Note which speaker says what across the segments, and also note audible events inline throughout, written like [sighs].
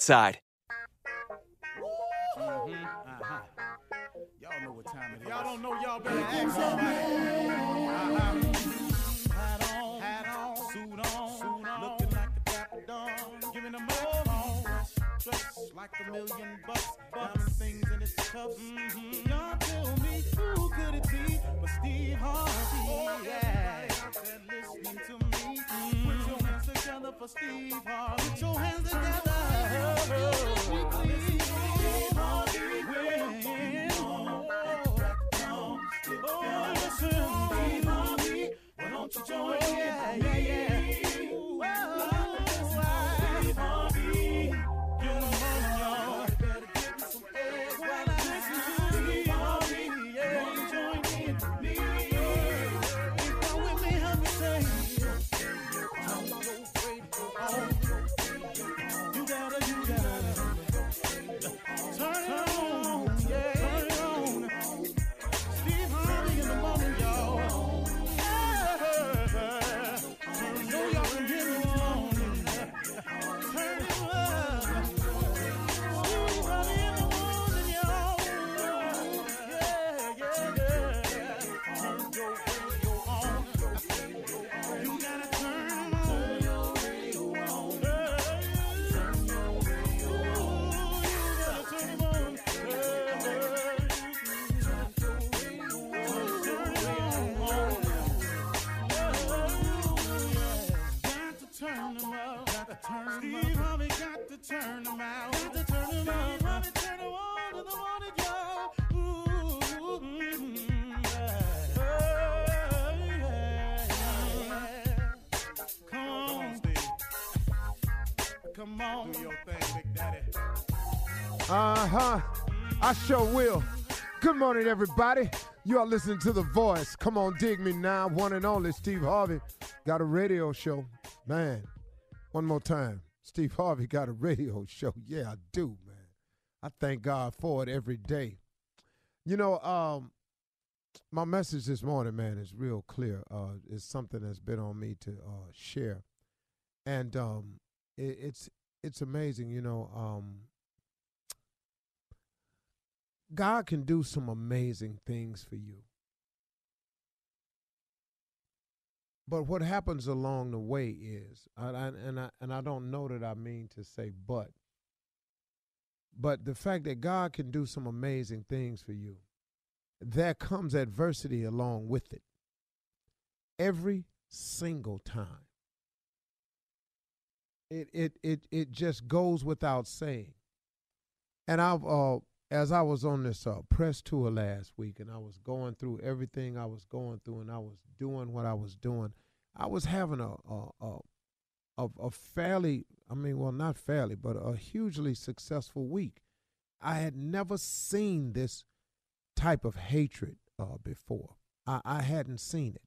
Speaker 1: Side.
Speaker 2: like a million bucks. Diamond things in its cups. Mm-hmm. Y'all tell me who could it be but Steve Harvey? Oh, yeah. listening to me. Mm-hmm. Put your hands together for Steve Harvey. Put your hands together. Oh, listen, Steve Harvey, why don't you join oh, yeah, yeah, yeah. turn them out. Got to turn them out. Got to turn them on to the wanted, yo. Ooh, mm-hmm, yeah. Oh, yeah, yeah. Come on, Steve. Come on. Do your thing, Big Daddy.
Speaker 3: Uh huh. I sure will. Good morning, everybody. You are listening to The Voice. Come on, dig me now. One and only Steve Harvey got a radio show. Man, one more time. Steve Harvey got a radio show. Yeah, I do, man. I thank God for it every day. You know, um, my message this morning, man, is real clear. Uh, it's something that's been on me to uh, share, and um, it, it's it's amazing. You know, um, God can do some amazing things for you. But what happens along the way is, and I, and I, and I don't know that I mean to say but, but the fact that God can do some amazing things for you, there comes adversity along with it. Every single time. It it it it just goes without saying. And I've uh, as I was on this uh, press tour last week, and I was going through everything I was going through, and I was doing what I was doing. I was having a a a, a, a fairly, I mean, well, not fairly, but a hugely successful week. I had never seen this type of hatred uh, before. I, I hadn't seen it,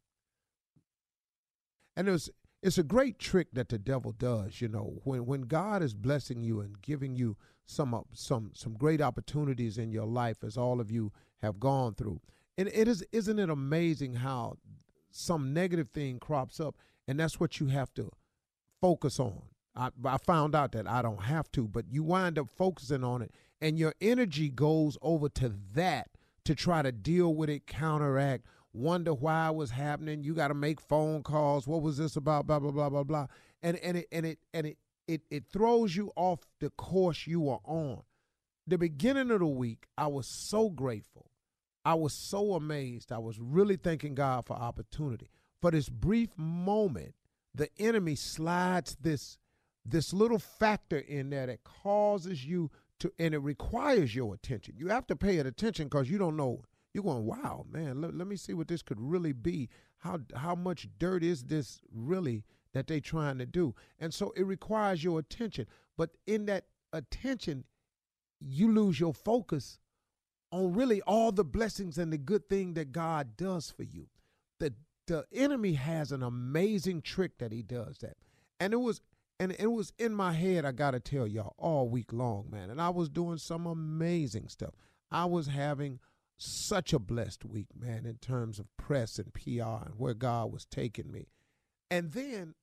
Speaker 3: and it was it's a great trick that the devil does you know when when god is blessing you and giving you some op- some some great opportunities in your life as all of you have gone through and it is isn't it amazing how some negative thing crops up and that's what you have to focus on i, I found out that i don't have to but you wind up focusing on it and your energy goes over to that to try to deal with it counteract wonder why it was happening. You got to make phone calls. What was this about? Blah blah blah blah blah. And and it and it and it it it throws you off the course you are on. The beginning of the week, I was so grateful. I was so amazed. I was really thanking God for opportunity. For this brief moment, the enemy slides this this little factor in there that causes you to and it requires your attention. You have to pay it attention because you don't know you're going, wow, man, let, let me see what this could really be. How how much dirt is this really that they trying to do? And so it requires your attention. But in that attention, you lose your focus on really all the blessings and the good thing that God does for you. The the enemy has an amazing trick that he does that. And it was and it was in my head, I gotta tell y'all, all week long, man. And I was doing some amazing stuff. I was having such a blessed week, man, in terms of press and PR and where God was taking me. And then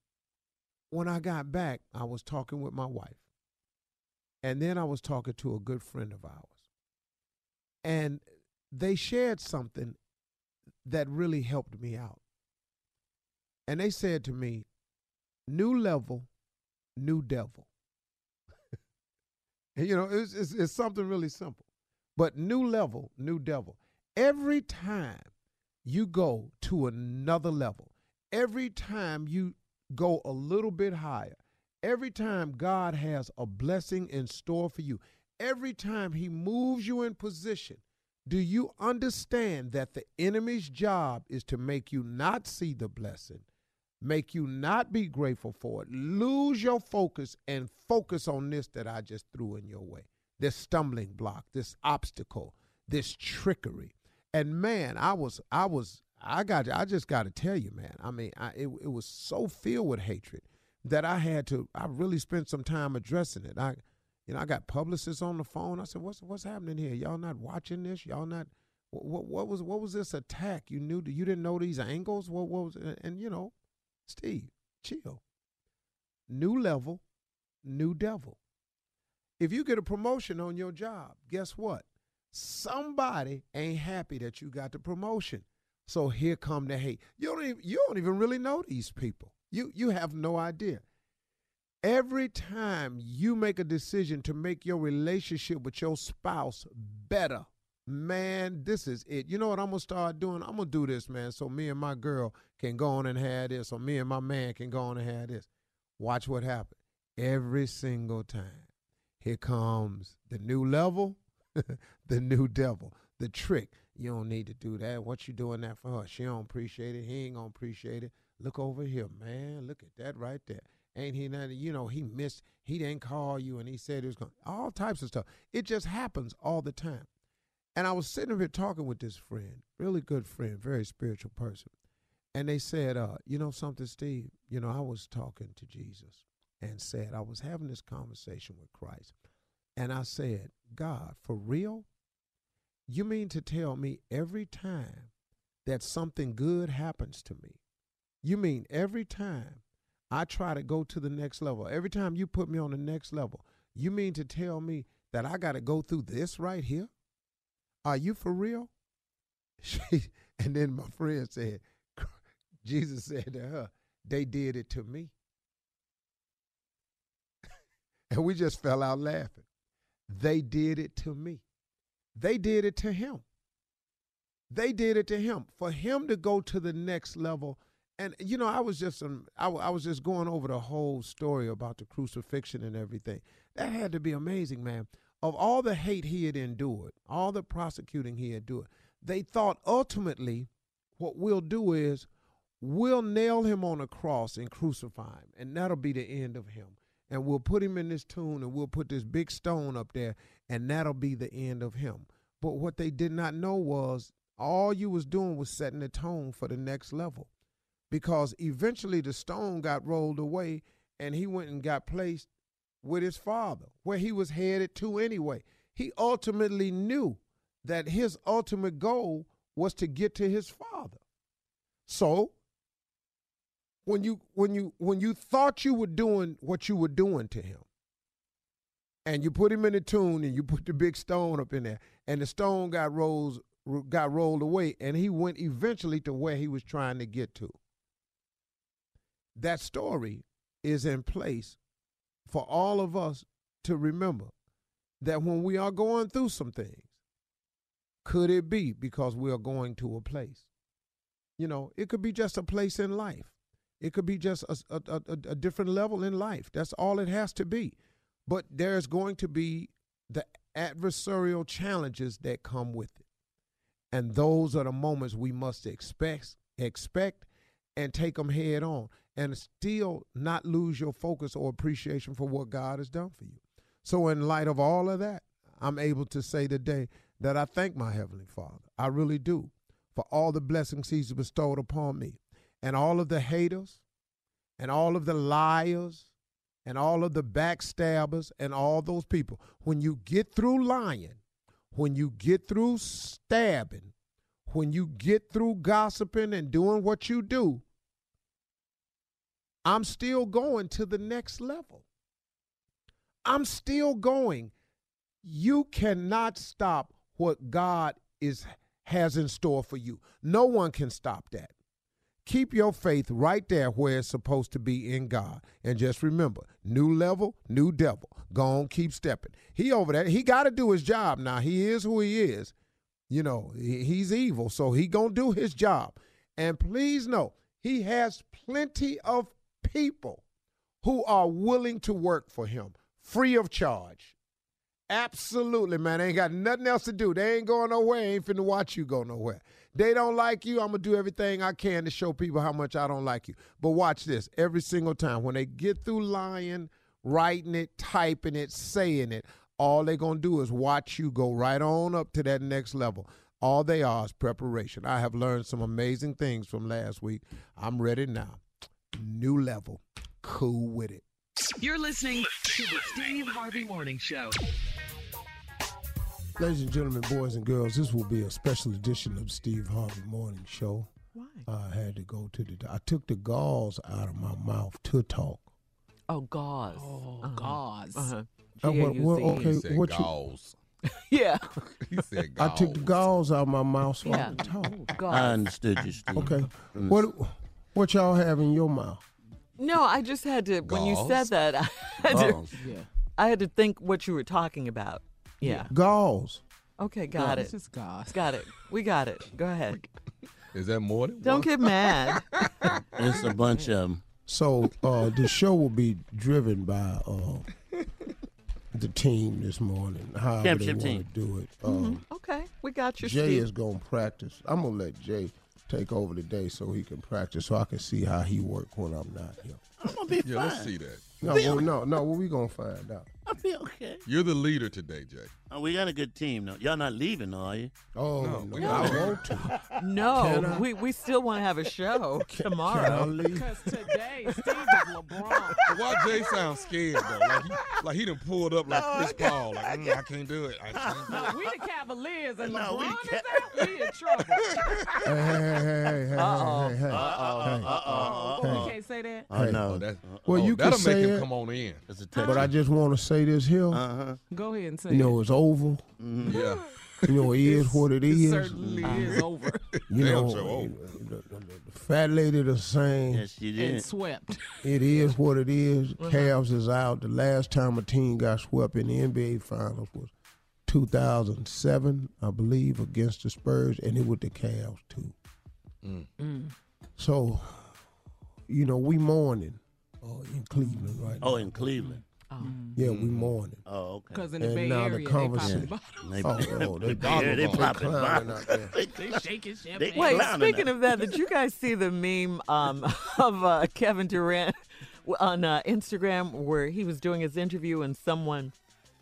Speaker 3: when I got back, I was talking with my wife. And then I was talking to a good friend of ours. And they shared something that really helped me out. And they said to me, New level, new devil. [laughs] you know, it's, it's, it's something really simple. But new level, new devil. Every time you go to another level, every time you go a little bit higher, every time God has a blessing in store for you, every time He moves you in position, do you understand that the enemy's job is to make you not see the blessing, make you not be grateful for it, lose your focus, and focus on this that I just threw in your way? this stumbling block, this obstacle, this trickery. And man, I was, I was, I got, I just got to tell you, man. I mean, I, it, it was so filled with hatred that I had to, I really spent some time addressing it. I, you know, I got publicists on the phone. I said, what's, what's happening here? Y'all not watching this? Y'all not, what, what, what was, what was this attack? You knew, you didn't know these angles? What, what was, and, and you know, Steve, chill. New level, new devil. If you get a promotion on your job, guess what? Somebody ain't happy that you got the promotion. So here come the hate. You don't even, you don't even really know these people. You you have no idea. Every time you make a decision to make your relationship with your spouse better, man, this is it. You know what I'm gonna start doing? I'm gonna do this, man, so me and my girl can go on and have this, or me and my man can go on and have this. Watch what happens every single time here comes the new level, [laughs] the new devil, the trick. You don't need to do that. What you doing that for her? She don't appreciate it. He ain't gonna appreciate it. Look over here, man. Look at that right there. Ain't he nothing? You know, he missed. He didn't call you, and he said he was going. All types of stuff. It just happens all the time. And I was sitting here talking with this friend, really good friend, very spiritual person, and they said, uh, "You know something, Steve? You know, I was talking to Jesus, and said, I was having this conversation with Christ. And I said, God, for real? You mean to tell me every time that something good happens to me? You mean every time I try to go to the next level, every time you put me on the next level, you mean to tell me that I got to go through this right here? Are you for real? [laughs] She, and then my friend said, [laughs] Jesus said to her, They did it to me. [laughs] and we just fell out laughing. They did it to me. They did it to him. They did it to him. For him to go to the next level, and you know, I was just um, I, w- I was just going over the whole story about the crucifixion and everything. That had to be amazing, man. Of all the hate he had endured, all the prosecuting he had endured, they thought ultimately what we'll do is we'll nail him on a cross and crucify him, and that'll be the end of him. And we'll put him in this tomb and we'll put this big stone up there, and that'll be the end of him. But what they did not know was all you was doing was setting the tone for the next level. Because eventually the stone got rolled away and he went and got placed with his father, where he was headed to anyway. He ultimately knew that his ultimate goal was to get to his father. So when you when you when you thought you were doing what you were doing to him, and you put him in the tomb and you put the big stone up in there, and the stone got rolls got rolled away, and he went eventually to where he was trying to get to. That story is in place for all of us to remember that when we are going through some things, could it be because we are going to a place? You know, it could be just a place in life. It could be just a, a, a, a different level in life. That's all it has to be. But there's going to be the adversarial challenges that come with it. And those are the moments we must expect, expect and take them head on and still not lose your focus or appreciation for what God has done for you. So, in light of all of that, I'm able to say today that I thank my Heavenly Father. I really do for all the blessings He's bestowed upon me and all of the haters and all of the liars and all of the backstabbers and all those people. When you get through lying, when you get through stabbing, when you get through gossiping and doing what you do, I'm still going to the next level. I'm still going. You cannot stop what God is has in store for you. No one can stop that. Keep your faith right there where it's supposed to be in God. And just remember, new level, new devil. Go on, keep stepping. He over there, he got to do his job now. He is who he is. You know, he- he's evil, so he going to do his job. And please know, he has plenty of people who are willing to work for him free of charge. Absolutely, man. They ain't got nothing else to do. They ain't going nowhere. Ain't finna watch you go nowhere. They don't like you. I'm gonna do everything I can to show people how much I don't like you. But watch this every single time. When they get through lying, writing it, typing it, saying it, all they gonna do is watch you go right on up to that next level. All they are is preparation. I have learned some amazing things from last week. I'm ready now. New level. Cool with it.
Speaker 4: You're listening to the Steve Harvey Morning Show.
Speaker 3: Ladies and gentlemen, boys and girls, this will be a special edition of Steve Harvey Morning Show. Why? I had to go to the. I took the gauze out of my mouth to talk.
Speaker 5: Oh, gauze. Oh, gauze. Uh-huh.
Speaker 6: Oh,
Speaker 3: Uh, what- what-
Speaker 5: G-A-U-Z-E.
Speaker 3: okay, what you-
Speaker 5: yeah.
Speaker 6: he said
Speaker 3: [laughs] I took the gauze out of my mouth so I
Speaker 5: Yeah. Oh,
Speaker 3: could talk.
Speaker 6: I understood you, Steve.
Speaker 3: Okay.
Speaker 6: Mm.
Speaker 3: What what y'all have in your mouth?
Speaker 5: No, I just had to. When you said
Speaker 6: Gauze?
Speaker 5: that, [laughs] I had, to,
Speaker 6: Gauze.
Speaker 3: Yeah.
Speaker 5: I had to think what you were talking about. Yeah.
Speaker 3: Gauze.
Speaker 5: Okay, got
Speaker 6: No,
Speaker 5: it.
Speaker 6: this is gauze.
Speaker 5: Got it. We got it. Go ahead.
Speaker 6: Is that more than
Speaker 5: Don't
Speaker 6: one?
Speaker 5: get
Speaker 6: [laughs]
Speaker 5: mad.
Speaker 6: It's a bunch of them.
Speaker 3: So uh, the show will be driven by uh, the team this morning. However they
Speaker 6: Championship
Speaker 3: want to
Speaker 6: team.
Speaker 3: do it. Um,
Speaker 5: okay, we got you,
Speaker 3: Jay
Speaker 5: Steve.
Speaker 3: is gonna practice. I'm gonna let Jay take over today so he can practice, so I can see how he work when I'm not here.
Speaker 6: I'm gonna be
Speaker 3: Yeah,
Speaker 6: fine.
Speaker 3: let's see that. No, well, no, no. Well, we gonna find out.
Speaker 6: I'll be okay.
Speaker 7: You're the leader today, Jay.
Speaker 6: Oh, we got a good team though. Y'all not leaving, are you?
Speaker 3: Oh
Speaker 6: no,
Speaker 3: no, I want to. Can
Speaker 5: No,
Speaker 6: I-
Speaker 5: we, we still want to have a show tomorrow.
Speaker 6: can I leave?
Speaker 4: Today, Steve
Speaker 2: [laughs]
Speaker 4: is LeBron.
Speaker 7: Why Jay sounds scared though? Like he, like he done pulled up like
Speaker 4: No, I
Speaker 7: Chris
Speaker 4: can't-
Speaker 7: Paul. Like mm, I can't do it. I can't do it.
Speaker 4: No, we the Cavaliers and
Speaker 7: No, we
Speaker 4: LeBron is out. We in trouble.
Speaker 2: [laughs]
Speaker 3: Hey, hey, hey, hey, hey, hey, hey, hey, hey,
Speaker 4: Uh-oh.
Speaker 3: hey,
Speaker 4: Uh-oh.
Speaker 3: hey.
Speaker 5: Oh,
Speaker 4: You can't say that.
Speaker 3: Hey,
Speaker 7: Oh, that's,
Speaker 3: Well,
Speaker 7: oh,
Speaker 3: you
Speaker 7: that'll
Speaker 3: can
Speaker 7: make
Speaker 3: say
Speaker 7: him
Speaker 3: it,
Speaker 7: come on in.
Speaker 3: But I just want to say this here.
Speaker 7: Uh-huh.
Speaker 5: Go ahead and say
Speaker 3: You know,
Speaker 5: it.
Speaker 3: it's over.
Speaker 7: Yeah.
Speaker 3: You know,
Speaker 5: [laughs]
Speaker 3: it is what it
Speaker 5: It
Speaker 3: is.
Speaker 5: certainly is
Speaker 3: [laughs]
Speaker 5: over.
Speaker 3: You
Speaker 7: Damn,
Speaker 3: know,
Speaker 7: Joe, over.
Speaker 3: [laughs] the fat lady the same.
Speaker 6: Yes, she did.
Speaker 5: And swept. Uh-huh.
Speaker 3: It is what it is. Cavs is out. The last time a team got swept in the NBA Finals was 2007, I believe, against the Spurs, and it was the Cavs too. Mm.
Speaker 5: Mm.
Speaker 3: So, you know, we mourning uh, in Cleveland right now. Mm.
Speaker 6: Oh, in Cleveland.
Speaker 3: Yeah, we mourning.
Speaker 6: Oh, okay.
Speaker 5: 'Cause in the
Speaker 3: and
Speaker 5: Bay
Speaker 3: now
Speaker 5: Area,
Speaker 3: the
Speaker 5: they popping
Speaker 3: conversation.
Speaker 5: bottles.
Speaker 6: They-
Speaker 3: oh, oh, they,
Speaker 6: they- they- they popping
Speaker 3: climbing
Speaker 5: [laughs]
Speaker 6: bottles.
Speaker 3: out there.
Speaker 6: They shaking
Speaker 5: Wait, speaking of that, did you guys see the meme um, [laughs] of uh, Kevin Durant on uh, Instagram where he was doing his interview and someone,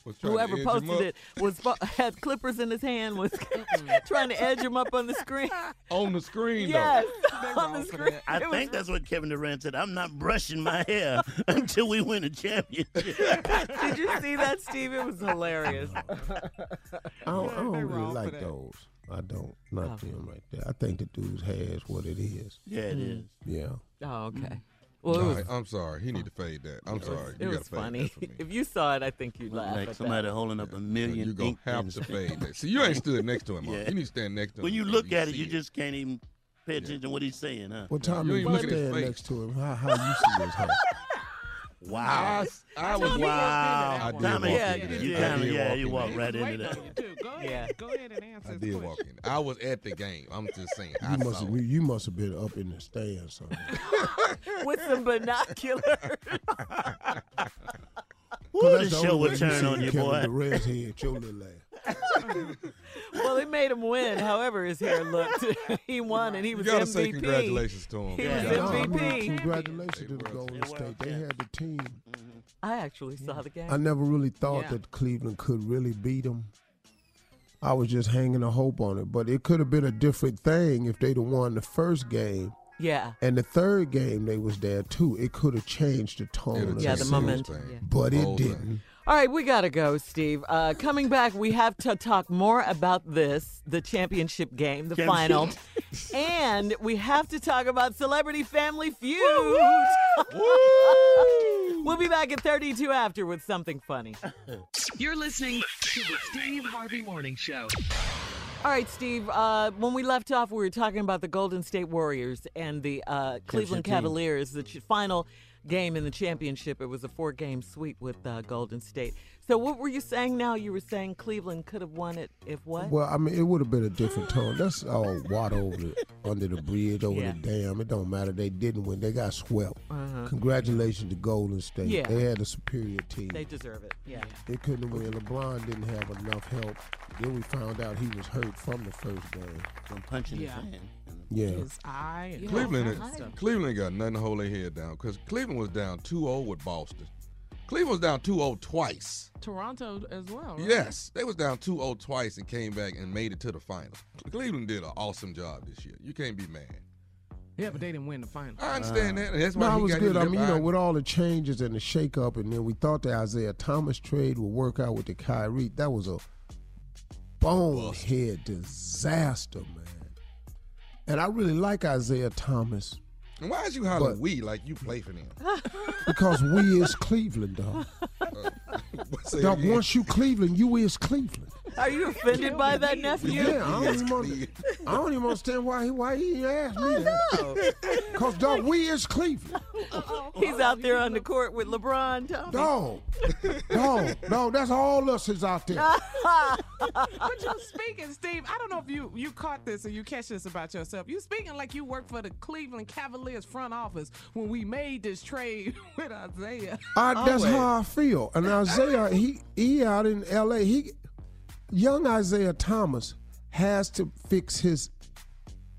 Speaker 7: Was trying to
Speaker 5: whoever
Speaker 7: edge him
Speaker 5: posted
Speaker 7: up?
Speaker 5: it, was fo- had clippers in his hand, was [laughs] trying to edge him up on the screen.
Speaker 7: on the screen
Speaker 5: Yes,
Speaker 7: though.
Speaker 5: on the screen.
Speaker 6: I
Speaker 5: It was-
Speaker 6: think that's what Kevin Durant said. I'm not brushing my hair [laughs] until we win a championship.
Speaker 5: [laughs] Did you see that, Steve? It was hilarious. [laughs]
Speaker 3: I don't, I
Speaker 5: They
Speaker 3: don't
Speaker 5: were all
Speaker 3: really
Speaker 5: for
Speaker 3: like
Speaker 5: that. Oh.
Speaker 3: those. I don't. Not them right there. I think the dude's has what it is. Mm.
Speaker 6: yeah, it is.
Speaker 3: Yeah.
Speaker 5: Mm. Oh, okay. Well, it
Speaker 7: All
Speaker 5: was,
Speaker 7: right, I'm sorry. He need to fade that. I'm sorry.
Speaker 5: it
Speaker 7: you
Speaker 5: was
Speaker 7: gotta fade
Speaker 5: funny.
Speaker 7: That for me.
Speaker 5: If you saw it, I think you'd laugh.
Speaker 6: Like
Speaker 5: at
Speaker 6: somebody
Speaker 5: that.
Speaker 6: holding up a million
Speaker 7: you gonna
Speaker 6: ink
Speaker 7: have
Speaker 6: pens.
Speaker 7: to fade that. See,
Speaker 6: [laughs]
Speaker 7: you ain't stood next to him. Mark.
Speaker 6: Yeah.
Speaker 7: You need to stand next to him.
Speaker 6: When you
Speaker 7: and
Speaker 6: look at it,
Speaker 7: see
Speaker 6: you just can't even pay attention to what he's saying, huh?
Speaker 3: Well, Tommy,
Speaker 7: you
Speaker 3: you,
Speaker 7: ain't
Speaker 3: you
Speaker 7: looking at his
Speaker 3: stand
Speaker 7: face.
Speaker 3: next to him. How, how you see his hair?
Speaker 6: Wow.
Speaker 7: I, I was
Speaker 6: Wow.
Speaker 7: I did
Speaker 6: Tommy,
Speaker 7: walk
Speaker 5: Yeah,
Speaker 7: into that.
Speaker 6: you
Speaker 7: I
Speaker 6: kind of,
Speaker 7: did
Speaker 6: yeah,
Speaker 7: walk
Speaker 6: you
Speaker 7: in
Speaker 6: walk
Speaker 7: there.
Speaker 6: right into that.
Speaker 5: Yeah.
Speaker 7: I did walk in. I was at the game. I'm just saying. [laughs] I
Speaker 3: You must,
Speaker 7: saw
Speaker 3: have,
Speaker 7: it.
Speaker 3: you must have been up in the stands. Something.
Speaker 5: [laughs] With some binoculars.
Speaker 6: Ooh, this show will turn on you,
Speaker 3: Kevin
Speaker 6: boy.
Speaker 3: Durant's head, your little
Speaker 6: [laughs]
Speaker 3: ass.
Speaker 5: Well, it made him win. However, his hair looked, [laughs] he won, and he
Speaker 7: You
Speaker 5: was
Speaker 7: gotta
Speaker 5: MVP.
Speaker 7: say congratulations to him.
Speaker 5: He
Speaker 7: You
Speaker 5: was
Speaker 7: gotta-
Speaker 3: No, I mean,
Speaker 5: MVP.
Speaker 3: congratulations to the Golden State. They had the team.
Speaker 5: I actually saw the game.
Speaker 3: I never really thought
Speaker 5: Yeah.
Speaker 3: that Cleveland could really beat them. I was just hanging a hope on it, but it could have been a different thing if they'd have won the first game
Speaker 5: yeah.
Speaker 3: and the third game. They was there too. It could have changed the tone.
Speaker 7: It'll
Speaker 3: of
Speaker 5: Yeah,
Speaker 7: change
Speaker 5: the
Speaker 3: series,
Speaker 5: momentum,
Speaker 7: whole thing.
Speaker 5: yeah.
Speaker 3: but it
Speaker 7: Whole thing.
Speaker 3: didn't.
Speaker 5: All right, we gotta go, Steve. Uh, coming back, we have to talk more about this, the championship game, the final,
Speaker 6: Championship.
Speaker 5: and we have to talk about Celebrity Family Feud. [laughs] we'll be back at 32 after with something
Speaker 6: [laughs]
Speaker 5: funny.
Speaker 4: You're listening to the Steve Harvey Morning Show.
Speaker 5: All right, Steve. Uh, when we left off, we were talking about the Golden State Warriors and the uh, Cleveland
Speaker 6: team.
Speaker 5: Cavaliers, the ch- final game in the championship. It was a four-game sweep with uh, Golden State. So, what were you saying? Now you were saying Cleveland could have won it if what?
Speaker 3: Well, I mean, it would have been a different tone. That's all water over the, under the bridge, over
Speaker 5: Yeah. Uh-huh.
Speaker 3: the dam. It don't matter. They didn't win. They got swept. Congratulations to Golden State.
Speaker 5: Yeah.
Speaker 3: They had a superior [laughs] team.
Speaker 5: They deserve it. Yeah.
Speaker 3: They couldn't win. LeBron didn't have enough help. Then we found out he was hurt from the first game.
Speaker 6: I'm punching
Speaker 5: Yeah.
Speaker 6: the fan.
Speaker 3: Yeah.
Speaker 5: I
Speaker 7: Cleveland, Cleveland ain't got nothing to hold their head down because Cleveland was down 2-0 with Boston. Cleveland was down 2-0 twice.
Speaker 8: Toronto as well. Right?
Speaker 7: Yes, they was down 2-0 twice and came back and made it to the finals. Cleveland did an awesome job this year. You can't be mad.
Speaker 8: Yeah, but they didn't win the final. Uh,
Speaker 7: I understand that. and That's why
Speaker 3: No,
Speaker 7: he
Speaker 3: it was
Speaker 7: got
Speaker 3: good.
Speaker 7: his
Speaker 3: I mean, you
Speaker 7: lip
Speaker 3: know,
Speaker 7: eye.
Speaker 3: with all the changes and the shakeup, and then we thought the Isaiah Thomas trade would work out with the Kyrie. That was a bonehead disaster, man. And I really like Isaiah Thomas
Speaker 7: And why is you hollering
Speaker 3: But-
Speaker 7: we like you play for them?
Speaker 3: because we is Cleveland, dog.
Speaker 7: Say it
Speaker 3: dog
Speaker 7: again.
Speaker 3: once you Cleveland, you is Cleveland.
Speaker 5: Are you offended by that nephew?
Speaker 3: Yeah, I don't even, under- I don't
Speaker 2: [laughs]
Speaker 3: even understand why he why he even asked me that.
Speaker 5: [laughs]
Speaker 3: Cause dog, we is Cleveland.
Speaker 5: He's out there on the court with LeBron. Tony.
Speaker 3: Dog, dog, dog. That's all us is out there.
Speaker 8: [laughs] But you're speaking, Steve. I don't know if you you caught this or you catch this about yourself. You speaking like you work for the Cleveland Cavaliers front office when we made this trade [laughs] with Isaiah.
Speaker 3: I, that's how I feel. And Isaiah, he he out in L.A. He, young Isaiah Thomas has to fix his,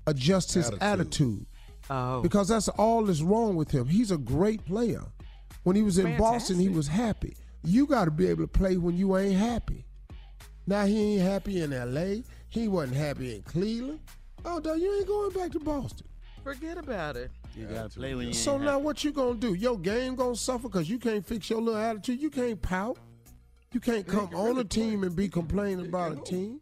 Speaker 3: adjust his
Speaker 7: Attitude.
Speaker 3: attitude,
Speaker 5: Oh.
Speaker 3: because that's all that's wrong with him. He's a great player. When he was in Boston, he
Speaker 8: Fantastic.
Speaker 3: was happy. You got to be able to play when you ain't happy. Now he ain't happy in L.A. He wasn't happy in Cleveland. Oh, dog, you ain't going back to Boston.
Speaker 5: Forget about it.
Speaker 6: You gotta play when you.
Speaker 3: So
Speaker 6: ain't
Speaker 3: now
Speaker 6: happy.
Speaker 3: what you gonna do? Your game gonna suffer because you can't fix your little attitude. You can't pout. You can't come on a team and be complaining about a team.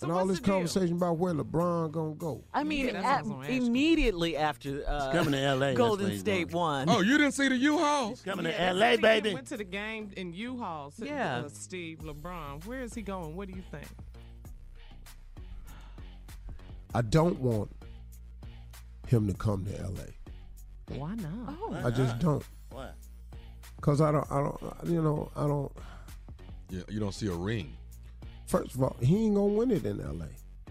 Speaker 3: and all this conversation about where LeBron gonna go.
Speaker 5: I mean,
Speaker 3: that's what I
Speaker 5: at-
Speaker 3: was gonna ask you.
Speaker 5: immediately after uh,
Speaker 3: coming to LA, that's where
Speaker 5: Golden
Speaker 3: he's
Speaker 5: State won.
Speaker 7: Oh, you didn't see the U-Haul? He's
Speaker 5: coming
Speaker 8: Yeah, that's the weekend Went to the game in U-Haul. sitting with,
Speaker 5: Yeah.
Speaker 8: uh, Steve LeBron. Where is he going? What do you think?
Speaker 3: I don't want him to come to LA.
Speaker 5: Why not?
Speaker 3: I just don't.
Speaker 6: Why?
Speaker 3: Cause I don't, I don't, you know, I don't.
Speaker 7: Yeah, you don't see a ring.
Speaker 3: First of all, he ain't gonna win it in LA.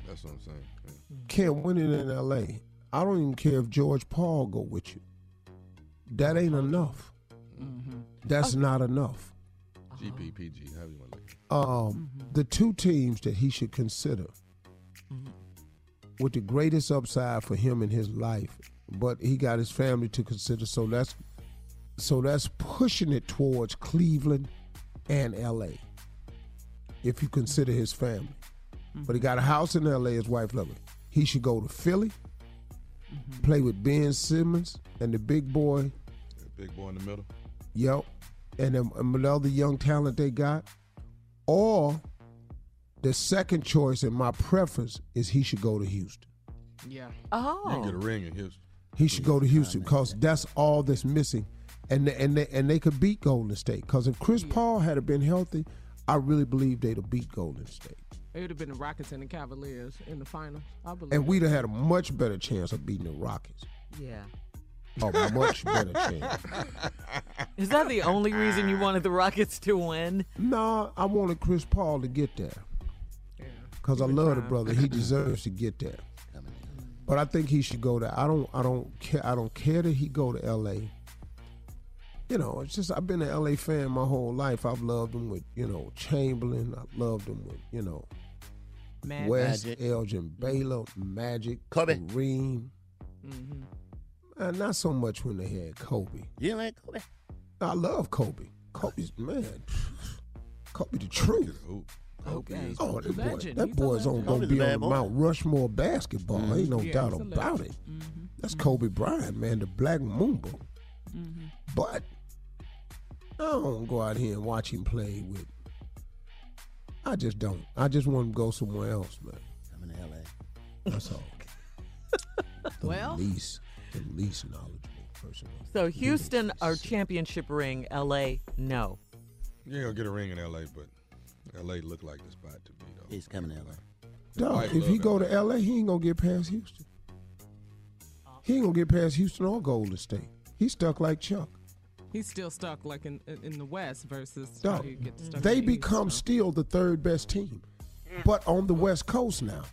Speaker 7: That's what I'm saying.
Speaker 3: Can't win it in LA. I don't even care if George Paul go with you. That ain't enough. Mm-hmm. That's not enough.
Speaker 7: GPPG, however you want to look.
Speaker 3: Um, The two teams that he should consider with the greatest upside for him in his life, but he got his family to consider. So that's so that's pushing it towards Cleveland and L.A. If you consider his family, but he got a house in L.A. His wife loves it. He should go to Philly, play with Ben Simmons and the big boy
Speaker 7: That big boy in the middle.
Speaker 3: Yep. And then another young talent they got. Or the second choice and my preference is he should go to Houston.
Speaker 8: Yeah.
Speaker 7: You can
Speaker 5: Oh.
Speaker 7: get a ring in Houston.
Speaker 3: He should go to Houston because that's all that's missing. And they, and they, and they could beat Golden State because if Chris Paul had been healthy, I really believe they'd have beat Golden State.
Speaker 8: It would have been the Rockets and the Cavaliers in the final. I believe.
Speaker 3: And we'd have had a much better chance of beating the Rockets.
Speaker 5: Yeah.
Speaker 3: A much better chance.
Speaker 5: [laughs] Is that the only
Speaker 2: [laughs]
Speaker 5: reason you wanted the Rockets to win?
Speaker 3: No, I wanted Chris Paul to get there. Because I love the brother. He deserves to get there. But I think he should go to I don't I don't care I don't care that he go to LA. You know, it's just I've been an LA fan my whole life. I've loved him with, you know, Chamberlain. I loved him with, you know,
Speaker 2: Mag-
Speaker 3: West,
Speaker 2: Magic.
Speaker 3: Elgin
Speaker 7: Mm-hmm.
Speaker 3: Baylor, Magic, Kobe. Kareem.
Speaker 7: Mm-hmm.
Speaker 3: Man, not so much when they had Kobe.
Speaker 6: You like Kobe?
Speaker 3: I love Kobe. Kobe's man. [sighs] Kobe the truth.
Speaker 7: Okay.
Speaker 3: Oh, that boy,
Speaker 7: Legend.
Speaker 3: that
Speaker 7: He's a
Speaker 3: boy's on
Speaker 7: legend.
Speaker 3: gonna
Speaker 7: Kobe's
Speaker 3: be
Speaker 7: a
Speaker 3: on
Speaker 7: bad
Speaker 3: the
Speaker 7: boy.
Speaker 3: Mount Rushmore basketball. Ain't no
Speaker 7: Yeah,
Speaker 3: doubt
Speaker 7: he's a Mm-hmm.
Speaker 3: about it. That's Kobe Bryant, man, the Black Mamba. But I don't go out here and watch him play with. I just don't. I just want him to go somewhere else, man.
Speaker 6: I'm in LA.
Speaker 3: That's
Speaker 6: [laughs]
Speaker 3: all. the
Speaker 5: Well-
Speaker 3: least, the least knowledgeable person.
Speaker 5: So Houston, our championship ring. LA, no.
Speaker 7: You ain't gonna get a ring in LA, but LA look like the spot to be though. He's coming to LA.
Speaker 3: Dog, if he go to L.A., he ain't gonna get past Houston. He ain't gonna get past Houston or Golden State. He's stuck like Chuck.
Speaker 8: He's still stuck like in in in the West versus how
Speaker 3: Dog,
Speaker 8: do you get stuck.
Speaker 3: they
Speaker 8: in the East.
Speaker 3: become still the third best team, but on the West Coast now.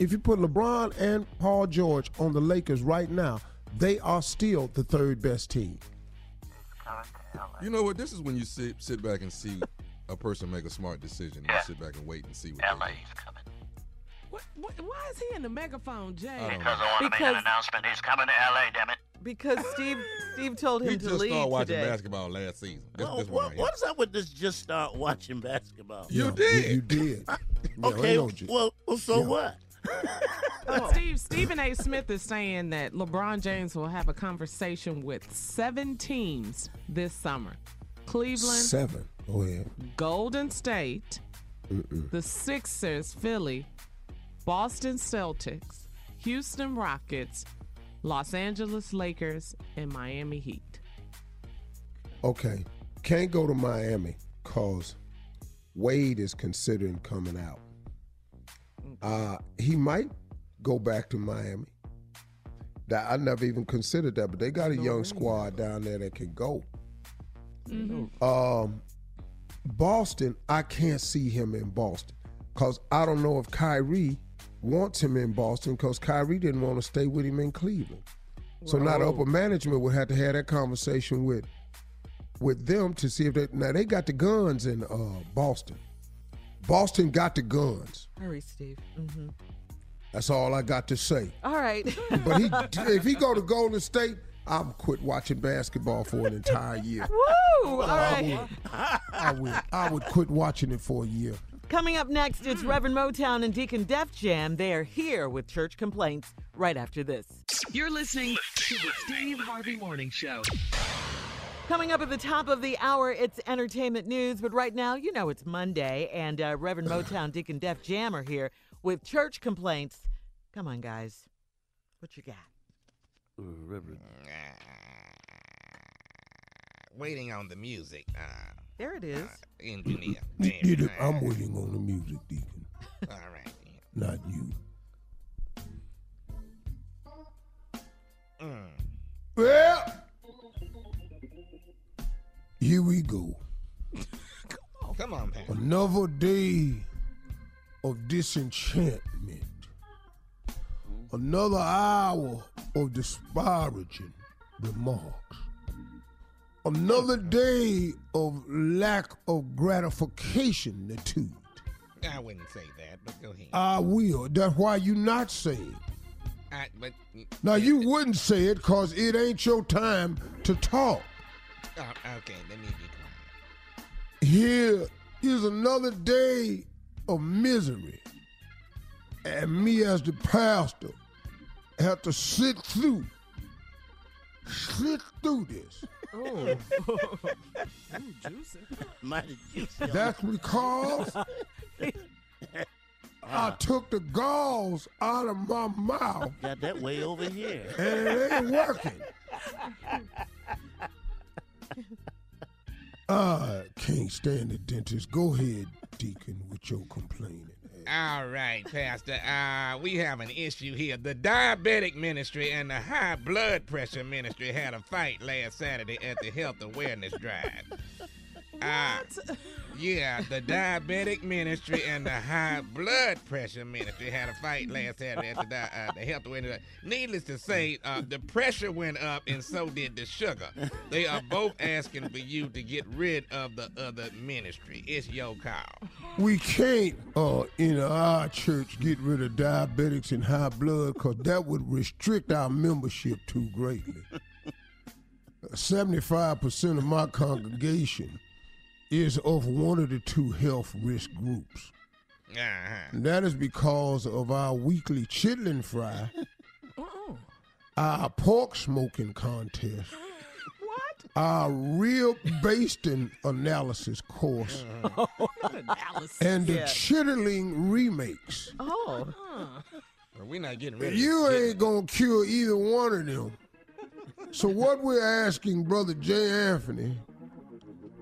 Speaker 3: If you put LeBron and Paul George on the Lakers right now, they are still the third best team.
Speaker 7: You know what? This is when you sit sit back and see a person make a smart decision. You sit back and wait and see what. LA's coming.
Speaker 8: What, what, why is he in the megaphone, Jay?
Speaker 7: I don't
Speaker 9: Because I want to make an announcement. He's coming to LA, damn it.
Speaker 5: Because Steve Steve told him
Speaker 7: He
Speaker 5: to
Speaker 7: just
Speaker 5: leave
Speaker 7: started watching
Speaker 5: today.
Speaker 7: basketball last season. This,
Speaker 6: Well,
Speaker 7: this one
Speaker 6: what,
Speaker 7: right
Speaker 6: what is up with this? Just start watching basketball.
Speaker 7: here. You did.
Speaker 3: You
Speaker 7: [laughs]
Speaker 3: did.
Speaker 6: okay. well, well, so what?
Speaker 8: But Steve Stephen A. Smith is saying that LeBron James will have a conversation with seven teams this summer: Cleveland,
Speaker 3: Seven. Go ahead.
Speaker 8: Golden State,
Speaker 3: Mm-mm.
Speaker 8: the Sixers, Philly, Boston Celtics, Houston Rockets, Los Angeles Lakers, and Miami Heat.
Speaker 3: Okay. Can't go to Miami because Wade is considering coming out. Uh, he might go back to Miami. That I never even considered that, but they got a young squad down there that can go.
Speaker 5: Mm-hmm.
Speaker 3: Um, Boston, I can't see him in Boston because I don't know if Kyrie wants him in Boston because Kyrie didn't want to stay with him in Cleveland. So now the upper management would have to have that conversation with with them to see if they now they got the guns in uh, Boston. Boston got the guns.
Speaker 5: Hurry, Steve. hmm
Speaker 3: That's all I got to say.
Speaker 5: All right.
Speaker 3: [laughs]
Speaker 5: [laughs]
Speaker 3: But he, if he go to Golden State, I'm quit watching basketball for an entire
Speaker 5: [laughs]
Speaker 3: year.
Speaker 5: Woo! All
Speaker 3: I
Speaker 5: right.
Speaker 3: would, I would, I would quit watching it for a year.
Speaker 5: Coming up next, it's Reverend Motown and Deacon Def Jam. They are here with church complaints right after this.
Speaker 4: You're listening to the Steve Harvey Morning Show.
Speaker 5: Coming up at the top of the hour, it's entertainment news, but right now, you know it's Monday, and uh,
Speaker 10: [clears throat]
Speaker 5: Reverend Motown Deacon Def Jam are here with church complaints. Come on, guys. What you got?
Speaker 10: Reverend. Waiting on the music. Uh,
Speaker 5: There it is.
Speaker 10: engineer.
Speaker 3: Get it. I'm waiting on the music, Deacon.
Speaker 10: All right.
Speaker 3: Not you.
Speaker 10: Mm.
Speaker 3: Well, here we go.
Speaker 10: Come on, Pat.
Speaker 3: Another day of disenchantment. Another hour of disparaging remarks. Another day of lack of gratification, too.
Speaker 10: I wouldn't say that, but go ahead.
Speaker 3: I will. That's why you not saying.
Speaker 10: I, but
Speaker 3: Now you wouldn't say it cause it ain't your time to talk.
Speaker 10: oh, okay, let me be quiet.
Speaker 3: Here is another day of misery. And me as the pastor have to sit through. Sit through this. Oh.
Speaker 2: Ooh. juicy.
Speaker 6: Mighty juicy.
Speaker 3: That's
Speaker 2: [laughs]
Speaker 3: [laughs] because I took the galls out of my mouth
Speaker 6: Got that way over here.
Speaker 3: and [laughs] it ain't
Speaker 6: [laughs]
Speaker 3: working. I Ah, can't stand the dentist. Go ahead, Deacon, with your complaining.
Speaker 10: All right, Pastor. Uh, we have an issue here. The diabetic ministry and the high blood pressure ministry had a fight last Saturday at the health awareness drive. What? yeah, the diabetic ministry and the high blood pressure ministry had a fight last Saturday at the, di- uh, the health awareness. drive. Needless to say, uh, the pressure went up and so did the sugar. They are both asking for you to get rid of the other ministry. It's your call.
Speaker 3: We can't, uh, in our church, get rid of diabetics and high blood because that would restrict our membership too greatly. 75% of my congregation is of one of the two health risk groups.
Speaker 10: Uh-huh.
Speaker 3: And that is because of our weekly chitlin fry, our pork smoking contest, our rib basting analysis course, and the chitterling remakes.
Speaker 5: Oh.
Speaker 10: But we're not getting rid of
Speaker 3: You ain't gonna cure either one of them. So what we're asking Brother Jay Anthony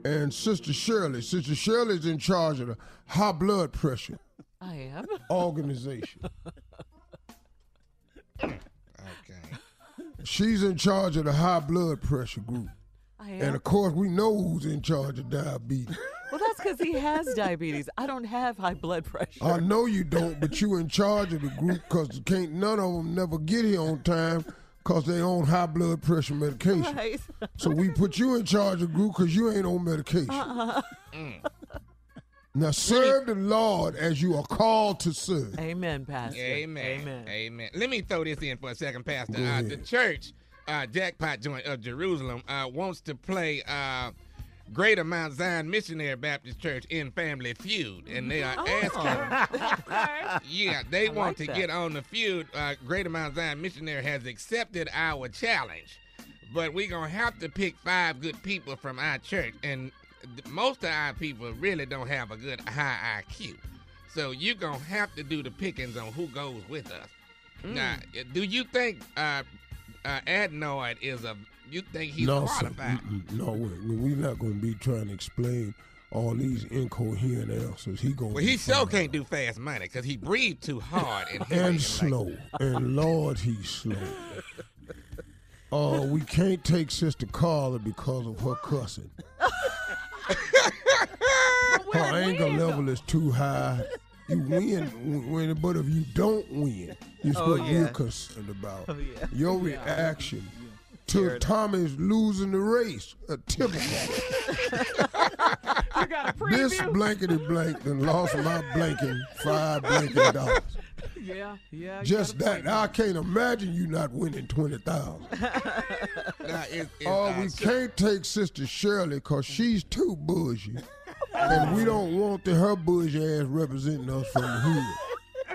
Speaker 3: and Sister Shirley, Sister Shirley's in charge of the high blood pressure
Speaker 5: I am.
Speaker 3: organization.
Speaker 10: Okay.
Speaker 3: She's in charge of the high blood pressure group.
Speaker 5: I am.
Speaker 3: And of course, we know who's in charge of diabetes.
Speaker 5: well, that's because he
Speaker 10: [laughs]
Speaker 5: has diabetes. I don't have high blood pressure.
Speaker 3: I know you don't, but you in charge of the group because can't none of them never get here on time because they on high blood pressure medication.
Speaker 5: Right.
Speaker 3: So we put you in charge of the group because you ain't on medication.
Speaker 5: Uh-uh.
Speaker 3: Now serve the Lord as you are called to serve.
Speaker 5: Amen, Pastor.
Speaker 10: Amen. Amen. Let me throw this in for a second, Pastor. Uh, the church, uh, Jackpot Joint of Jerusalem, uh, wants to play uh, Greater Mount Zion Missionary Baptist Church in Family Feud, and they are
Speaker 5: [laughs]
Speaker 10: asking. yeah, they
Speaker 5: Oh. I
Speaker 10: want
Speaker 5: like
Speaker 10: to
Speaker 5: that.
Speaker 10: get on the feud. Uh, Greater Mount Zion Missionary has accepted our challenge, but we're gonna have to pick five good people from our church, and th- most of our people really don't have a good high IQ. So you're gonna have to do the pickings on who goes with us. Now, do you think uh, uh, Adnoid is a? You think he's
Speaker 3: no, sir.
Speaker 10: qualified?
Speaker 3: Mm-mm. no, we're not going to be trying to explain all these incoherent answers. He going
Speaker 10: Well, he sure can't do fast money because he breathed too hard and he
Speaker 3: and slow.
Speaker 10: [laughs]
Speaker 3: and Lord, he's slow. Oh, we can't take Sister Carla because of her
Speaker 5: [laughs]
Speaker 3: cussing. her anger level is too high. You win, w- win, but if you don't win, it's
Speaker 5: Oh,
Speaker 3: what
Speaker 5: yeah.
Speaker 3: we're concerned
Speaker 5: [laughs]
Speaker 3: about. [laughs]
Speaker 5: Oh, yeah.
Speaker 3: Your
Speaker 5: Yeah.
Speaker 3: reaction to Tommy's losing the race, a
Speaker 5: [laughs]
Speaker 3: typical. this blankety blank done lost my blanking five blanking dollars.
Speaker 2: Yeah,
Speaker 5: [laughs]
Speaker 2: yeah.
Speaker 3: Just that. I can't imagine you not winning 20000
Speaker 5: [laughs]
Speaker 3: Oh, we can't take Sister Shirley because she's too
Speaker 5: [laughs]
Speaker 3: bougie. and we don't want the, her bougie ass representing us
Speaker 5: [laughs]
Speaker 3: from the hood.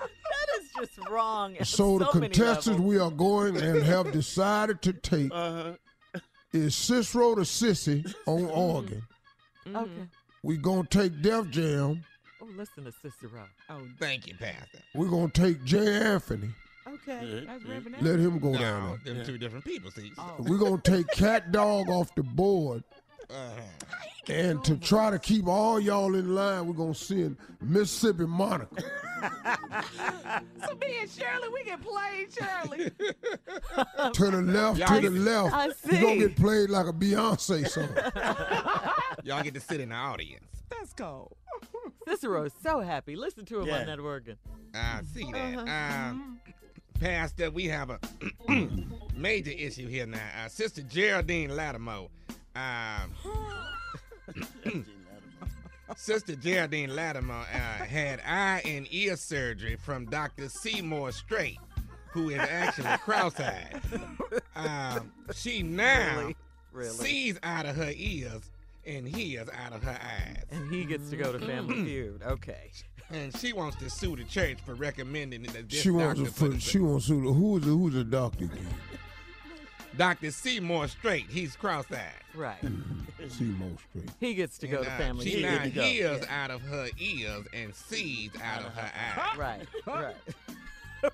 Speaker 5: That is just wrong. at
Speaker 3: So, the
Speaker 5: many
Speaker 3: contestants
Speaker 5: levels. Uh-huh.
Speaker 3: we are going and have decided to take is Cicero to Sissy
Speaker 5: [laughs]
Speaker 3: on organ.
Speaker 10: Mm-hmm.
Speaker 5: Okay.
Speaker 3: We gonna take Def Jam.
Speaker 5: Oh, listen to Cicero. Oh,
Speaker 10: thank you, Pastor.
Speaker 3: We gonna take Jay Anthony.
Speaker 5: Okay, that's Reverend.
Speaker 3: Let him go
Speaker 10: no,
Speaker 3: down
Speaker 10: Them
Speaker 3: there.
Speaker 10: two different people, see.
Speaker 2: Oh.
Speaker 3: We gonna take Cat Dog off the board.
Speaker 10: Uh-huh.
Speaker 3: And to try to keep all y'all in line, we're gonna send Mississippi Monica.
Speaker 2: [laughs] So me and Shirley, we get played, Shirley.
Speaker 3: [laughs] To the left, to the left.
Speaker 2: I
Speaker 3: You're
Speaker 2: see.
Speaker 3: gonna get played like a Beyonce song.
Speaker 10: Y'all get to sit in the audience.
Speaker 2: Let's go.
Speaker 5: Cicero is so happy. Listen to him
Speaker 10: Yeah.
Speaker 5: on that organ.
Speaker 10: I see that.
Speaker 5: Uh-huh.
Speaker 10: Um, Pastor, we have a [clears throat] major issue here now. Uh, Sister Geraldine Lattimore. Um, Sister Geraldine Lattimore uh, had eye and ear surgery from Dr. Seymour Straight, who is actually cross-eyed. Um, she now
Speaker 5: Really? Really?
Speaker 10: sees out of her ears and hears out of her eyes. Mm-hmm.
Speaker 5: And he gets to go to Family Feud. Okay.
Speaker 10: And she wants to sue the church for recommending that [laughs] this
Speaker 3: She wants
Speaker 10: doctor
Speaker 3: to put, she wants to who's the who's the doctor again?
Speaker 10: Dr. Seymour Straight. He's cross-eyed.
Speaker 5: Right.
Speaker 3: Seymour Straight.
Speaker 5: He gets to go to Family
Speaker 10: She
Speaker 5: Feud.
Speaker 10: now hears out of her ears and sees out of her eyes.
Speaker 5: [laughs] Right,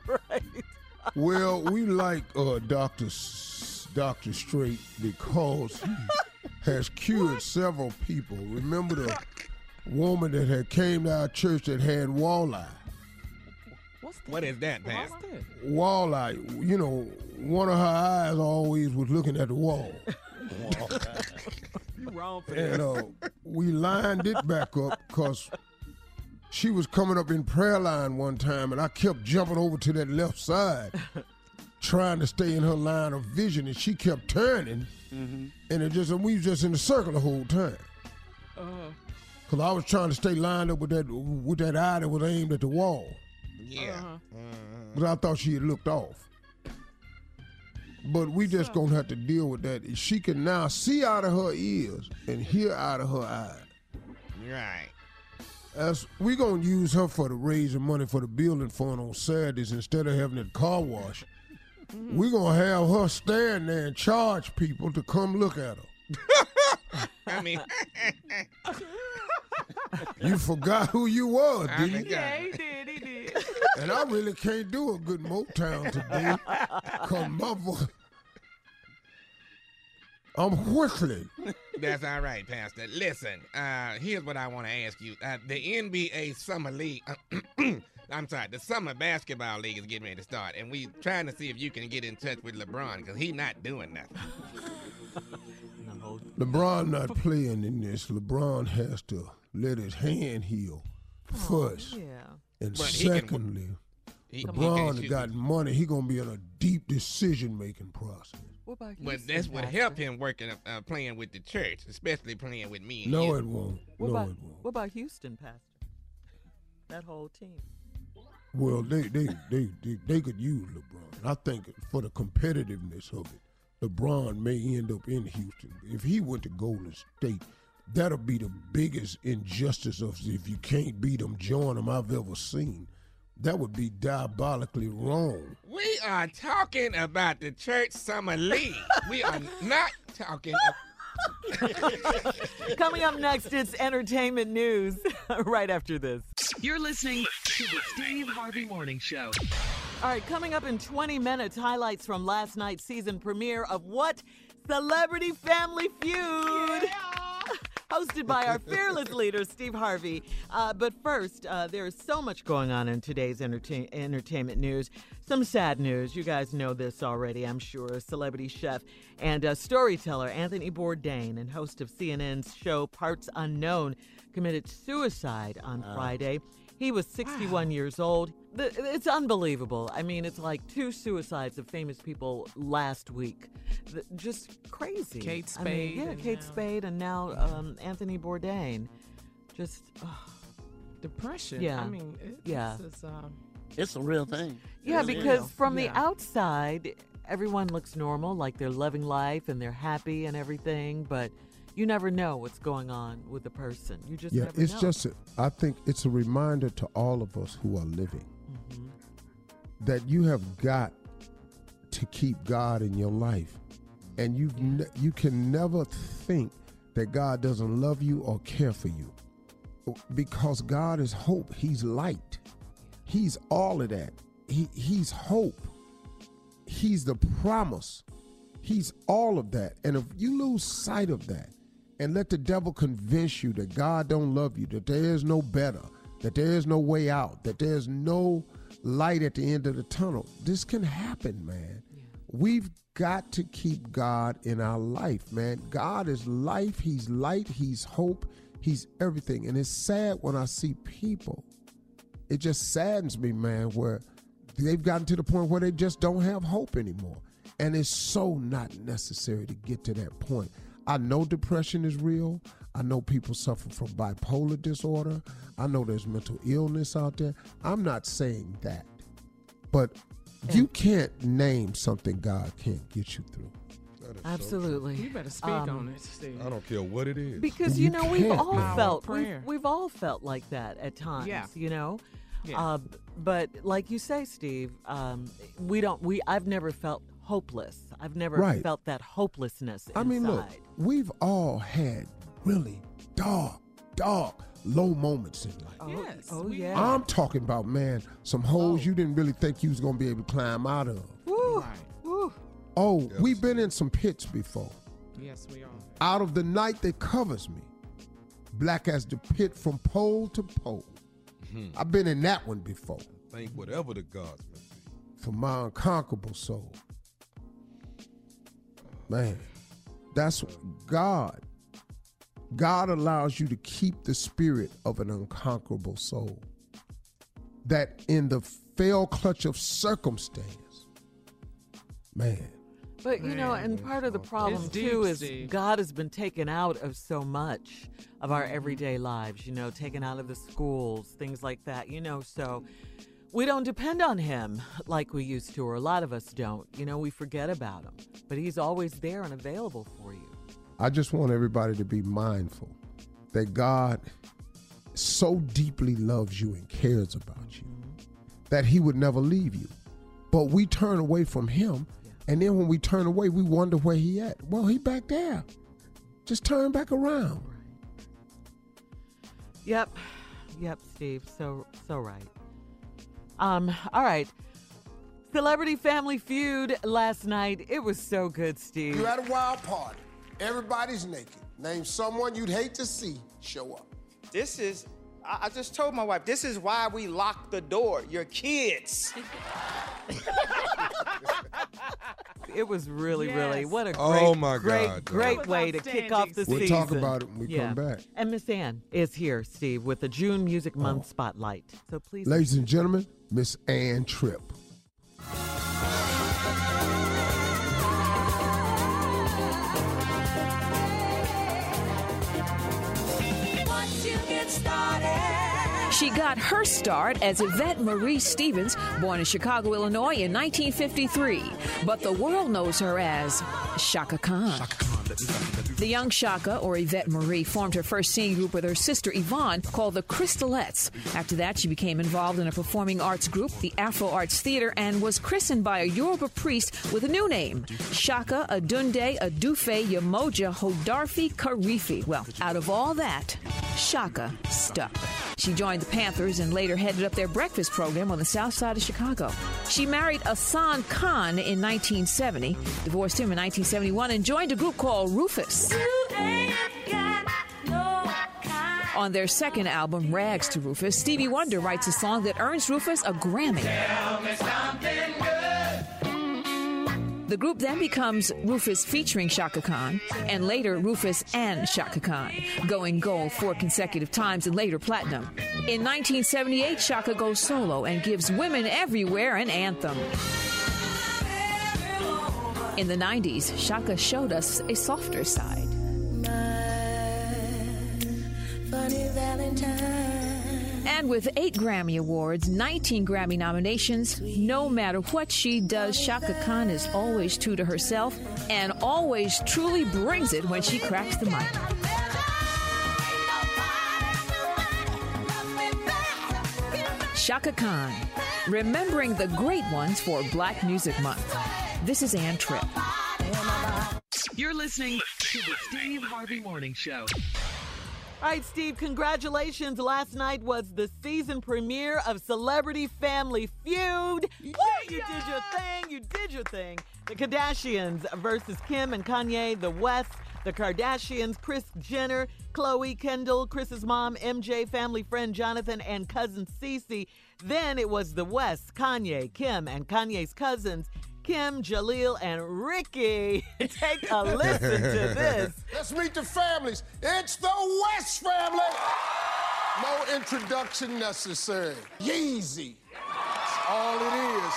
Speaker 5: right.
Speaker 3: Well, we like uh, Doctor Doctor Straight because he has cured several people. Remember the woman that had came to our church that had walleye.
Speaker 5: What's that?
Speaker 10: What is that, Pastor?
Speaker 3: Walleye, you know, one of her eyes always was looking at the wall,
Speaker 5: [laughs] You wrong for
Speaker 3: and uh,
Speaker 5: this.
Speaker 3: we lined it back up because she was coming up in prayer line one time, and I kept jumping over to that left side, trying to stay in her line of vision, and she kept turning.
Speaker 11: Mm-hmm.
Speaker 3: and it just and we was just in a circle the whole time.
Speaker 11: Uh,
Speaker 3: Cause I was trying to stay lined up with that with that eye that was aimed at the wall.
Speaker 10: Yeah.
Speaker 2: Uh-huh.
Speaker 10: Mm-hmm.
Speaker 3: Cause I thought she had looked off. But we just gonna have to deal with that. She can now see out of her ears and hear out of her eyes.
Speaker 10: Right.
Speaker 3: That's, we gonna use her for the raising money for the building fund on Saturdays instead of having it car wash.
Speaker 10: Mm-hmm.
Speaker 3: We gonna have her stand there and charge people to come look at her.
Speaker 10: [laughs] I
Speaker 2: [laughs]
Speaker 10: mean,
Speaker 3: You forgot who you was,
Speaker 10: I
Speaker 3: didn't you?
Speaker 2: Yeah, he did. He did.
Speaker 3: And I really can't do a good Motown today. Cause my voice. I'm whistling.
Speaker 10: that's all right, Pastor. Listen, uh, here's what I want to ask you. Uh, the NBA Summer League, [clears throat] I'm sorry, the Summer Basketball League is getting ready to start, and we trying to see if you can get in touch with LeBron because he not doing nothing.
Speaker 3: LeBron not playing in this. LeBron has to let his hand heal first. And
Speaker 10: But he can-
Speaker 3: secondly,
Speaker 10: he- he can't
Speaker 3: LeBron
Speaker 10: shoot.
Speaker 3: got money. He gonna be in a deep decision making process.
Speaker 5: What about you?
Speaker 10: But that's what helped him working, uh, uh, playing with the church, especially playing with me. And
Speaker 3: No,
Speaker 10: you.
Speaker 3: it won't.
Speaker 5: What
Speaker 3: no,
Speaker 5: about
Speaker 3: it won't.
Speaker 5: what about Houston, Pastor? That whole team.
Speaker 3: Well, they they, they they they could use LeBron. I think for the competitiveness of it, LeBron may end up in Houston. If he went to Golden State, that'll be the biggest injustice of if you can't beat them, join them I've ever seen. That would be diabolically wrong.
Speaker 10: We are talking about the church summer league. we are not
Speaker 5: [laughs]
Speaker 10: talking.
Speaker 5: Coming up next, it's entertainment news. [laughs] right after this.
Speaker 4: You're listening to the Steve Harvey Morning Show.
Speaker 5: All right, coming up in 20 minutes, highlights from last night's season premiere of What Celebrity Family Feud. Hosted by our fearless leader, Steve Harvey. Uh, but first, uh, there is so much going on in today's entertain- entertainment news. Some sad news. You guys know this already, I'm sure. Celebrity chef and uh, storyteller Anthony Bourdain and host of CNN's show Parts Unknown committed suicide on Friday. He was 61 years old. Th- It's unbelievable. I mean, it's like two suicides of famous people last week. Th- Just crazy.
Speaker 2: Kate
Speaker 5: I mean,
Speaker 2: Spade
Speaker 5: yeah,
Speaker 2: and
Speaker 5: Kate
Speaker 2: now-
Speaker 5: Spade, and now um, Anthony Bourdain. Just, ugh.
Speaker 2: Depression.
Speaker 5: Yeah.
Speaker 2: I mean, it,
Speaker 5: Yeah.
Speaker 2: This is, um,
Speaker 8: It's a real thing.
Speaker 5: yeah,
Speaker 8: It's real.
Speaker 5: because from the outside, everyone looks normal, like they're loving life and they're happy and everything, but you never know what's going on with the person. You just
Speaker 3: yeah,
Speaker 5: never
Speaker 3: it's
Speaker 5: know.
Speaker 3: just a, I think it's a reminder to all of us who are living
Speaker 5: Mm-hmm.
Speaker 3: that you have got to keep God in your life. and you ne- you can never think that God doesn't love you or care for you, because God is hope. He's light. He's all of that. He he's hope. He's the promise. He's all of that. And if you lose sight of that, and let the devil convince you that God don't love you, that there is no better, that there is no way out, that there's no light at the end of the tunnel. This can happen, man. We've got to keep God in our life, man. God is life, He's light, He's hope, He's everything. And it's sad when I see people, it just saddens me, man, where they've gotten to the point where they just don't have hope anymore. And it's so not necessary to get to that point. I know depression is real. I know people suffer from bipolar disorder. I know there's mental illness out there. I'm not saying that. But you can't name something God can't get you through.
Speaker 5: Absolutely.
Speaker 8: You better speak
Speaker 5: Um,
Speaker 8: on it, Steve.
Speaker 7: I don't care what it is.
Speaker 5: because you, know we've
Speaker 7: can't,
Speaker 5: all
Speaker 7: man.
Speaker 5: felt
Speaker 8: prayer.
Speaker 5: we've, we've all felt like that at times
Speaker 8: Yeah.
Speaker 5: you know
Speaker 8: Yeah.
Speaker 5: uh, but like you say steve um, we don't we i've never felt hopeless i've never
Speaker 3: Right.
Speaker 5: felt that hopelessness
Speaker 3: I mean, look,
Speaker 5: inside.
Speaker 3: we've all had really dark, dark, low moments in life.
Speaker 5: oh, oh yeah
Speaker 3: I'm talking about, man, some holes you didn't really think you was going to be able to climb out of.
Speaker 5: Woo. Woo.
Speaker 3: Oh, we've been in some pits before.
Speaker 8: Yes, we are.
Speaker 3: Out of the night that covers me, black as the pit from pole to pole.
Speaker 7: Hmm.
Speaker 3: I've been in that one before
Speaker 7: Thank whatever the gods. Man.
Speaker 3: for my unconquerable soul. Man, that's God. God allows you to keep the spirit of an unconquerable soul. That in the fell clutch of circumstance, man,
Speaker 5: But you know, and part of the problem
Speaker 8: It's
Speaker 5: too
Speaker 8: deep,
Speaker 5: is
Speaker 8: Steve.
Speaker 5: God has been taken out of so much of our everyday lives, you know, taken out of the schools, things like that, you know, so we don't depend on him like we used to, or a lot of us don't. You know, we forget about him. But he's always there and available for you.
Speaker 3: I just want everybody to be mindful that God so deeply loves you and cares about you that he would never leave you. But we turn away from him, and then when we turn away, we wonder where he at. Well, he back there. Just turn back around.
Speaker 5: Yep. Yep, Steve. So so right. Um, all right. Celebrity Family Feud last night. It was so good, Steve.
Speaker 12: You're at a wild party. Everybody's naked. Name someone you'd hate to see show up.
Speaker 13: This is, I, I just told my wife, this is why we lock the door. Your kids.
Speaker 5: It was really, really
Speaker 13: Yes.
Speaker 5: what a great,
Speaker 7: Oh my
Speaker 5: great,
Speaker 7: God,
Speaker 5: great
Speaker 7: That was
Speaker 5: way to kick off the
Speaker 3: We'll
Speaker 5: season.
Speaker 3: talk about it when we come back. Oh.
Speaker 5: And Miss Ann is here, Steve, with the June Music Month spotlight. So please,
Speaker 3: Ladies and gentlemen, Miss Ann Tripp.
Speaker 2: Once you get started.
Speaker 14: She got her start as Yvette Marie Stevens, born in Chicago, Illinois in 1953. But the world knows her as Shaka Khan. The young Shaka, or Yvette Marie, formed her first singing group with her sister Yvonne called the Crystalettes. After that, she became involved in a performing arts group, the Afro Arts Theater, and was christened by a Yoruba priest with a new name Shaka Adunde Adufe Yamoja Hodarfi Karifi. Well, out of all that, Shaka stuck. She joined the Panthers and later headed up their breakfast program on the south side of Chicago. She married Asan Khan in 1970, divorced him in 1971, and joined a group called Rufus. On their second album, Rags to Rufus, Stevie Wonder writes a song that earns Rufus a Grammy. The group then becomes Rufus featuring Shaka Khan, and later Rufus and Shaka Khan, going gold four consecutive times and later platinum. In 1978, Shaka goes solo and gives women everywhere an anthem. In the 90s, Shaka showed us a softer side.
Speaker 2: Funny Valentine.
Speaker 14: And with eight Grammy Awards, 19 Grammy nominations, no matter what she does, Shaka Khan is always true to herself and always truly brings it when she cracks the mic. Shaka Khan, remembering the great ones for Black Music Month. This is Ann Tripp.
Speaker 4: You're listening to the Steve Harvey Morning Show.
Speaker 5: All right, Steve, congratulations. Last night was the season premiere of Celebrity Family Feud. Woo, you did your thing. You did your thing. The Kardashians versus Kim and Kanye, the West, the Kardashians, Chris Jenner, Chloe Kendall, Chris's mom, MJ, family friend Jonathan, and cousin Cece. Then it was the West, Kanye, Kim, and Kanye's cousins. Kim, Jaleel, and Ricky. [laughs] Take a listen
Speaker 3: [laughs]
Speaker 5: to this.
Speaker 3: Let's meet the families. It's the West family. No introduction necessary. Yeezy. That's all it is.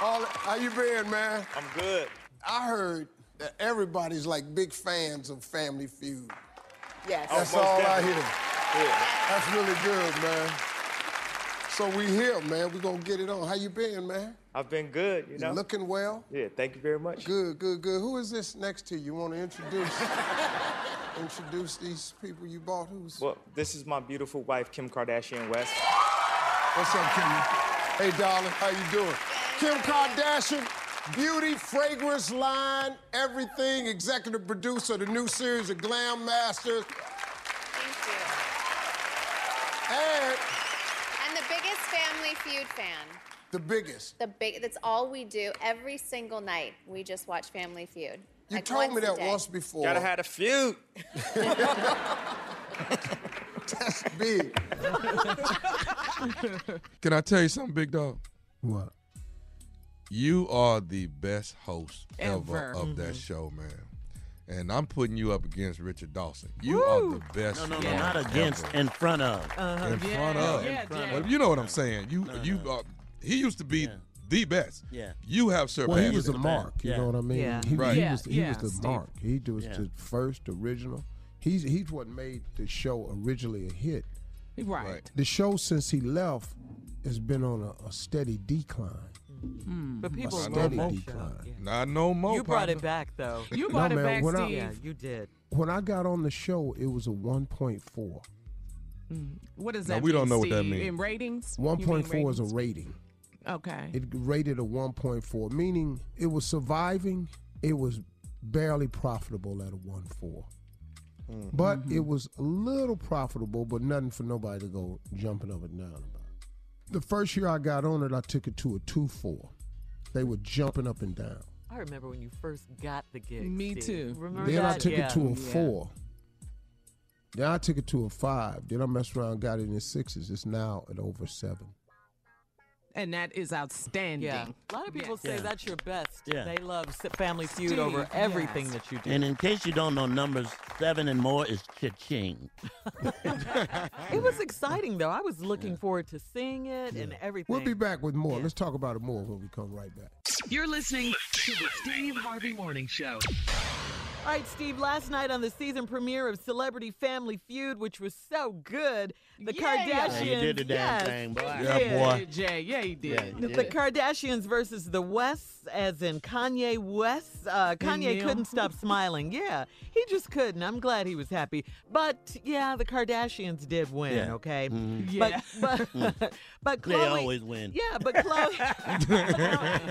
Speaker 3: All how you been, man? I'm good. I heard that everybody's like big fans of Family Feud.
Speaker 15: Yes.
Speaker 3: That's all I hear. That's really good, man. So we here, man. We gonna get it on. How you been, man?
Speaker 13: I've been good, you
Speaker 3: You
Speaker 13: know.
Speaker 3: looking well?
Speaker 13: Yeah, thank you very much.
Speaker 3: Good, good, good. Who is this next to you? Want to
Speaker 13: [laughs]
Speaker 3: introduce? introduce these people you bought. Who's?
Speaker 13: Well, this is my beautiful wife, Kim Kardashian West.
Speaker 3: What's up, Kim? Hey, darling, how you doing? Kim Kardashian, beauty, fragrance line, everything. Executive producer of the new series of Glam Masters. And
Speaker 16: I'm the biggest Family Feud fan.
Speaker 3: the biggest.
Speaker 16: The big. That's all we do every single night. We just watch Family Feud.
Speaker 3: You
Speaker 16: Like,
Speaker 3: told me
Speaker 16: a
Speaker 3: that
Speaker 16: day.
Speaker 3: once before.
Speaker 13: Gotta have a feud.
Speaker 3: That's
Speaker 2: [laughs]
Speaker 3: big.
Speaker 7: Can I tell you something, big dog?
Speaker 3: What?
Speaker 7: You are the best host ever,
Speaker 3: Ever.
Speaker 7: of
Speaker 5: Mm-hmm.
Speaker 7: that
Speaker 3: Mhm.
Speaker 7: show, man. And I'm putting you up against Richard Dawson. You are the best.
Speaker 6: No, no, no,
Speaker 7: guest
Speaker 6: not against,
Speaker 7: ever.
Speaker 6: in front of.
Speaker 5: Uh-huh.
Speaker 7: In
Speaker 6: Yeah,
Speaker 7: front of.
Speaker 6: yeah, In front
Speaker 7: But
Speaker 6: of.
Speaker 7: you know what I'm saying. You, you, uh, he used to be the best.
Speaker 6: Yeah.
Speaker 7: You have surpassed.
Speaker 3: Well, he was
Speaker 7: him.
Speaker 3: the mark. You know what I mean? He,
Speaker 7: Right.
Speaker 3: he was, he was the
Speaker 7: Steve.
Speaker 3: mark. He was
Speaker 7: Yeah.
Speaker 3: the first original. He's he's what made the show originally a hit.
Speaker 8: Right.
Speaker 3: The show since he left has been on a, a steady decline.
Speaker 5: Mm. But
Speaker 3: A
Speaker 5: people love
Speaker 3: steady
Speaker 5: that
Speaker 3: decline.
Speaker 7: Not no more.
Speaker 5: You brought it
Speaker 7: partner.
Speaker 5: back, though.
Speaker 3: You No, brought it man, back, when I- Steve.
Speaker 5: Yeah, you did.
Speaker 3: When I got on the show, it was a 1.4.
Speaker 8: What does
Speaker 3: Now,
Speaker 8: that
Speaker 3: we
Speaker 8: mean,
Speaker 3: don't know what that
Speaker 8: Steve?
Speaker 3: means.
Speaker 8: In ratings? You mean
Speaker 3: 1.4 is a
Speaker 8: ratings?
Speaker 3: rating.
Speaker 8: Okay.
Speaker 3: It rated a 1.4, meaning it was surviving. It was barely profitable at a 1.4. But
Speaker 5: Mm-hmm.
Speaker 3: it was a little profitable, but nothing for nobody to go jumping up and down about. The first year I got on it, I took it to a 2.4. They were jumping up and down.
Speaker 5: I remember when you first got the gig.
Speaker 8: Me
Speaker 5: Steve.
Speaker 8: too.
Speaker 5: Remember
Speaker 3: Then I
Speaker 5: that?
Speaker 3: took
Speaker 5: Oh, Yeah.
Speaker 3: it to a
Speaker 5: Yeah.
Speaker 3: four. Then I took it to a five. Then I messed around, got it in the sixes. It's now at over seven.
Speaker 8: And that is outstanding.
Speaker 5: Yeah. A lot of people say
Speaker 8: Yeah.
Speaker 5: that's your best.
Speaker 6: Yeah.
Speaker 5: They love S- Family Feud
Speaker 8: Steve,
Speaker 5: over everything
Speaker 8: yes.
Speaker 5: that you do.
Speaker 6: And in case you don't know, numbers seven and more is cha-ching.
Speaker 5: it was exciting, though. I was looking forward to seeing it and everything.
Speaker 3: We'll be back with more. Let's talk about it more when we come right back.
Speaker 4: You're listening to the Steve Harvey Morning Show.
Speaker 5: All right, Steve, last night on the season premiere of Celebrity Family Feud, which was so good, the
Speaker 8: Yeah.
Speaker 5: Kardashians.
Speaker 6: Yeah, you did the damn
Speaker 5: yes,
Speaker 6: thing, boy.
Speaker 5: you
Speaker 6: Yeah,
Speaker 5: did.
Speaker 6: boy.
Speaker 8: Jay, yeah, he did.
Speaker 5: The, the Kardashians versus the Wests, as in Kanye West. Uh, Kanye
Speaker 8: Neil.
Speaker 5: couldn't stop smiling. Yeah, he just couldn't. I'm glad he was happy. But yeah, the Kardashians did win.
Speaker 6: Yeah.
Speaker 5: Okay.
Speaker 6: Mhm.
Speaker 8: Yeah.
Speaker 5: But
Speaker 6: [laughs]
Speaker 5: but but
Speaker 6: They
Speaker 5: Chloe,
Speaker 6: always win.
Speaker 5: Yeah, but
Speaker 6: [laughs]
Speaker 5: Chloe,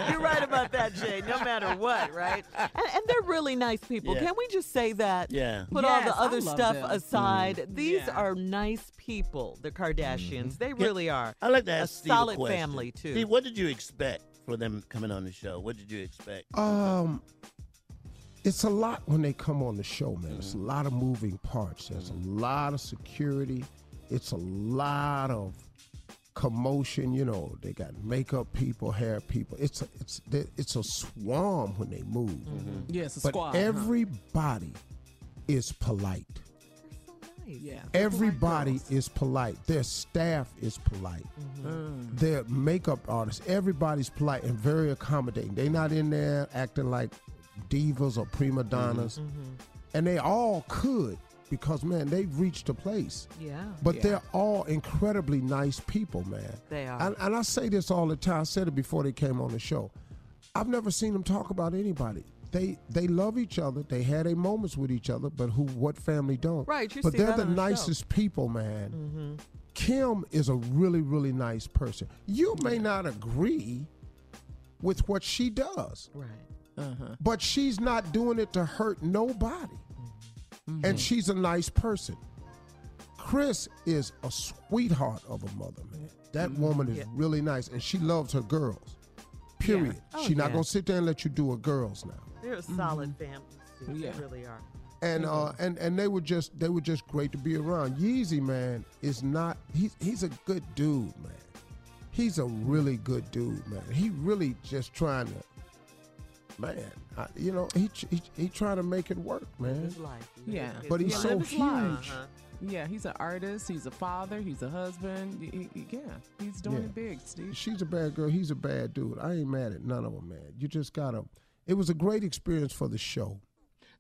Speaker 5: you're right about that, Jay. No matter what, right? And, and they're really nice people.
Speaker 6: Yeah.
Speaker 5: Can we just say that?
Speaker 6: Yeah.
Speaker 5: Put all
Speaker 8: Yes,
Speaker 5: the
Speaker 8: I
Speaker 5: other
Speaker 8: love
Speaker 5: stuff
Speaker 8: them.
Speaker 5: aside.
Speaker 8: Mhm.
Speaker 5: These
Speaker 8: Yeah.
Speaker 5: are nice people. The Kardashians. They really are.
Speaker 6: I like to ask
Speaker 5: a
Speaker 6: Steve a
Speaker 5: solid
Speaker 6: question.
Speaker 5: family too.
Speaker 6: Steve, what did you expect for them coming on the show? What did you
Speaker 5: [laughs]
Speaker 6: expect?
Speaker 3: Um, it's a lot when they come on the show, man. It's a lot of moving parts. There's a lot of security. It's a lot of commotion. You know, they got makeup people, hair people. It's a, it's it's a swarm when they move.
Speaker 8: Yeah, it's a
Speaker 3: but
Speaker 8: squad, huh?
Speaker 3: everybody is polite.
Speaker 8: Yeah.
Speaker 3: Everybody is polite. Their staff is polite.
Speaker 8: Mm-hmm.
Speaker 3: Their makeup artists, everybody's polite and very accommodating. They're not in there acting like divas or prima
Speaker 5: Mm-hmm,
Speaker 3: donnas. And they all could because, man, they've reached a place.
Speaker 5: Yeah.
Speaker 3: But they're all incredibly nice people, man.
Speaker 5: They are.
Speaker 3: And, and I say this all the time. I said it before they came on the show. I've never seen them talk about anybody. They they love each other. They had their moments with each other, but who what family don't?
Speaker 5: Right, you
Speaker 3: but
Speaker 5: see
Speaker 3: they're
Speaker 5: that
Speaker 3: the
Speaker 5: on the show. Mm-hmm.
Speaker 3: nicest people, man. Kim is a really really nice person. You may not agree with what she does,
Speaker 5: Right.
Speaker 3: but she's not doing it to hurt nobody.
Speaker 5: Mm-hmm.
Speaker 3: And she's a nice person. Chris is a sweetheart of a mother, man. That
Speaker 5: Mm-hmm.
Speaker 3: woman is
Speaker 2: Yeah.
Speaker 3: really nice, and she loves her girls. Period.
Speaker 5: Oh,
Speaker 3: she's not
Speaker 5: yeah.
Speaker 3: gonna sit there and let you do her girls now.
Speaker 5: They're a solid family. Steve. They really are.
Speaker 8: Mm-hmm.
Speaker 3: and uh, and and they were just they were just great to be around. Yeezy man is not he's he's a good dude, man. He's a really good dude, man. He really just trying to, man. I, you know he, he he trying to make it work, man.
Speaker 8: Yeah.
Speaker 3: but he's
Speaker 8: Yeah,
Speaker 3: so
Speaker 8: live his
Speaker 3: huge.
Speaker 8: life.
Speaker 5: Uh-huh.
Speaker 8: Yeah, he's an artist. He's a father. He's a husband. y- y- yeah, he's doing
Speaker 3: Yeah.
Speaker 8: it big, Steve.
Speaker 3: She's a bad girl. He's a bad dude. I ain't mad at none of them, man. You just gotta. It was a great experience for the show.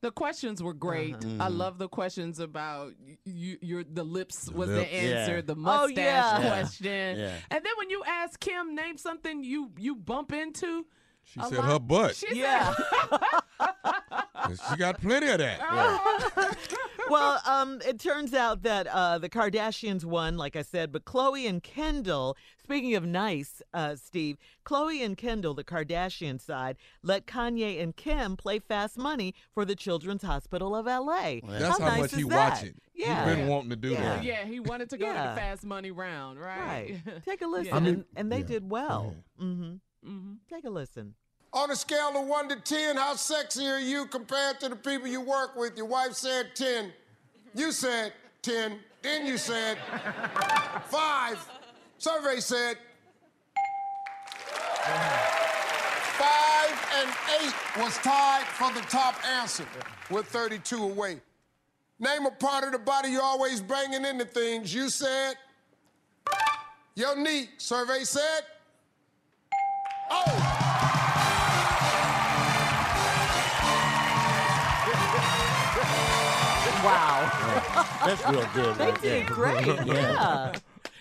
Speaker 8: The questions were great.
Speaker 3: Uh-huh.
Speaker 8: I
Speaker 3: Mm.
Speaker 8: love the questions about y- you. Your the lips was
Speaker 3: lip,
Speaker 8: the answer.
Speaker 3: yeah.
Speaker 8: The
Speaker 3: Oh,
Speaker 8: mustache
Speaker 3: yeah. Yeah.
Speaker 8: question.
Speaker 3: Yeah.
Speaker 8: And then when you ask Kim, name something you you bump into.
Speaker 7: She
Speaker 8: a
Speaker 7: said her butt.
Speaker 8: She
Speaker 5: Yeah.
Speaker 8: said,
Speaker 7: 'Cause She got plenty of that.
Speaker 5: well, um, it turns out that uh, the Kardashians won, like I said, but Chloe and Kendall, speaking of nice, uh, Steve, Chloe and Kendall, the Kardashian side, let Kanye and Kim play Fast Money for the Children's Hospital of LA.
Speaker 7: That's how
Speaker 5: nice
Speaker 7: much
Speaker 5: is
Speaker 7: he
Speaker 5: that?
Speaker 7: watch it. He
Speaker 5: Yeah.
Speaker 7: been wanting to do
Speaker 5: Yeah.
Speaker 7: that.
Speaker 8: yeah, he wanted to go to
Speaker 5: Yeah.
Speaker 8: the fast money round, right?
Speaker 5: Right. Take a
Speaker 8: [laughs] Yeah.
Speaker 5: listen.
Speaker 8: I mean-
Speaker 5: and, and they did well. Mm-hmm. Mm-hmm. Take a listen.
Speaker 15: On a scale of one to ten, how sexy are you compared to the people you work with? Your wife said ten. You said ten. Then you said five. Survey said five and eight was tied for the top answer with 32 away. Name a part of the body you always banging into things. You said your knee. Survey said oh.
Speaker 5: Wow.
Speaker 6: That's real good.
Speaker 5: They
Speaker 6: right there.
Speaker 5: did
Speaker 6: [laughs]
Speaker 5: great. Yeah.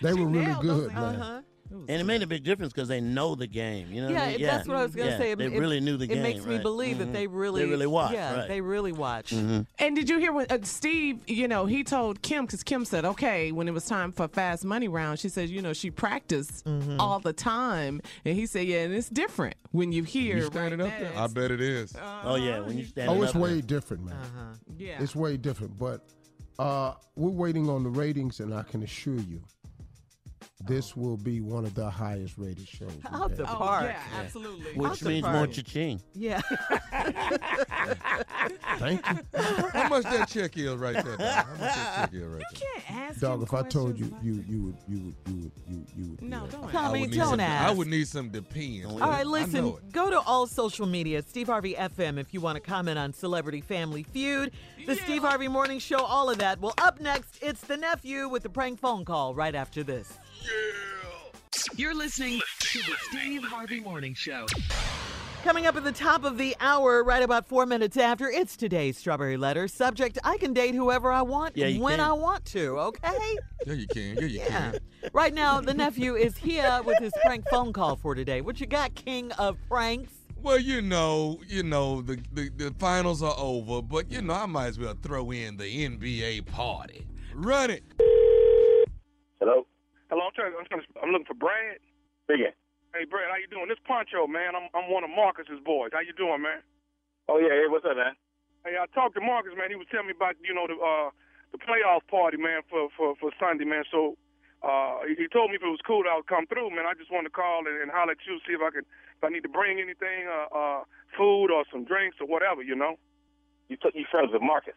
Speaker 3: They were really good,
Speaker 5: Uh
Speaker 3: man.
Speaker 5: huh.
Speaker 6: And it made a big difference because they know the game. You know what
Speaker 5: yeah,
Speaker 6: I mean?
Speaker 5: it- that's what I was going to
Speaker 6: yeah,
Speaker 5: say. It-
Speaker 6: They
Speaker 5: it-
Speaker 6: really knew the game.
Speaker 5: It makes me
Speaker 6: right.
Speaker 5: believe that
Speaker 6: Mhm.
Speaker 5: they really,
Speaker 6: They really watch.
Speaker 5: Yeah,
Speaker 6: right.
Speaker 5: they really watch.
Speaker 6: Mm-hmm.
Speaker 8: And did you hear when uh, Steve, you know, he told Kim, because Kim said, okay, when it was time for fast money round, she said, you know, she practiced
Speaker 5: Mm-hmm.
Speaker 8: all the time. And he said, yeah, and it's different when you hear.
Speaker 7: You standing
Speaker 8: right
Speaker 7: up there?
Speaker 8: next.
Speaker 7: I bet it is.
Speaker 5: Uh-huh.
Speaker 6: oh yeah, when you stand
Speaker 3: Oh, it's
Speaker 6: up.
Speaker 3: way different, man.
Speaker 8: Yeah.
Speaker 3: It's way different, but uh, we're waiting on the ratings, and I can assure you, this will be one of the highest rated shows. we've
Speaker 5: Oh. Out the
Speaker 3: had.
Speaker 5: park.
Speaker 3: Yeah.
Speaker 6: Which
Speaker 5: Out the
Speaker 6: means more
Speaker 5: park.
Speaker 6: cha-ching.
Speaker 5: Yeah.
Speaker 3: Thank you.
Speaker 7: How much that check is right there? Doc? How much that check is right there?
Speaker 3: Dog, if I told you, you you would you would you would you you would.
Speaker 8: No, don't
Speaker 3: ask.
Speaker 5: Tommy,
Speaker 7: I would need
Speaker 5: don't
Speaker 7: some-
Speaker 5: ask.
Speaker 7: I would need some depends.
Speaker 5: All right,
Speaker 7: I know
Speaker 5: listen.
Speaker 7: it.
Speaker 5: Go to all social media, Steve Harvey FM, if you want to comment on Celebrity Family Feud, the Steve Harvey Morning Show, all of that. Well, up next, it's the nephew with the prank phone call right after this.
Speaker 4: You're listening to the Steve Harvey Morning Show.
Speaker 5: Coming up at the top of the hour, right about four minutes after, it's today's Strawberry Letter. Subject I can date whoever I want
Speaker 7: Yeah, you
Speaker 5: when
Speaker 7: can.
Speaker 5: I want to, okay?
Speaker 7: Yeah, you can. Yeah, you can.
Speaker 5: right now, the nephew is here with his prank phone call for today. What you got, king of pranks?
Speaker 7: Well, you know, you know, the, the, the finals are over, but you know, I might as well throw in the NBA party. Run it.
Speaker 17: Hello. Hello, I'm trying. I'm, trying to, I'm looking for Brad. Speaking. Hey, Brad, how you doing? This Poncho, man. I'm I'm one of Marcus's boys. How you doing, man?
Speaker 18: Oh yeah, hey, what's up, man?
Speaker 17: Hey, I talked to Marcus, man. He was telling me about you know the uh the playoff party, man, for for for Sunday, man. So. Uh, he he told me if it was cool that I would come through, man. I just wanted to call and, and holler at you, see if I could, if I need to bring anything, uh, uh, food or some drinks or whatever, you know.
Speaker 18: You took you friends with Marcus.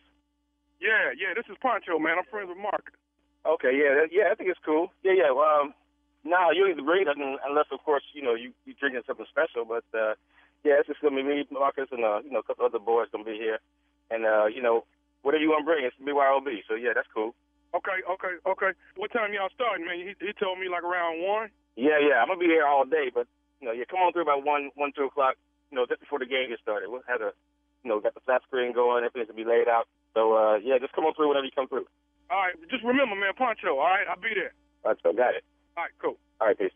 Speaker 17: Yeah, yeah. This is Poncho, man. I'm friends with Marcus.
Speaker 18: Okay, yeah, that, yeah, I think it's cool. Yeah, yeah. Well, um, no, you don't need to bring nothing unless, of course, you know you you drinking something special. But uh, yeah, it's just gonna be me, Marcus, and uh, you know a couple other boys gonna be here, and uh, you know whatever you want to bring, it's BYOB. So yeah, that's cool.
Speaker 17: Okay, okay, okay. What time y'all starting, man? He, he told me like around one.
Speaker 18: Yeah, yeah, I'm gonna be here all day, but you know, yeah, come on through about one one two o'clock. You know, just before the game gets started, we'll have a you know got the flat screen going, everything's gonna be laid out. So uh, yeah, just come on through whenever you come through.
Speaker 17: All right, just remember, man, Poncho. All right, I'll be there.
Speaker 18: All right, so got it.
Speaker 17: All right, cool.
Speaker 18: All right, peace.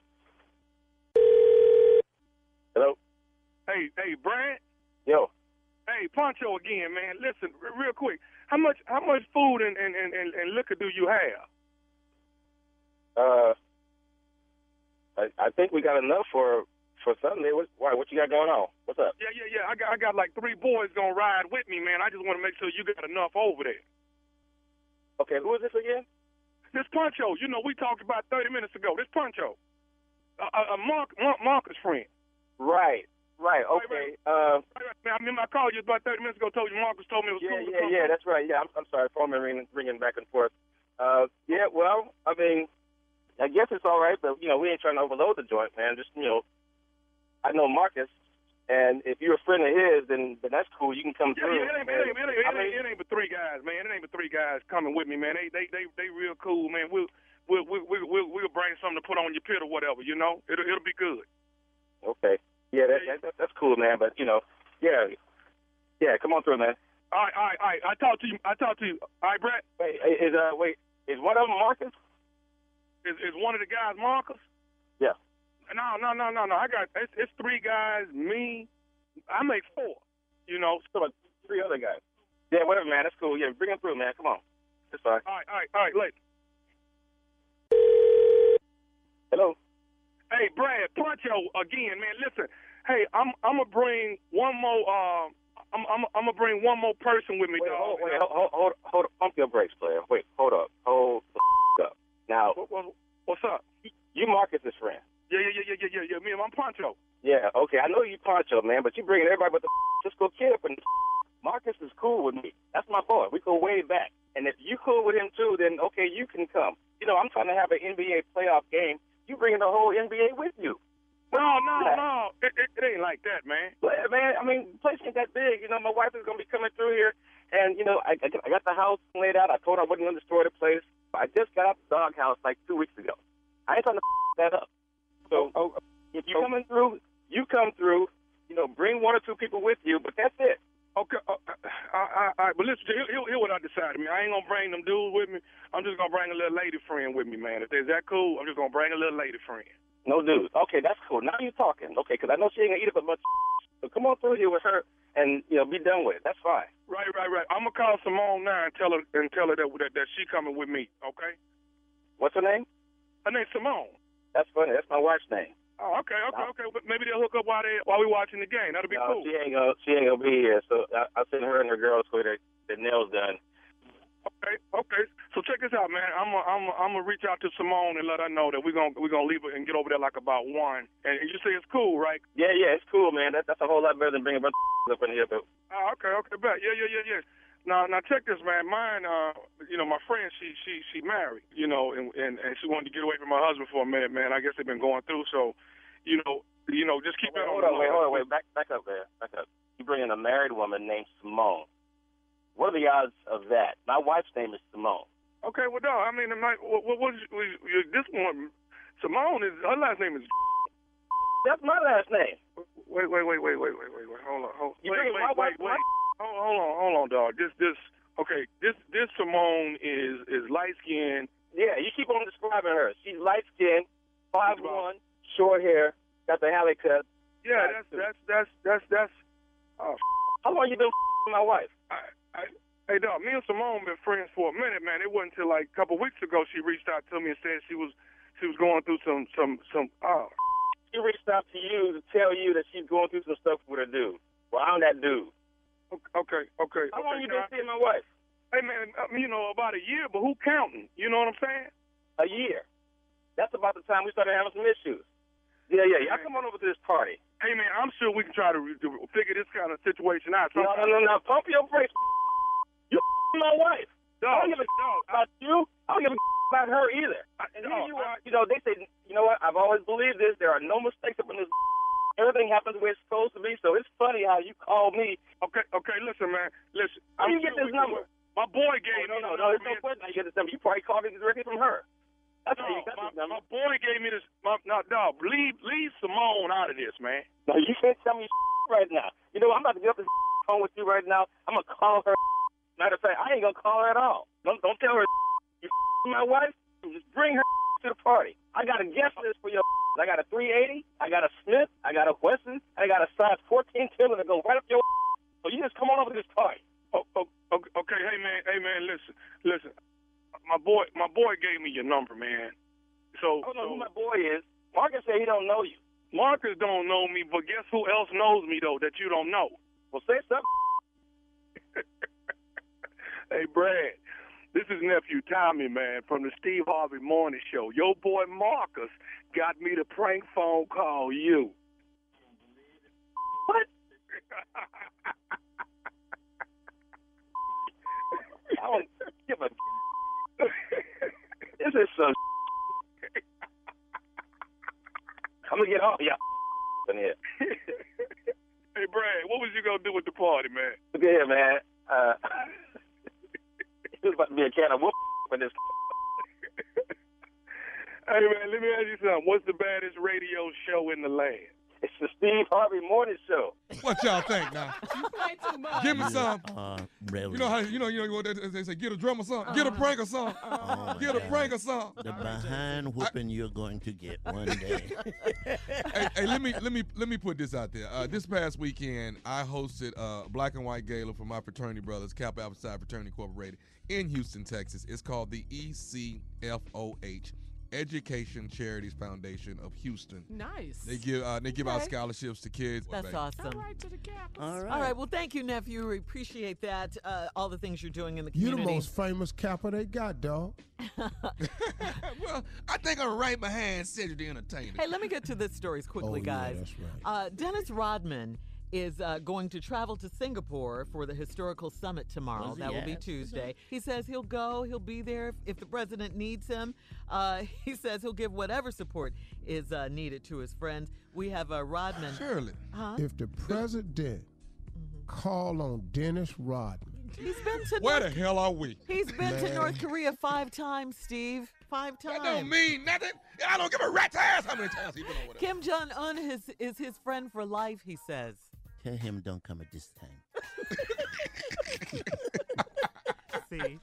Speaker 18: Hello.
Speaker 17: Hey, hey, Brad.
Speaker 18: Yo.
Speaker 17: Hey, Poncho again, man. Listen, r- real quick. How much how much food and, and, and, and- and liquor do you have?
Speaker 18: Uh, I, I think we got enough for For Sunday, what, why? What you got going on? What's up?
Speaker 17: Yeah, yeah, yeah. I got, I got like three boys gonna ride with me, man. I just want to make sure you got enough over there.
Speaker 18: Okay, who is this again?
Speaker 17: This Poncho. You know, we talked about 30 minutes ago. This Poncho. A uh, uh, Mark, Mark, Marcus friend.
Speaker 18: Right, right. Okay. Uh,
Speaker 17: Right, right, Man, I remember I called you about 30 minutes ago. Told you Marcus told me it was
Speaker 18: yeah,
Speaker 17: cool. to
Speaker 18: yeah,
Speaker 17: come.
Speaker 18: yeah. That's right. Yeah, I'm, I'm sorry. Phone been ringing, ringing back and forth. Uh, yeah. Well, I mean, I guess it's all right, but you know, we ain't trying to overload the joint, man. Just you know, I know Marcus, and if you're a friend of his, then then that's cool. You can come
Speaker 17: Yeah,
Speaker 18: through.
Speaker 17: yeah, it ain't, it ain't, it ain't, it
Speaker 18: I
Speaker 17: ain't,
Speaker 18: mean,
Speaker 17: it ain't but three guys, man. It ain't but three guys coming with me, man. They they they they real cool, man. We'll we'll we'll we'll, we'll, we'll bring something to put on your pit or whatever, you know. It'll it'll be good.
Speaker 18: okay. Yeah, that, that, that, that's cool, man. But you know, yeah, yeah. Come on through, man.
Speaker 17: All right, all right, all right. I talk to you. I talk to you. All right, Brett.
Speaker 18: Wait, is uh, wait, is one of them Marcus?
Speaker 17: Is is one of the guys Marcus?
Speaker 18: Yeah.
Speaker 17: No, no, no, no, no. I got it's, it's three guys. Me, I make four. You know,
Speaker 18: so three other guys. Yeah, whatever, man. That's cool. Yeah, bring him through, man. Come on. It's fine.
Speaker 17: All right, all right, all right. Later.
Speaker 18: Hello.
Speaker 17: Hey, Brad Poncho again, man. Listen, hey, I'm I'm gonna bring one more. Uh, I'm I'm I'm gonna bring one more person with me,
Speaker 18: Wait,
Speaker 17: dog.
Speaker 18: hold, wait, hold, hold, hold, hold, pump your brakes, player. Wait, hold up, hold the f- up. Now,
Speaker 17: What- what- what's up?
Speaker 18: you Marcus is friend.
Speaker 17: Yeah, yeah, yeah, yeah, yeah, yeah, yeah. Me and my Poncho.
Speaker 18: Yeah, okay, I know you Poncho, man, but you bringing everybody but the f- Cisco kid up and the f- Marcus is cool with me. That's my boy. We go way back. And if you cool with him too, then okay, you can come. You know, I'm trying to have an NBA playoff game. You bringing the whole NBA with you.
Speaker 17: No, no, no. It, it, it ain't like that, man.
Speaker 18: But, man, I mean, the place ain't that big. You know, my wife is gonna be coming through here, and you know, I, I got- I got the house laid out. I told her I wouldn't destroy the place. I just got out the doghouse like two weeks ago. I ain't trying to [laughs] that up. So if you coming through, you come through. You know, bring one or two people with you, but that's it.
Speaker 17: Okay, uh, I, I, I, but listen, hear, hear- hear what I decided, man. I ain't gonna bring them dudes with me. I'm just gonna bring a little lady friend with me, man. If is that cool, I'm just gonna bring a little lady friend.
Speaker 18: No dudes. Okay, that's cool. Now you talking. Okay, 'cause I know she ain't gonna eat up a bunch. Of [laughs] so come on through here with her, and you know, be done with it. That's fine.
Speaker 17: Right, right, right. I'm gonna call Simone now and tell her and tell her that that, that she coming with me. Okay.
Speaker 18: What's her name?
Speaker 17: Her name's Simone.
Speaker 18: That's funny. That's my wife's name.
Speaker 17: Oh, okay, okay, okay. But maybe they'll hook up while they while we watching the game. That'll be
Speaker 18: no,
Speaker 17: cool.
Speaker 18: Uh, she ain't gonna. She ain't gonna be here. So I, I sent her and her girls to get their, their nails done.
Speaker 17: Okay, okay. So check this out, man. I'm i I'm i am I'm gonna reach out to Simone and let her know that we're gonna we're gonna leave her and get over there like about one. And you say it's cool, right?
Speaker 18: Yeah, yeah, it's cool, man. That, that's a whole lot better than bringing brother up in here. But
Speaker 17: Oh, okay, okay, bet. Yeah, yeah, yeah, yeah. Now, now check this, man. Mine, uh, you know, my friend, she, she, she married, you know, and, and and she wanted to get away from her husband for a minute, man. I guess they've been going through, so, you know, you know, just keep that
Speaker 18: hold
Speaker 17: on.
Speaker 18: on, wait, hold on, wait, back, back up there, back up. You bring in a married woman named Simone. What are the odds of that? My wife's name is Simone.
Speaker 17: Okay, well, no, I mean, I'm like, what, what, what, was- was- this one, Simone is her last name is.
Speaker 18: [laughs] That's my last name.
Speaker 17: Wait, wait, wait, wait, wait, wait, wait, wait. Hold on, hold.
Speaker 18: You
Speaker 17: wait,
Speaker 18: bringing
Speaker 17: wait,
Speaker 18: my
Speaker 17: wait,
Speaker 18: wife- my-
Speaker 17: wait. Hold, hold on, hold on, dog. This, this. Okay, this, this Simone is is light skinned
Speaker 18: Yeah, you keep on describing her. She's light skinned, five one, short hair, got the alley cut.
Speaker 17: Yeah, that's that's that's that's that's. Oh,
Speaker 18: how long you been with my wife?
Speaker 17: I, I, hey, dog. Me and Simone been friends for a minute, man. It wasn't until like a couple weeks ago she reached out to me and said she was she was going through some some some. Oh,
Speaker 18: She reached out to you to tell you that she's going through some stuff with a dude. Well, I'm that dude.
Speaker 17: okay, okay.
Speaker 18: How
Speaker 17: okay,
Speaker 18: long you been
Speaker 17: dog.
Speaker 18: seeing my wife?
Speaker 17: Hey, man. I mean, You know, about a year, but who counting? You know what I'm saying?
Speaker 18: A year. That's about the time we started having some issues. Yeah, yeah. Y'all come on over to this party.
Speaker 17: Hey, man. I'm sure we can try to, re- to figure this kind of situation out.
Speaker 18: No, no, no, no. Pump your brakes. You [laughs] my wife. I don't give a about you. I don't give a about her either. And here you are. You know, they say, you know what? I've always believed this. There are no mistakes up in this. [laughs] Everything happens the way it's supposed to be. So it's funny how you call me.
Speaker 17: Okay, okay. Listen, man. Listen.
Speaker 18: How do
Speaker 17: I'm
Speaker 18: you get
Speaker 17: sure we
Speaker 18: this
Speaker 17: can
Speaker 18: number?
Speaker 17: work- My boy gave
Speaker 18: oh,
Speaker 17: me
Speaker 18: no,
Speaker 17: the
Speaker 18: no,
Speaker 17: number,
Speaker 18: no. It's no
Speaker 17: man.
Speaker 18: question. How you get this number. You probably called me directly from her. That's how you got
Speaker 17: my,
Speaker 18: this number.
Speaker 17: my boy gave me this. My, no, dog. Leave, leave Simone out of this, man.
Speaker 18: No, you can't tell me [laughs] right now. You know, what? I'm about to get up this [laughs] phone with you right now. I'm gonna call her. [laughs] Matter of fact, I ain't gonna call her at all. Don't don't tell her. [laughs] You my wife. Just bring her [laughs] to the party. I got a guest list for your. [laughs] I got a 380. I got a Smith. I got a Wesson. I got a size 14 killer to go right up your. [laughs] So you just come on over to this party.
Speaker 17: Oh, oh, okay, okay, hey man, hey man, listen, listen. My boy, my boy gave me your number, man. So
Speaker 18: I don't
Speaker 17: so,
Speaker 18: know who my boy is. Marcus said he don't know you.
Speaker 17: Marcus don't know me, but guess who else knows me though that you don't know? Well, say something. [laughs] hey, Brad. This is nephew Tommy, man, from the Steve Harvey Morning Show. Your boy Marcus got me to prank phone call you. What?
Speaker 18: I don't give a. [laughs] this is some. [laughs] I'm gonna get all [laughs] y'all in here.
Speaker 17: Hey, Brad, what was you gonna do with the party, man?
Speaker 18: Look at here, man. Uh, [laughs] it was about to be a can of whoop when this.
Speaker 17: Hey, man, let me ask you something. What's the baddest radio show in the land?
Speaker 18: It's the Steve Harvey Morning Show.
Speaker 7: What y'all think now?
Speaker 8: You play too much.
Speaker 7: Give me some.
Speaker 6: Uh,
Speaker 7: You know how you know you know what they, they say? Get a drum or something.
Speaker 5: Uh-huh.
Speaker 7: Get a prank or something. Get a prank or something.
Speaker 6: The behind whooping you're going to get one
Speaker 7: [laughs]
Speaker 6: day.
Speaker 7: hey, hey, let me let me let me put this out there. Uh, this past weekend, I hosted a black and white gala for my fraternity brothers, Kappa Alpha Psi Fraternity Incorporated, in Houston, Texas. It's called the E ECFOH, Education Charities Foundation of Houston.
Speaker 8: Nice.
Speaker 7: They give uh, they give out
Speaker 5: Okay.
Speaker 7: scholarships to kids.
Speaker 5: That's awesome.
Speaker 8: Right to the campus.
Speaker 5: All right. Well, thank you, nephew. We appreciate that. Uh, all the things you're doing in the
Speaker 3: You the
Speaker 5: community. [laughs]
Speaker 3: most famous capper they got, dog.
Speaker 7: [laughs] well, I think I'm right behind Cedric the Entertainer.
Speaker 5: Hey, let me get to this stories quickly,
Speaker 7: Oh, yeah,
Speaker 5: guys.
Speaker 7: that's right.
Speaker 5: uh, Dennis Rodman is uh, going to travel to Singapore for the historical summit tomorrow.
Speaker 19: Was he
Speaker 5: that will be
Speaker 19: at?
Speaker 5: Tuesday. He says he'll go. He'll be there if, if the president needs him. Uh, [laughs] he says he'll give whatever support is uh, needed to his friends. We have uh, Rodman.
Speaker 7: Surely.
Speaker 5: Huh?
Speaker 3: If the president call on Dennis Rodman,
Speaker 5: He's been to
Speaker 7: Where the
Speaker 5: North-
Speaker 7: hell are we?
Speaker 5: He's been to
Speaker 3: Man.
Speaker 5: North Korea five times, Steve. Five times.
Speaker 7: That don't mean nothing. I don't give a rat's ass how many times he been over there.
Speaker 5: Kim Jong Un is, is his friend for life, he says.
Speaker 6: Tell him don't come at this time.
Speaker 5: [laughs] See?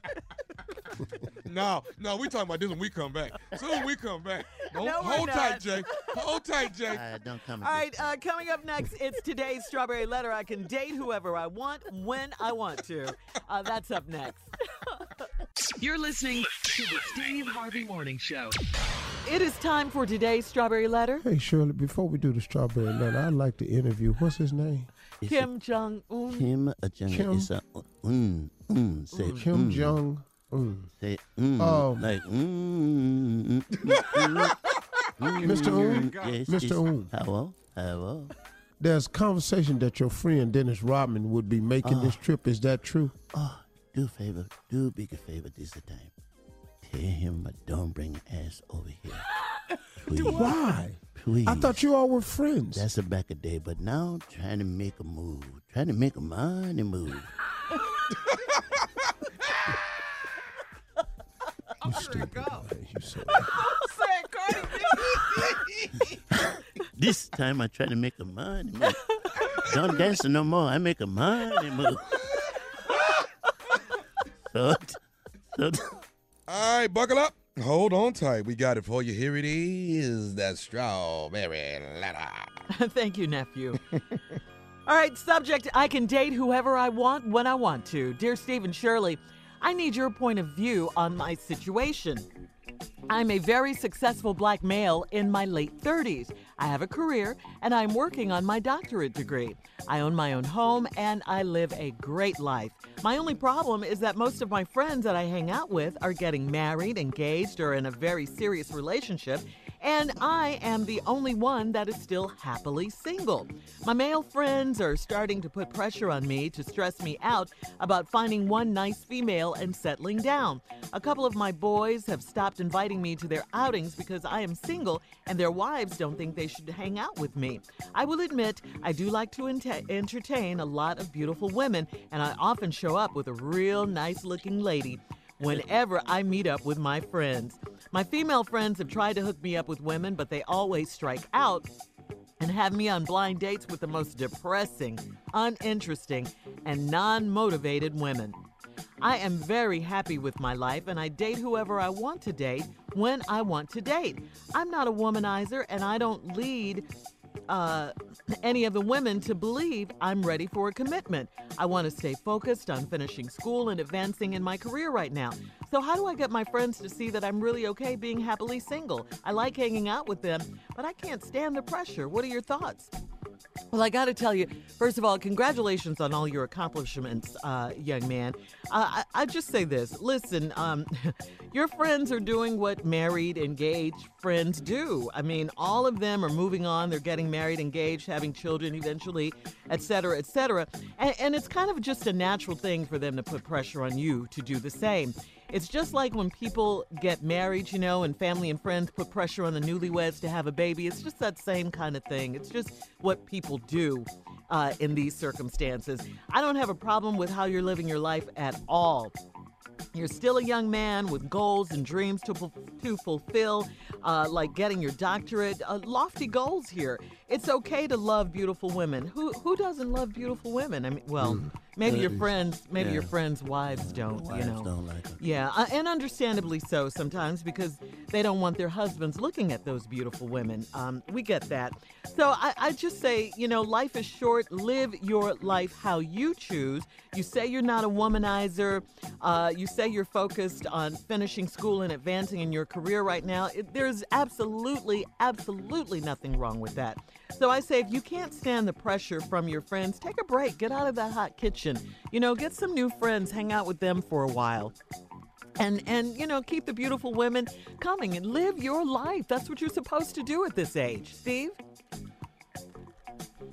Speaker 7: No, no, we talking about this when we come back. Soon we come back. Don't-
Speaker 5: [laughs] No, we're
Speaker 7: hold tight,
Speaker 5: not.
Speaker 7: [laughs] Jay. Hold tight, Jay.
Speaker 6: Uh, don't come
Speaker 5: All
Speaker 6: at this
Speaker 5: right, uh, coming up next, it's today's Strawberry Letter. I can date whoever I want when I want to. Uh, that's up next.
Speaker 4: You're listening to the Steve Harvey Morning Show.
Speaker 5: It is time for today's Strawberry Letter.
Speaker 3: hey Shirley, before we do the strawberry letter, I'd like to interview. What's his name?
Speaker 5: Kim Jong Un.
Speaker 6: Kim Jong
Speaker 3: Kim?
Speaker 6: is a mm, mm, say
Speaker 3: Kim
Speaker 6: mm,
Speaker 3: Jong Un.
Speaker 6: say mm,
Speaker 3: Um,
Speaker 6: like mm, mm, mm, mm, mm,
Speaker 3: Mr. Um,
Speaker 6: yes,
Speaker 3: Mr.
Speaker 6: yes.
Speaker 3: Um.
Speaker 6: Hello, hello.
Speaker 3: There's conversation that your friend Dennis Rodman would be making this
Speaker 6: Uh.
Speaker 3: trip. Is that true?
Speaker 6: Oh, do a favor, do a big favor this time. Tell him, but don't bring your ass over here.
Speaker 3: [laughs]
Speaker 6: Please,
Speaker 3: Why?
Speaker 6: please.
Speaker 3: I thought you all were friends.
Speaker 6: That's a back a day, but now trying to make a move, trying to make a
Speaker 3: [laughs]
Speaker 6: money move.
Speaker 3: you stupid. man. You so-
Speaker 6: This time I try to make a money move. Don't dance no more. I make a money move. So, so
Speaker 7: All right, buckle up. Hold on tight. We got it for you. Here it is. That strawberry letter.
Speaker 5: [laughs] Thank you, nephew. All right, subject I can date whoever I want when I want to. Dear Stephen Shirley, I need your point of view on my situation. I'm a very successful black male in my late 30s. I have a career and I'm working on my doctorate degree. I own my own home and I live a great life. My only problem is that most of my friends that I hang out with are getting married, engaged, or in a very serious relationship, and I am the only one that is still happily single. My male friends are starting to put pressure on me to stress me out about finding one nice female and settling down. A couple of my boys have stopped inviting me to their outings because I am single and their wives don't think they should hang out with me. I will admit, I do like to ente- entertain a lot of beautiful women, and I often show up with a real nice looking lady whenever I meet up with my friends. My female friends have tried to hook me up with women, but they always strike out and have me on blind dates with the most depressing, uninteresting, and non motivated women. I am very happy with my life and I date whoever I want to date when I want to date. I'm not a womanizer and I don't lead uh, any of the women to believe I'm ready for a commitment. I want to stay focused on finishing school and advancing in my career right now. So, how do I get my friends to see that I'm really okay being happily single? I like hanging out with them, but I can't stand the pressure. What are your thoughts? Well, I got to tell you, first of all, congratulations on all your accomplishments, uh, young man. Uh, I, I just say this listen, um, [laughs] your friends are doing what married, engaged friends do. I mean, all of them are moving on, they're getting married, engaged, having children eventually, et cetera, et cetera. And, and it's kind of just a natural thing for them to put pressure on you to do the same. It's just like when people get married, you know, and family and friends put pressure on the newlyweds to have a baby. It's just that same kind of thing. It's just what people do uh, in these circumstances. I don't have a problem with how you're living your life at all. You're still a young man with goals and dreams to, fu- to fulfill, uh, like getting your doctorate, uh, lofty goals here. It's okay to love beautiful women. Who who doesn't love beautiful women? I mean, well, maybe your
Speaker 6: Ladies.
Speaker 5: friends, maybe your
Speaker 6: Mm. Yeah.
Speaker 5: friends' wives don't.
Speaker 6: Wives
Speaker 5: you know,
Speaker 6: don't like 'em.
Speaker 5: yeah, uh, and understandably so sometimes because they don't want their husbands looking at those beautiful women. Um, we get that. So I, I just say, you know, life is short. Live your life how you choose. You say you're not a womanizer. Uh, you say you're focused on finishing school and advancing in your career right now. It, there's absolutely, absolutely nothing wrong with that. So I say, if you can't stand the pressure from your friends, take a break. Get out of that hot kitchen. You know, get some new friends, hang out with them for a while and and you know keep the beautiful women coming and live your life that's what you're supposed to do at this age steve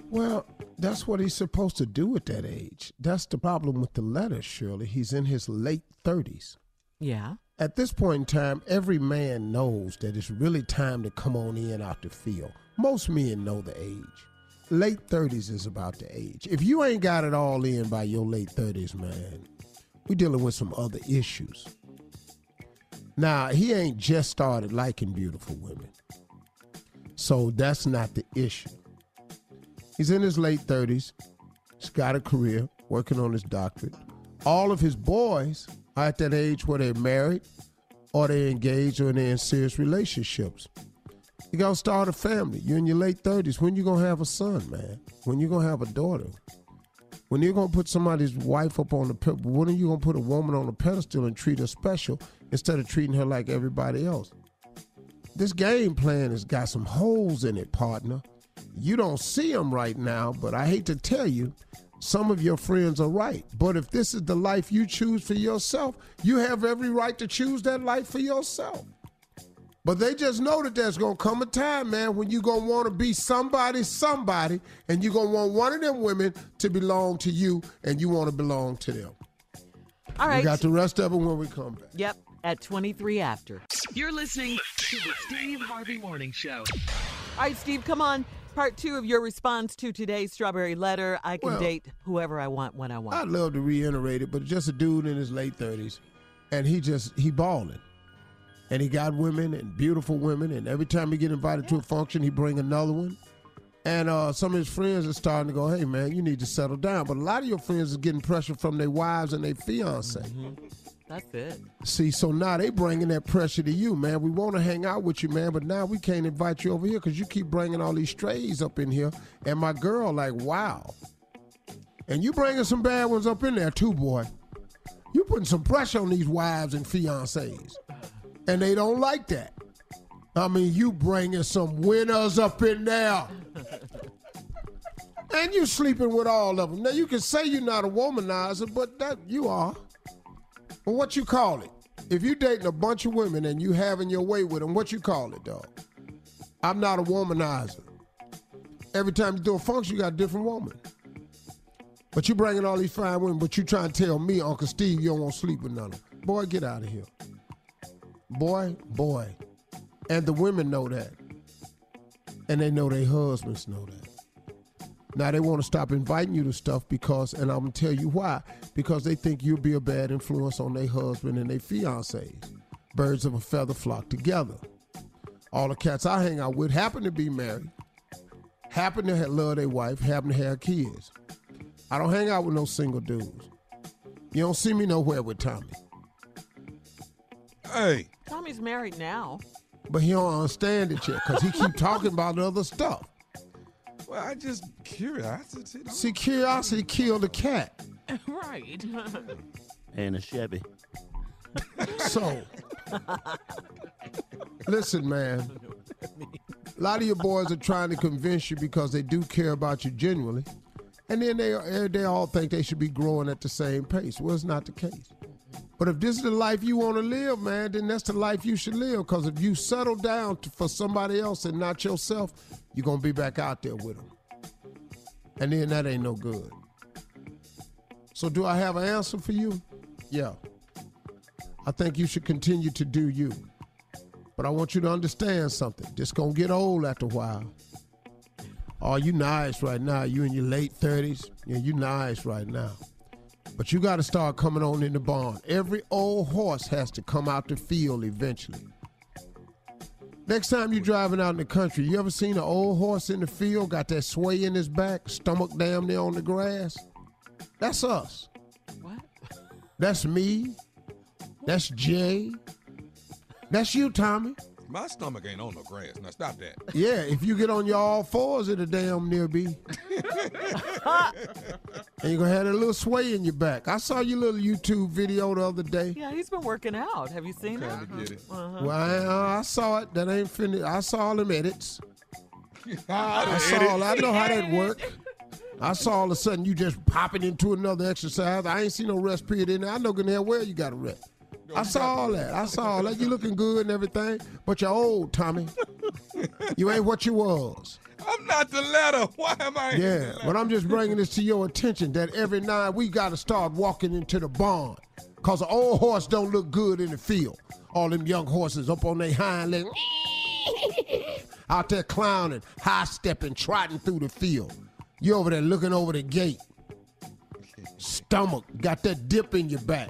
Speaker 3: Well, that's what he's supposed to do at that age. That's the problem with the letter, Shirley. He's in his late 30s.
Speaker 5: yeah
Speaker 3: At this point in time, every man knows that it's really time to come on in out the field. Most men know the age. Late 30s is about the age. If you ain't got it all in by your late 30s, man, we dealing with some other issues. Now, he ain't just started liking beautiful women. So that's not the issue. He's in his late 30s. He's got a career, working on his doctorate. All of his boys are at that age where they're married or they're engaged or they're in serious relationships. You gotta start a family. You're in your late 30s. When you gonna have a son, man? When you gonna have a daughter? When you're gonna put somebody's wife up on the pe- when are you gonna put a woman on a pedestal and treat her special instead of treating her like everybody else? this game plan has got some holes in it, partner. You don't see them right now, but I hate to tell you, some of your friends are right. But if this is the life you choose for yourself, you have every right to choose that life for yourself. But they just know that there's gonna come a time, man, when you're gonna wanna be somebody, somebody, and you're gonna want one of them women to belong to you and you wanna belong to them.
Speaker 5: all right
Speaker 3: We got the rest of it when we come back.
Speaker 5: yep at 23 after
Speaker 4: You're listening to the Steve Harvey Morning Show.
Speaker 5: all right steve come on part two of your response to today's strawberry letter i can
Speaker 3: Well-
Speaker 5: date whoever i want when i want
Speaker 3: I'd love to reiterate it, but just a dude in his late thirties, and he just he balling, and he got women and beautiful women, and every time he get invited to a function, he bring another one, and uh, some of his friends are starting to go, "Hey man, you need to settle down." But a lot of your friends is getting pressure from their wives and their fiance.
Speaker 5: Mm-hmm. that's it
Speaker 3: See, so now they bringing that pressure to you, man. We want to hang out with you, man, but now we can't invite you over here because you keep bringing all these strays up in here. And my girl, like, wow. And you bringing some bad ones up in there too, boy. You putting some pressure on these wives and fiancés, and they don't like that. I mean, you bringing some winners up in there. And you sleeping with all of them. Now you can say you're not a womanizer, but that you are. Well, what you call it? If you dating a bunch of women and you having your way with them, what you call it, dog? I'm not a womanizer. Every time you do a function, you got a different woman. But you bringing all these fine women, but you trying to tell me, Uncle Steve, you don't want to sleep with none of them. Boy, get out of here. Boy, boy. And the women know that. And they know their husbands know that. Now they want to stop inviting you to stuff because, and I'm gonna tell you why, because they think you'll be a bad influence on their husband and their fiancés. Birds of a feather flock together. All the cats I hang out with happen to be married, happen to have, love their wife, happen to have kids. I don't hang out with no single dudes. You don't see me nowhere with Tommy.
Speaker 7: Hey,
Speaker 5: tommy's married now
Speaker 3: but he don't understand it yet because he keep talking about other stuff.
Speaker 7: Well, I just curiosity.
Speaker 8: [laughs]
Speaker 3: See, curiosity killed the cat.
Speaker 2: right.
Speaker 7: [laughs]
Speaker 6: And a Chevy.
Speaker 3: So, listen, man. A lot of your boys are trying to convince you because they do care about you genuinely, and then they eh, they all think they should be growing at the same pace. Well, it's not the case. But if this is the life you want to live, man, then that's the life you should live. Because if you settle down to, for somebody else and not yourself, you're gonna be back out there with them, and then that ain't no good. So, do I have an answer for you? Yeah. I think you should continue to do you. But I want you to understand something. This gonna get old after a while. Oh, you nice right now. You in your late thirties. Yeah, you nice right now. But you gotta start coming on in the barn. Every old horse has to come out the field eventually. Next time you driving out in the country, you ever seen an old horse in the field, got that sway in his back, stomach damn near on the grass? That's us. What? That's me. That's Jay. That's you, Tommy.
Speaker 7: My stomach ain't on no grass. Now stop
Speaker 5: [laughs]
Speaker 7: that.
Speaker 3: Yeah, if you get on your all fours, it'll damn near [laughs] be. and you're gonna have that little sway in your back. I saw your little YouTube video the other day.
Speaker 5: Yeah, he's been working out. Have you seen it? Uh-huh.
Speaker 3: Well, I, I saw it. That ain't finished. I saw all them edits. I saw. all- I know how that work. I saw all of a sudden you just popping into another exercise. I ain't seen no rest period in there. I know good and hell well you got to rest. I saw all that. I saw all that. You looking good and everything, but you're old, Tommy. You ain't what you was.
Speaker 7: I'm not the letter. Why am I?
Speaker 3: Yeah, but I'm just bringing this to your attention that every night we got to start walking into the barn. Because an old horse don't look good in the field. All them young horses up on their hind legs out there clowning, high stepping, trotting through the field. You over there looking over the gate. Stomach got that dip in your back.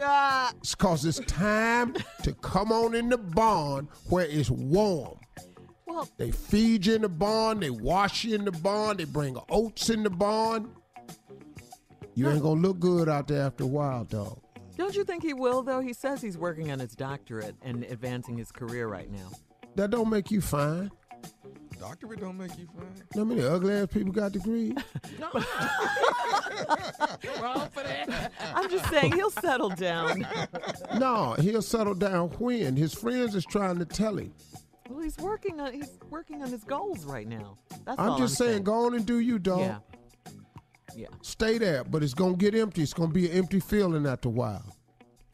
Speaker 3: It's cause it's time to come on in the barn where it's warm.
Speaker 5: Well,
Speaker 3: They feed you in the barn, they wash you in the barn, they bring oats in the barn. You ain't gonna look good out there after a while, dog.
Speaker 5: [laughs] don't you think he will, though? He says he's working on his doctorate and advancing his career right now.
Speaker 3: That don't make you fine.
Speaker 7: Doctorate don't make you fine.
Speaker 3: You know how many ugly ass people
Speaker 20: [laughs]
Speaker 3: got degrees?
Speaker 20: Wrong for that.
Speaker 5: [laughs] I'm just saying he'll settle down. [laughs]
Speaker 3: no, he'll settle down when his friends is trying to tell him.
Speaker 5: Well, he's working on he's working on his goals right now. That's all
Speaker 3: I'm just saying, go on and do you, dog.
Speaker 5: Yeah. Yeah.
Speaker 3: Stay there, but it's gonna get empty. It's gonna be an empty feeling after a while.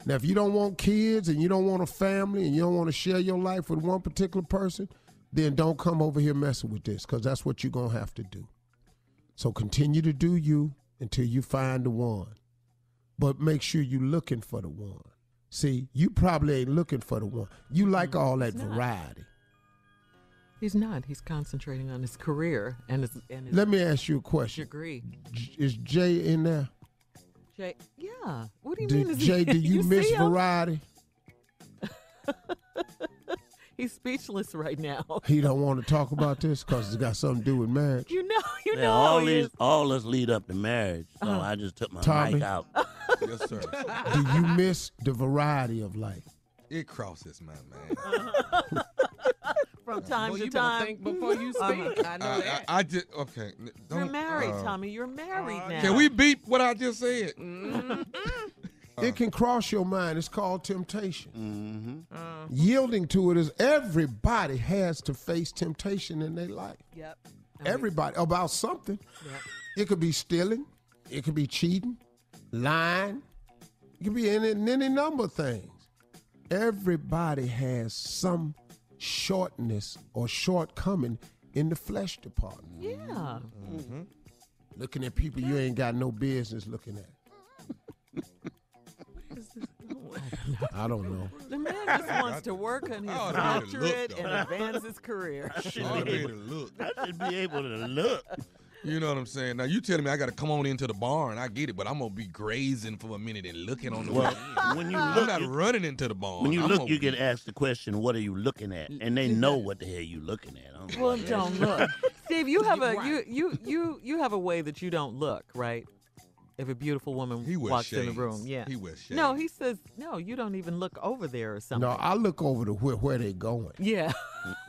Speaker 3: Now, if you don't want kids and you don't want a family and you don't want to share your life with one particular person, then don't come over here messing with this, because that's what you're gonna have to do. So continue to do you until you find the one. But make sure you're looking for the one. See, you probably ain't looking for the one. You
Speaker 5: Mm-hmm.
Speaker 3: like all that variety.
Speaker 5: He's not. He's concentrating on his career and his and his
Speaker 3: Let me ask you a question.
Speaker 5: degree.
Speaker 3: J- Is Jay in there?
Speaker 5: Jay, yeah. What do you
Speaker 3: Do-
Speaker 5: mean? is he- [laughs]
Speaker 3: Jay, do you,
Speaker 5: see
Speaker 3: miss
Speaker 5: him?
Speaker 3: variety?
Speaker 5: He's speechless right now.
Speaker 3: He don't want to talk about this because it's got something to do with marriage.
Speaker 5: You know, you
Speaker 6: Yeah,
Speaker 5: know. how
Speaker 6: all
Speaker 5: he
Speaker 6: these,
Speaker 5: is. Uh-huh.
Speaker 6: all this lead up to marriage. So I just took my
Speaker 3: Tommy.
Speaker 5: [laughs]
Speaker 6: mic out.
Speaker 7: yes, sir.
Speaker 3: Do you miss the variety of life?
Speaker 7: It crosses my mind.
Speaker 5: [laughs] from time
Speaker 2: Well,
Speaker 5: to
Speaker 2: you better
Speaker 5: time.
Speaker 2: think
Speaker 5: [laughs]
Speaker 2: before you
Speaker 5: Uh-huh.
Speaker 2: speak. I know
Speaker 7: I,
Speaker 2: that.
Speaker 7: I, I just okay. n-
Speaker 5: You're
Speaker 7: don't-
Speaker 5: married,
Speaker 7: uh,
Speaker 5: Tommy. You're married now. Mm-hmm.
Speaker 7: Can we beat what I just said? [laughs]
Speaker 3: It can cross your mind. It's called temptation.
Speaker 7: Mm-hmm.
Speaker 5: Uh-huh.
Speaker 3: Yielding to it is everybody has to face temptation in their life.
Speaker 5: Yep.
Speaker 3: Everybody about something. It could be stealing. It could be cheating, lying. It could be any, any number of things. Everybody has some shortness or shortcoming in the flesh department.
Speaker 5: Yeah.
Speaker 3: Mm-hmm. Looking at people you ain't got no business looking at. I don't know.
Speaker 5: The man just wants to work on
Speaker 2: Oh,
Speaker 5: his
Speaker 6: oughta made her look,
Speaker 5: doctorate
Speaker 6: though.
Speaker 5: and advance his career. [laughs]
Speaker 7: Oughta be able to look.
Speaker 6: I should be able to look.
Speaker 7: You know what I'm saying? Now you telling me I got to come on into the barn. I get it, but I'm gonna be grazing for a minute and looking on the
Speaker 6: Well,
Speaker 7: way.
Speaker 6: when you
Speaker 7: I'm
Speaker 6: look,
Speaker 7: not
Speaker 6: you-
Speaker 7: [laughs] running into the barn.
Speaker 6: When you
Speaker 7: I'm
Speaker 6: look,
Speaker 7: gonna
Speaker 6: you
Speaker 7: be-
Speaker 6: get asked the question, "What are you looking at?" And they know what the hell you looking at. I'm
Speaker 7: [laughs]
Speaker 5: Well,
Speaker 6: like,
Speaker 5: don't look, Steve. You have a you you you you have a way that you don't look, right? if a beautiful woman
Speaker 7: He wears
Speaker 5: walks in
Speaker 7: shades.
Speaker 5: the room. Yeah.
Speaker 7: He wears
Speaker 5: No, he says, no, you don't even look over there or something.
Speaker 3: No, I look over to where, where they going.
Speaker 5: Yeah.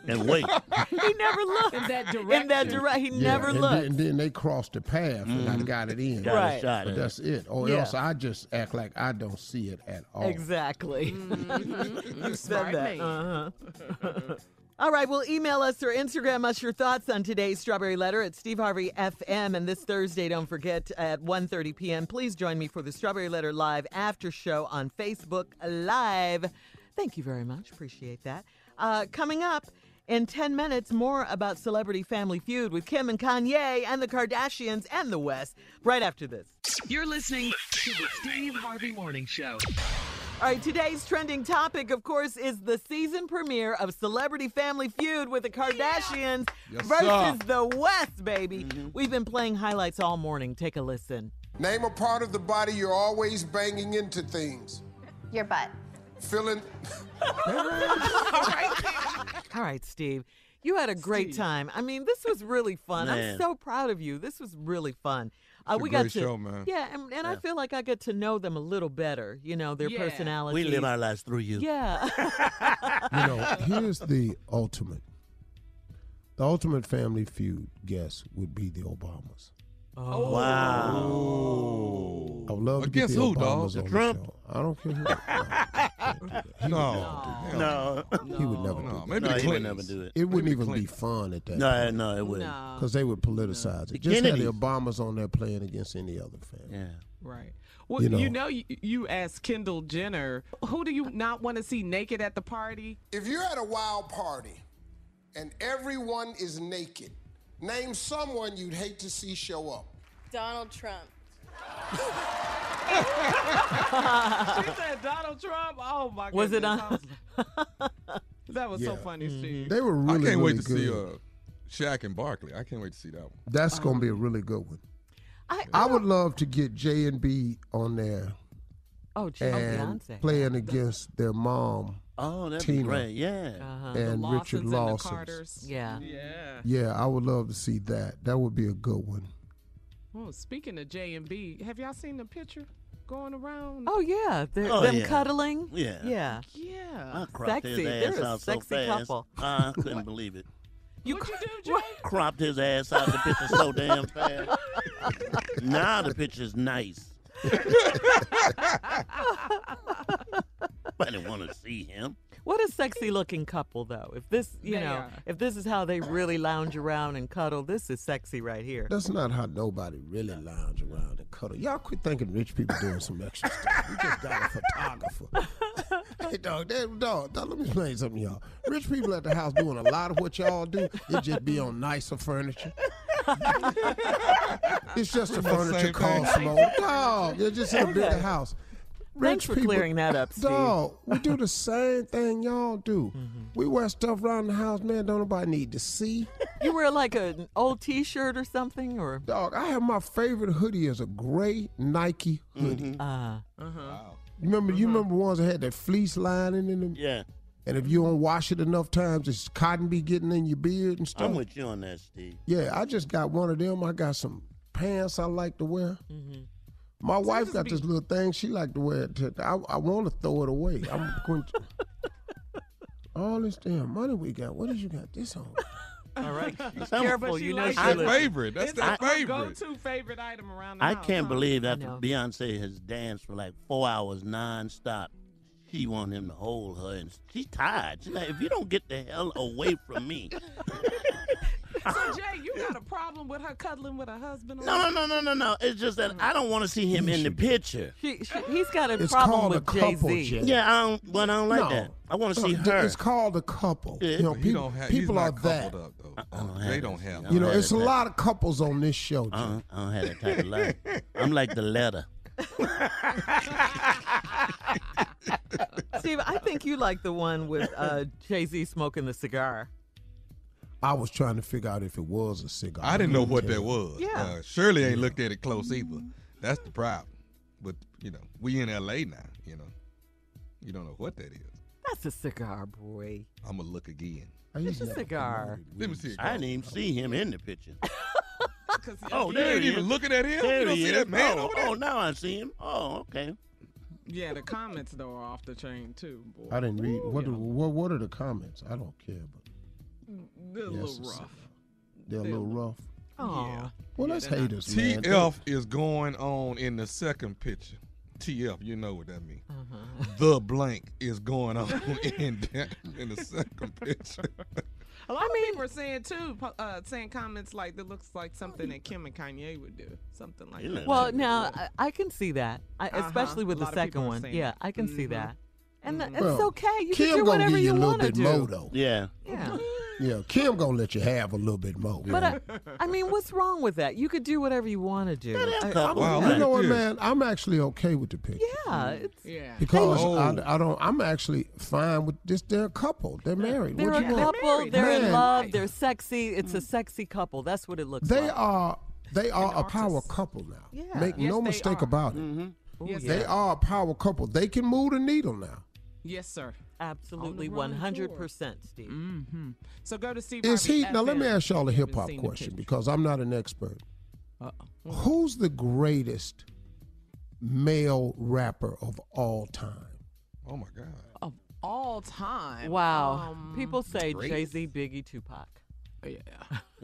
Speaker 3: And wait.
Speaker 5: [laughs] he never looked. In that direction. In that direction. He
Speaker 3: Yeah,
Speaker 5: never
Speaker 3: and
Speaker 5: looked.
Speaker 3: Then, and then they cross the path, and I got it
Speaker 5: Mm-hmm.
Speaker 3: in.
Speaker 5: Got a Right. shot
Speaker 3: But
Speaker 5: at it.
Speaker 3: that's it. Or
Speaker 5: Yeah.
Speaker 3: else I just act like I don't see it at all.
Speaker 2: [laughs]
Speaker 5: Exactly. Mm-hmm. you
Speaker 2: Smart
Speaker 5: said that.
Speaker 2: man.
Speaker 5: Uh-huh. [laughs] All right, well, email us or Instagram us your thoughts on today's Strawberry Letter at Steve Harvey FM. And this Thursday, don't forget, at 1.30 p.m., please join me for the Strawberry Letter Live after show on Facebook Live. Thank you very much. Appreciate that. Uh, coming up in 10 minutes, more about Celebrity Family Feud with Kim and Kanye and the Kardashians and the West right after this.
Speaker 4: You're listening to the Steve Harvey Morning Show.
Speaker 5: All right, today's trending topic, of course, is the season premiere of Celebrity Family Feud with the Kardashians
Speaker 21: Yes, sir.
Speaker 5: versus
Speaker 21: Mm-hmm.
Speaker 5: the West, baby. We've been playing highlights all morning. Take a listen.
Speaker 21: Name a part of the body you're always banging into things.
Speaker 22: Your butt.
Speaker 21: Feeling.
Speaker 5: All right, Steve, you had a great time. I mean, this was really fun. I'm
Speaker 7: Man.
Speaker 5: so proud of you. This was really fun. Uh,
Speaker 7: It's a
Speaker 5: we got
Speaker 7: great
Speaker 5: to,
Speaker 7: show, man.
Speaker 5: yeah, and, and I
Speaker 7: Yeah.
Speaker 5: feel like I get to know them a little better. You know, their
Speaker 7: Yeah.
Speaker 5: personalities.
Speaker 6: We live our lives through you.
Speaker 5: [laughs] Yeah.
Speaker 3: You know, here's the ultimate. The ultimate family feud guess would be the Obamas.
Speaker 5: Oh.
Speaker 3: Wow. I would love to get
Speaker 7: Against
Speaker 3: the
Speaker 7: who,
Speaker 3: Obamas
Speaker 7: dog?
Speaker 3: on
Speaker 7: The
Speaker 3: the
Speaker 7: Trump?
Speaker 3: show. I don't
Speaker 6: [laughs]
Speaker 3: care who.
Speaker 7: No.
Speaker 6: No.
Speaker 3: He would never do
Speaker 6: No,
Speaker 3: that.
Speaker 6: maybe No, the he would Clintons. never do it.
Speaker 3: It wouldn't
Speaker 6: Maybe
Speaker 3: even be
Speaker 6: Clintons.
Speaker 3: fun at that
Speaker 6: No,
Speaker 3: point.
Speaker 6: no, it wouldn't. No.
Speaker 3: Because they would politicize
Speaker 6: The
Speaker 3: it. Just had the
Speaker 6: Kennedys.
Speaker 3: Obamas on there playing against any other family. Yeah.
Speaker 8: Right. Well,
Speaker 3: You
Speaker 8: you
Speaker 3: know.
Speaker 8: know, you, you asked Kendall Jenner, who do you not want to see naked at the party?
Speaker 21: If you're at a wild party and everyone is naked, name someone you'd hate to see show up.
Speaker 22: [laughs] Donald
Speaker 5: [laughs]
Speaker 22: Trump.
Speaker 8: she said Donald Trump. Oh my
Speaker 5: Was it
Speaker 8: goodness.
Speaker 5: on-
Speaker 8: I was like- that was so funny, Steve.
Speaker 3: They were
Speaker 7: Mm-hmm. I
Speaker 3: really,
Speaker 7: can't wait
Speaker 3: really
Speaker 7: to see
Speaker 3: good.
Speaker 7: uh, Shaq and Barkley. I can't wait to see that one.
Speaker 3: That's going to be a really good one.
Speaker 5: I,
Speaker 3: would love to get J and B on there
Speaker 5: Oh, Jay
Speaker 3: and
Speaker 5: Beyonce.
Speaker 3: playing against their mom.
Speaker 6: Oh, that'd be
Speaker 3: Tina,
Speaker 6: great, yeah. Uh-huh. The
Speaker 3: And
Speaker 6: Lawsons
Speaker 3: Richard
Speaker 6: and the
Speaker 3: Lawson.
Speaker 8: Carters.
Speaker 5: Yeah.
Speaker 8: Yeah.
Speaker 3: Yeah, I would love to see that. That would be a good one.
Speaker 8: Well, Oh, speaking of J and B, have y'all seen the picture going around? [laughs]
Speaker 5: Oh yeah, They're-
Speaker 6: Oh,
Speaker 5: them
Speaker 6: yeah.
Speaker 5: cuddling.
Speaker 6: Yeah.
Speaker 5: Yeah.
Speaker 8: Yeah.
Speaker 6: I cropped
Speaker 5: Sexy.
Speaker 6: his ass
Speaker 5: They're a
Speaker 6: out so
Speaker 5: sexy
Speaker 6: fast.
Speaker 5: couple. [laughs]
Speaker 6: I couldn't believe it.
Speaker 8: You What'd you do, Jay?
Speaker 2: [laughs]
Speaker 6: Cropped his ass out the picture so
Speaker 5: [laughs]
Speaker 6: damn fast. now the
Speaker 5: [laughs]
Speaker 6: picture's nice. but I didn't want to see him.
Speaker 5: What a sexy looking couple though. If this, you
Speaker 6: They
Speaker 5: know,
Speaker 6: are.
Speaker 5: if this is how they really lounge around and cuddle, this is sexy right here.
Speaker 3: That's not how nobody really lounge around and cuddle. Y'all quit thinking rich people doing some extra stuff. We just got a
Speaker 5: [laughs]
Speaker 3: photographer. hey, dog, that, dog, dog, let me explain something, to y'all. Rich people at the house doing a lot of what y'all do. It just be on nicer
Speaker 5: [laughs]
Speaker 3: furniture. it's just the
Speaker 2: The
Speaker 3: furniture
Speaker 2: same
Speaker 3: costs
Speaker 2: thing.
Speaker 3: more. Dog, you're just in a bigger
Speaker 2: Okay.
Speaker 3: house.
Speaker 5: Thanks for clearing that up, Steve. Mm-hmm.
Speaker 3: Dog, we
Speaker 5: [laughs]
Speaker 3: do the same thing y'all do. We wear stuff around the house, man. Don't nobody need to see.
Speaker 5: You wear like [laughs] an old T-shirt or something, or
Speaker 3: Dog, I have my favorite hoodie is a gray Nike hoodie.
Speaker 6: Mm-hmm.
Speaker 5: Ah.
Speaker 2: Uh-huh.
Speaker 3: You remember? You remember ones that had that fleece lining in them?
Speaker 6: Yeah.
Speaker 3: And if you don't wash it enough times, it's cotton be getting in your beard and stuff.
Speaker 6: I'm with you on that, Steve.
Speaker 3: Yeah, I just got one of them. I got some pants I like to wear.
Speaker 5: Mm-hmm.
Speaker 3: My wife got this little thing she like to wear. To, I, I want to throw it away. I'm going to, all this damn money we got. What did you got this on?
Speaker 5: All right. Be
Speaker 3: Some-
Speaker 5: careful, you know.
Speaker 3: That's
Speaker 5: she
Speaker 3: her
Speaker 5: looks-
Speaker 3: favorite. That's
Speaker 8: It's
Speaker 3: their
Speaker 8: like her
Speaker 3: favorite.
Speaker 8: go-to favorite item around the
Speaker 6: I
Speaker 8: house,
Speaker 6: can't
Speaker 8: huh?
Speaker 6: believe
Speaker 8: I
Speaker 6: after
Speaker 8: know.
Speaker 6: Beyonce has danced for like four hours nonstop, she want him to hold her, and she's tired. She's like, if you don't get the hell away from
Speaker 7: [laughs]
Speaker 6: me,
Speaker 8: So Jay, you got a problem with her cuddling with her husband?
Speaker 6: no, no, no, no, no, no. It's just that I don't want to see him in the picture.
Speaker 5: She, she, he's got a
Speaker 6: It's
Speaker 5: problem
Speaker 6: called a
Speaker 5: with
Speaker 6: couple,
Speaker 5: Jay-Z.
Speaker 6: Jay. Yeah, I don't. But I don't like
Speaker 3: No.
Speaker 6: that. I want to see
Speaker 3: No,
Speaker 6: her.
Speaker 3: It's called a couple.
Speaker 6: Yeah.
Speaker 3: You know,
Speaker 6: He
Speaker 3: people,
Speaker 6: don't have- he's
Speaker 3: people
Speaker 6: not
Speaker 3: are that.
Speaker 6: coupled
Speaker 7: up, Oh, They don't have.
Speaker 3: You know,
Speaker 6: don't have
Speaker 3: it's a
Speaker 6: that type-
Speaker 3: lot of couples on this show.
Speaker 6: I don't, I don't have that type of life.
Speaker 3: [laughs]
Speaker 6: I'm like the letter.
Speaker 5: Uh, Steve, I think you like the one with uh, Jay Z smoking the cigar.
Speaker 3: I was trying to figure out if it was a cigar.
Speaker 7: I didn't know what
Speaker 3: couldn't
Speaker 7: that
Speaker 3: tell.
Speaker 7: was.
Speaker 5: Yeah.
Speaker 7: Uh, Shirley ain't looked at it close either. That's the problem. But you know, we in LA now. You know, you don't know what that is.
Speaker 5: That's a cigar, boy.
Speaker 7: I'ma look again.
Speaker 5: It's a cigar.
Speaker 7: Let me see. it.
Speaker 6: I didn't even see him in the picture.
Speaker 8: 'cause-
Speaker 6: Oh,
Speaker 8: you
Speaker 6: there
Speaker 8: ain't
Speaker 6: he
Speaker 8: even
Speaker 6: is.
Speaker 8: looking at him.
Speaker 6: There
Speaker 8: You don't
Speaker 6: he
Speaker 8: see
Speaker 6: is.
Speaker 8: that man
Speaker 6: oh,
Speaker 8: over there?
Speaker 6: oh, now I see him. Oh, okay.
Speaker 8: Yeah, the comments though are off the chain too. Boy.
Speaker 3: I didn't read. What, do- what what are the comments? I don't care, but
Speaker 8: They're a
Speaker 3: Yes,
Speaker 8: little
Speaker 3: it's-
Speaker 8: rough.
Speaker 3: they're a
Speaker 8: They-
Speaker 3: little rough.
Speaker 5: Oh.
Speaker 8: Aw.
Speaker 3: Well, that's haters, man.
Speaker 7: TF is going on in the second picture. TF, you know what that means.
Speaker 5: Mm-hmm.
Speaker 7: The blank is going on [laughs] in that, in the second picture.
Speaker 8: A lot of people are saying too, po- uh, saying comments like that looks like something that Kim and Kanye would do, something like that.
Speaker 5: Well,
Speaker 8: too.
Speaker 5: now I, I can see that, I,
Speaker 8: Uh-huh.
Speaker 5: especially with
Speaker 8: A
Speaker 5: the
Speaker 8: lot of people
Speaker 5: second
Speaker 8: are
Speaker 5: one.
Speaker 8: saying Mm-hmm.
Speaker 5: Yeah,
Speaker 8: it.
Speaker 5: I can see
Speaker 8: Mhm.
Speaker 5: that, and th-
Speaker 3: Well,
Speaker 5: it's okay. You
Speaker 3: Kim
Speaker 5: can do
Speaker 3: gonna
Speaker 5: whatever
Speaker 3: give you,
Speaker 5: you
Speaker 3: a little
Speaker 5: want to
Speaker 3: bit
Speaker 5: do.
Speaker 3: more though.
Speaker 6: Yeah.
Speaker 5: Yeah.
Speaker 3: Yeah, Kim gonna let you have a little bit
Speaker 5: But
Speaker 3: more.
Speaker 6: [laughs]
Speaker 5: I, I mean, what's wrong with that? You could do whatever you want to do. I- I'm not-
Speaker 3: you know what, man? I'm actually okay with the picture.
Speaker 5: Yeah, it's
Speaker 8: yeah.
Speaker 3: Because
Speaker 7: Oh.
Speaker 3: I, I don't, I'm actually fine with this. They're a couple. They're married.
Speaker 5: They're
Speaker 3: what
Speaker 5: a
Speaker 3: you want?
Speaker 5: couple. They're in
Speaker 3: Man,
Speaker 5: love. They're sexy.
Speaker 8: Mm.
Speaker 5: It's a sexy couple. That's what it looks
Speaker 3: They
Speaker 5: like.
Speaker 3: are, they are a power couple now.
Speaker 5: Yeah.
Speaker 3: Make
Speaker 5: Yes,
Speaker 3: no
Speaker 5: they
Speaker 3: mistake
Speaker 5: are.
Speaker 3: about it.
Speaker 7: Mm-hmm.
Speaker 5: Ooh, Yes,
Speaker 3: They
Speaker 5: yeah.
Speaker 3: are a power couple. They can move the needle now.
Speaker 8: Yes, sir.
Speaker 5: Absolutely,
Speaker 8: On the
Speaker 5: one
Speaker 8: running
Speaker 5: hundred
Speaker 8: board.
Speaker 5: percent, Steve.
Speaker 8: Mm-hmm. So go to Steve.
Speaker 3: Is
Speaker 8: Harvey
Speaker 3: he? Now let me
Speaker 8: FM.
Speaker 3: ask y'all a
Speaker 8: Haven't
Speaker 3: hip hop
Speaker 8: seen the
Speaker 3: question
Speaker 8: picture.
Speaker 3: because I'm not an expert.
Speaker 8: Uh-oh.
Speaker 3: Who's the greatest male rapper of all time?
Speaker 7: Oh my God.
Speaker 8: Of all time.
Speaker 5: Wow.
Speaker 8: Um, Oh,
Speaker 5: People say
Speaker 6: great.
Speaker 5: Jay Z, Biggie, Tupac.
Speaker 8: Yeah.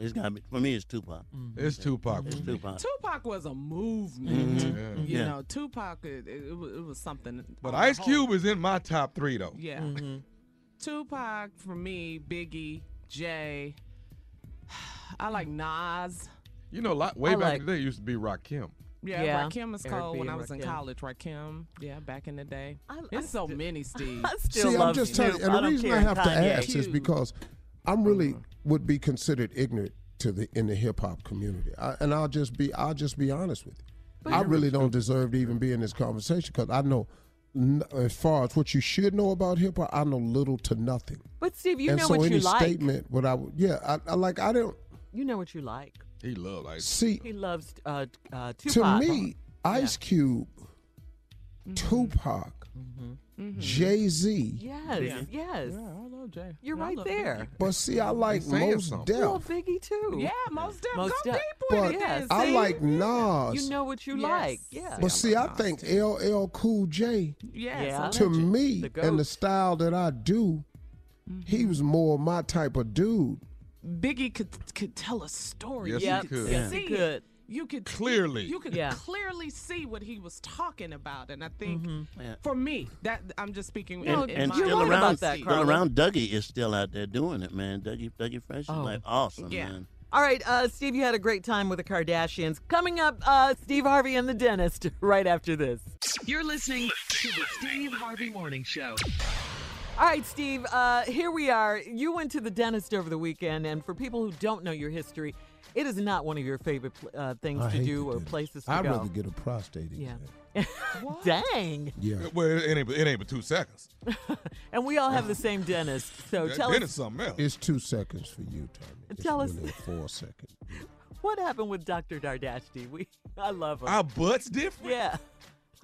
Speaker 6: It's gotta be for me. It's Tupac.
Speaker 7: It's Tupac.
Speaker 6: It's Tupac.
Speaker 8: Tupac was a movement.
Speaker 3: Mm-hmm.
Speaker 7: Mhm.
Speaker 8: You
Speaker 7: Yeah.
Speaker 8: know, Tupac, it, it, it was, it was something.
Speaker 7: But
Speaker 8: on the
Speaker 7: Ice
Speaker 8: whole.
Speaker 7: Cube is in my top three though.
Speaker 8: Yeah.
Speaker 5: Mm-hmm.
Speaker 8: Tupac for me, Biggie, Jay. [sighs] I like Nas.
Speaker 7: You know, like, way
Speaker 8: I
Speaker 7: back
Speaker 8: like-
Speaker 7: in the day, it used to be Rakim.
Speaker 8: Yeah,
Speaker 5: Yeah.
Speaker 8: Rakim was
Speaker 5: Eric
Speaker 8: cold
Speaker 5: B.
Speaker 8: when I was in
Speaker 5: Rakim.
Speaker 8: college. Rakim, yeah, back in the day. There's so many, Steve.
Speaker 5: [laughs] I
Speaker 3: See, I'm just telling you, and the reason I have to ask is
Speaker 8: Cute.
Speaker 3: because I'm really would be considered ignorant to the in the hip hop community, I, and I'll just be I'll just be honest with you. I really don't deserve to even be in this conversation because I know, n- as far as what you should know about hip hop, I know little to nothing.
Speaker 5: [laughs] But Steve, you
Speaker 3: and
Speaker 5: know
Speaker 3: so
Speaker 5: what
Speaker 3: any
Speaker 5: you like.
Speaker 3: statement, what I would- yeah, I, I like I don't
Speaker 5: You know what you like.
Speaker 7: He loved Ice
Speaker 3: see
Speaker 5: He loves uh, uh,
Speaker 3: to
Speaker 5: Tupac. Mm-hmm.
Speaker 3: me Ice Cube, Tupac, Jay Z.
Speaker 5: Yes, yes.
Speaker 8: Yeah, I love Jay.
Speaker 5: You're
Speaker 8: I
Speaker 5: right
Speaker 8: love
Speaker 5: there.
Speaker 3: But see, I like
Speaker 5: saying
Speaker 3: most
Speaker 5: something.
Speaker 3: Def.
Speaker 5: Well, Biggie too.
Speaker 8: Yeah, most Def.
Speaker 5: Mos
Speaker 8: go
Speaker 5: Def.
Speaker 8: deep with
Speaker 3: But
Speaker 8: it. then,
Speaker 3: I
Speaker 8: see?
Speaker 3: like Nas.
Speaker 5: You know what you
Speaker 8: Yes.
Speaker 5: like. Yeah.
Speaker 3: but see, I think LL Cool J,
Speaker 8: Yes,
Speaker 5: Yeah.
Speaker 3: to
Speaker 5: legend.
Speaker 3: me
Speaker 5: The goat.
Speaker 3: and the style that I do,
Speaker 5: Mm-hmm.
Speaker 3: he was more my type of dude.
Speaker 8: Biggie could could tell a story.
Speaker 3: Yes,
Speaker 8: you
Speaker 3: he
Speaker 8: could.
Speaker 3: could. Yes,
Speaker 8: see
Speaker 3: he
Speaker 8: it.
Speaker 3: could.
Speaker 8: You could
Speaker 3: Clearly.
Speaker 8: You could
Speaker 3: Yeah.
Speaker 8: clearly see what he was talking about, and I think
Speaker 5: Mm-hmm.
Speaker 6: Yeah.
Speaker 8: for me, that I'm just speaking.
Speaker 6: And,
Speaker 8: in, in
Speaker 6: and
Speaker 8: my
Speaker 6: still
Speaker 8: own
Speaker 6: around,
Speaker 8: perspective.
Speaker 6: still around, Dougie is still out there doing it, man. Dougie, Dougie Fresh is
Speaker 5: Oh.
Speaker 6: like awesome,
Speaker 5: Yeah.
Speaker 6: man.
Speaker 5: All right, uh, Steve, you had a great time with the Kardashians. Coming up, uh, Steve Harvey and the dentist [laughs] right after this.
Speaker 4: You're listening to the Steve Harvey Morning Show.
Speaker 5: All right, Steve, uh, here we are. You went to the dentist over the weekend, and for people who don't know your history, it is not one of your favorite pl- uh, things
Speaker 3: I
Speaker 5: to
Speaker 3: hate
Speaker 5: do
Speaker 3: the
Speaker 5: or
Speaker 3: dentist.
Speaker 5: places to
Speaker 3: I'd
Speaker 5: go.
Speaker 3: rather get a prostate
Speaker 5: yeah.
Speaker 3: exam.
Speaker 5: [laughs] Dang.
Speaker 3: Yeah.
Speaker 7: Well, it ain't, but- it ain't but two seconds.
Speaker 5: And we all have the same dentist. So
Speaker 7: That
Speaker 5: tell
Speaker 7: dentist
Speaker 5: us
Speaker 7: something else.
Speaker 3: It's two seconds for you, Tommy. It's
Speaker 5: Tell us-
Speaker 3: really four seconds.
Speaker 5: what happened with Dr. Dardashti. We I love him.
Speaker 7: Our butts different.
Speaker 5: Yeah.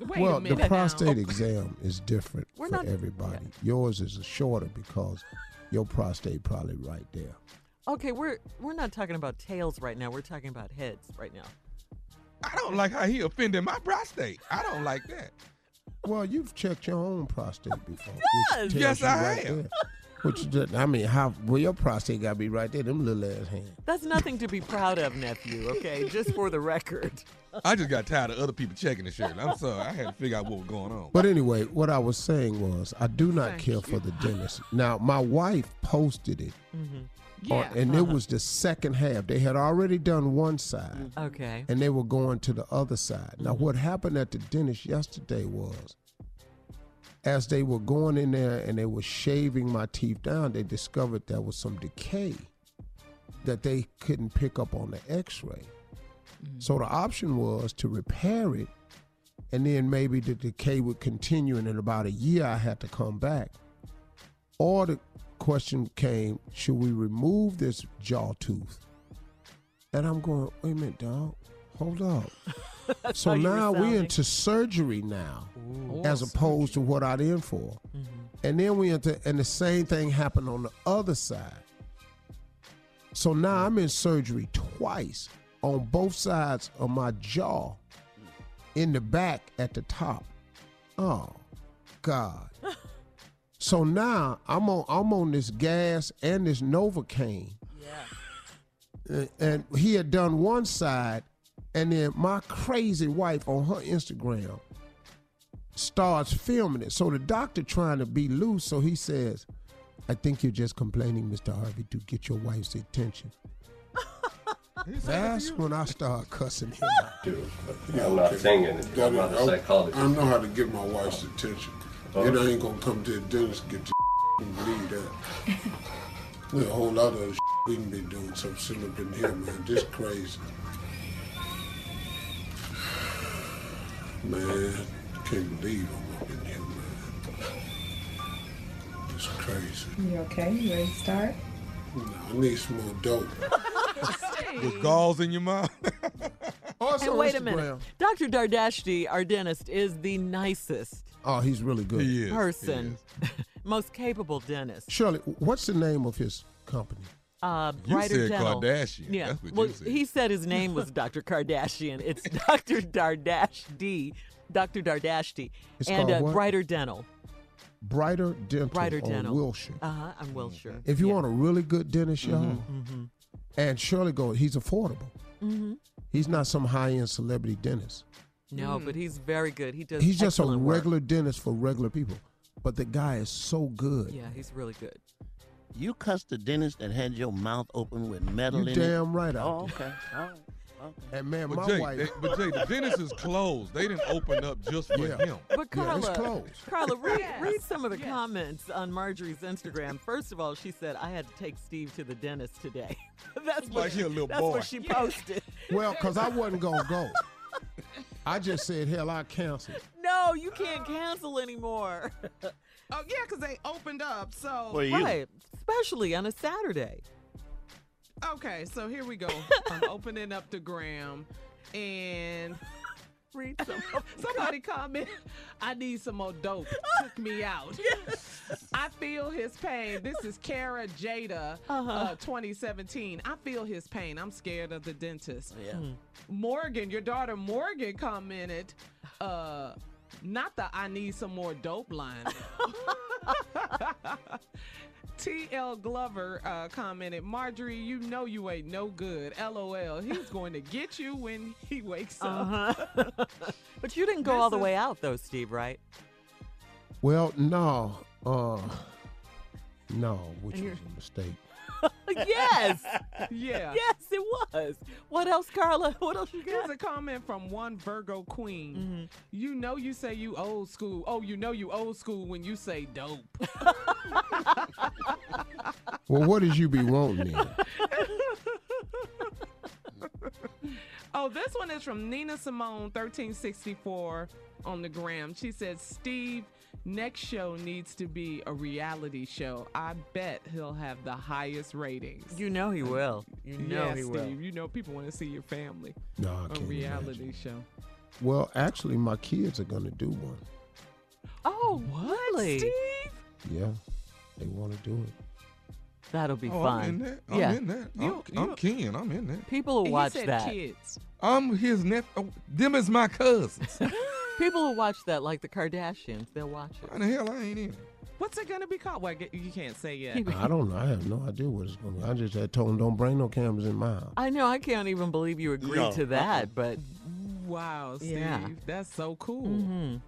Speaker 8: Wait
Speaker 3: well, the prostate exam is different
Speaker 5: We're
Speaker 3: for
Speaker 5: not-
Speaker 3: everybody. Yours is shorter because your prostate probably right there.
Speaker 5: Okay, we're we're not talking about tails right now. We're talking about heads right now.
Speaker 7: I don't like how he offended my prostate. I don't like that.
Speaker 3: Well, you've checked your own prostate before. Which
Speaker 7: does.
Speaker 3: tells
Speaker 7: Yes,
Speaker 3: you
Speaker 7: I
Speaker 3: right
Speaker 7: have.
Speaker 3: there. Which does- I mean, how well your prostate got to be right there, them little ass hands.
Speaker 5: That's nothing to be proud of, nephew, okay? Just for the record.
Speaker 7: [laughs] I just got tired of other people checking the shit. I'm sorry. I had to figure out what was going on.
Speaker 3: But anyway, what I was saying was, I do not care for the dentist. Now, my wife posted it,
Speaker 5: Mm-hmm.
Speaker 3: on-
Speaker 5: Yeah.
Speaker 3: Oh, and it
Speaker 5: Uh-huh. Mm-hmm.
Speaker 3: was the second half. They had already done one side,
Speaker 5: [laughs] Okay. [laughs]
Speaker 3: and they were going to the other side. Now, what happened at the dentist yesterday was, as they were going in there and they were shaving my teeth down, they discovered there was some decay that they couldn't pick up on the X-ray. So the option was to repair it, and then maybe the decay would continue, and in about a year I had to come back. Or the question came, should we remove this jaw tooth? And I'm going, wait a minute, dog,
Speaker 5: [laughs]
Speaker 3: hold up. so
Speaker 5: how you were
Speaker 3: now we're
Speaker 5: sounding.
Speaker 3: into surgery now,
Speaker 5: Ooh. Mm-hmm.
Speaker 3: as opposed to what I'd in for. And then we into, and the same thing happened on the other side. So now I'm in surgery twice on both sides of my jaw, in the back at the top. Oh,
Speaker 5: [laughs]
Speaker 3: God. so now I'm on I'm on this gas and this Novocaine. Yeah. uh, And he had done one side, and then my crazy wife on her Instagram starts filming it. So the doctor trying to be loose, so he says, I think you're just complaining, Mr. Harvey, to get your wife's attention. That's when I start cussing him out.
Speaker 12: I'm
Speaker 3: not singing. I'm not a
Speaker 12: psychologist. I know how to get my wife's attention.
Speaker 3: Oh.
Speaker 12: It ain't gonna come to the dentist and get to [laughs] and believe that.
Speaker 3: [laughs]
Speaker 12: There's a whole lot of [laughs] other we can be doing some shit up in here, man. This crazy. Man, can't believe I'm up in here, man. It's crazy.
Speaker 19: You okay? You ready to start?
Speaker 12: I need some more dope.
Speaker 7: [laughs]
Speaker 8: [laughs]
Speaker 7: With galls in your mouth. [laughs] Oh,
Speaker 5: and wait a minute. Dr. Dardashti, our dentist, is the nicest
Speaker 3: Oh, he's really good.
Speaker 7: He
Speaker 5: person, [laughs] most capable dentist.
Speaker 3: Shirley, what's the name of his company?
Speaker 5: Uh,
Speaker 3: You
Speaker 5: brighter
Speaker 3: said
Speaker 5: dental.
Speaker 3: Kardashian.
Speaker 5: Yeah.
Speaker 3: That's what you
Speaker 5: well,
Speaker 3: said.
Speaker 5: he said his name was Dr. Kardashian. It's [laughs] Dr. Dardash D. Dr. Dardashti.
Speaker 3: It's
Speaker 5: and
Speaker 3: called
Speaker 5: uh,
Speaker 3: what?
Speaker 5: Brighter Dental.
Speaker 3: Brighter Dental.
Speaker 5: Brighter
Speaker 3: on
Speaker 5: Dental.
Speaker 3: Wilshire. Mm-hmm.
Speaker 5: Uh huh. I'm Wilshire.
Speaker 3: If you want a really good dentist, y'all,
Speaker 5: Mhm.
Speaker 3: and Shirley go, he's affordable.
Speaker 5: Mm-hmm.
Speaker 3: He's not some high end celebrity dentist.
Speaker 5: No, but he's very good. He does.
Speaker 3: He's just a
Speaker 5: excellent work.
Speaker 3: regular dentist for regular people. But the guy is so good.
Speaker 5: Yeah, he's really good.
Speaker 6: You cussed the dentist that had your mouth open with metal
Speaker 3: You
Speaker 6: in it.
Speaker 3: damn right I
Speaker 6: Oh,
Speaker 3: did. [laughs]
Speaker 6: okay. All right. Okay.
Speaker 3: And man,
Speaker 7: But Jay, they, but Jay,
Speaker 3: [laughs]
Speaker 7: the dentist is closed. They didn't open up just for him. Oh,
Speaker 5: But Carla, Carla, read, read some of the comments on Marjorie's Instagram. First of all, she said, "I had to take Steve to the dentist today." [laughs] that's what,
Speaker 3: Like he a little
Speaker 5: that's
Speaker 3: boy.
Speaker 5: what she posted.
Speaker 3: [laughs] Well, because I wasn't going
Speaker 5: [laughs]
Speaker 3: to go. I just said, hell, I canceled.
Speaker 5: No, you can't cancel anymore.
Speaker 8: Oh yeah, because they opened up. So
Speaker 3: For you.
Speaker 5: Oh, Right, especially on a Saturday.
Speaker 8: Okay, so here we go. I'm opening up the gram and
Speaker 5: read
Speaker 8: [laughs] somebody comment. I need some more dope. Took me out. I feel his pain. This is Kara Jada, uh 2017. I feel his pain. I'm scared of the dentist.
Speaker 6: Yeah. Mhm.
Speaker 8: Morgan, your daughter Morgan commented. Uh, not the I need some more dope line. T.L. Glover uh, commented, Marjorie, you know you ain't no good.
Speaker 5: [laughs]
Speaker 8: LOL. He's going to get you when he wakes up.
Speaker 5: Uh-huh. [laughs] but you didn't go all the
Speaker 8: This
Speaker 5: way
Speaker 8: is-
Speaker 5: out, [laughs] though, Steve. Right?
Speaker 3: Well, no. Uh, no, which
Speaker 5: And
Speaker 3: was
Speaker 5: you're-
Speaker 3: a mistake.
Speaker 5: yes.
Speaker 8: Yeah.
Speaker 5: Yes, it was. What else, Carla? [laughs] What else you got? Mm-hmm.
Speaker 8: Here's a comment from one Virgo queen. You know you say you old school. Oh, you know you old school when you say dope.
Speaker 3: Well, what did you be wanting
Speaker 5: [laughs]
Speaker 3: then?
Speaker 8: oh, this one is from Nina Simone, 1364 on the gram. She said, Steve, next show needs to be a reality show. I bet he'll have the highest ratings.
Speaker 5: You know he will. You know
Speaker 8: yeah,
Speaker 5: he
Speaker 8: Steve,
Speaker 5: will.
Speaker 8: You know people want to see your family.
Speaker 3: No, I
Speaker 8: a
Speaker 3: can't
Speaker 8: reality show.
Speaker 3: Well, actually, my kids are going to do one.
Speaker 8: Oh,
Speaker 5: Really?
Speaker 8: Steve?
Speaker 3: Yeah, they want to do it.
Speaker 5: That'll be
Speaker 7: Oh,
Speaker 5: fun.
Speaker 7: I'm in that. I'm
Speaker 5: yeah.
Speaker 7: in that. I'm,
Speaker 5: You-
Speaker 7: I'm
Speaker 5: you-
Speaker 7: Ken. I'm in that.
Speaker 5: People will
Speaker 7: He
Speaker 5: watch
Speaker 7: said
Speaker 5: that.
Speaker 8: Kids.
Speaker 7: I'm his nephew. Them is
Speaker 5: [laughs]
Speaker 7: my cousins.
Speaker 5: People will watch that like the Kardashians. They'll watch it.
Speaker 7: Why the hell I ain't in?
Speaker 8: What's it going to be called? Well, I gu- you can't say yet.
Speaker 5: [laughs]
Speaker 3: I don't know. I have no idea what it's going to be. I just had told them, don't bring no cameras in my house.
Speaker 5: I know. I can't even believe you agreed
Speaker 3: No,
Speaker 5: to that. But
Speaker 8: Wow, Steve.
Speaker 5: Yeah.
Speaker 8: That's so cool.
Speaker 5: Mhm.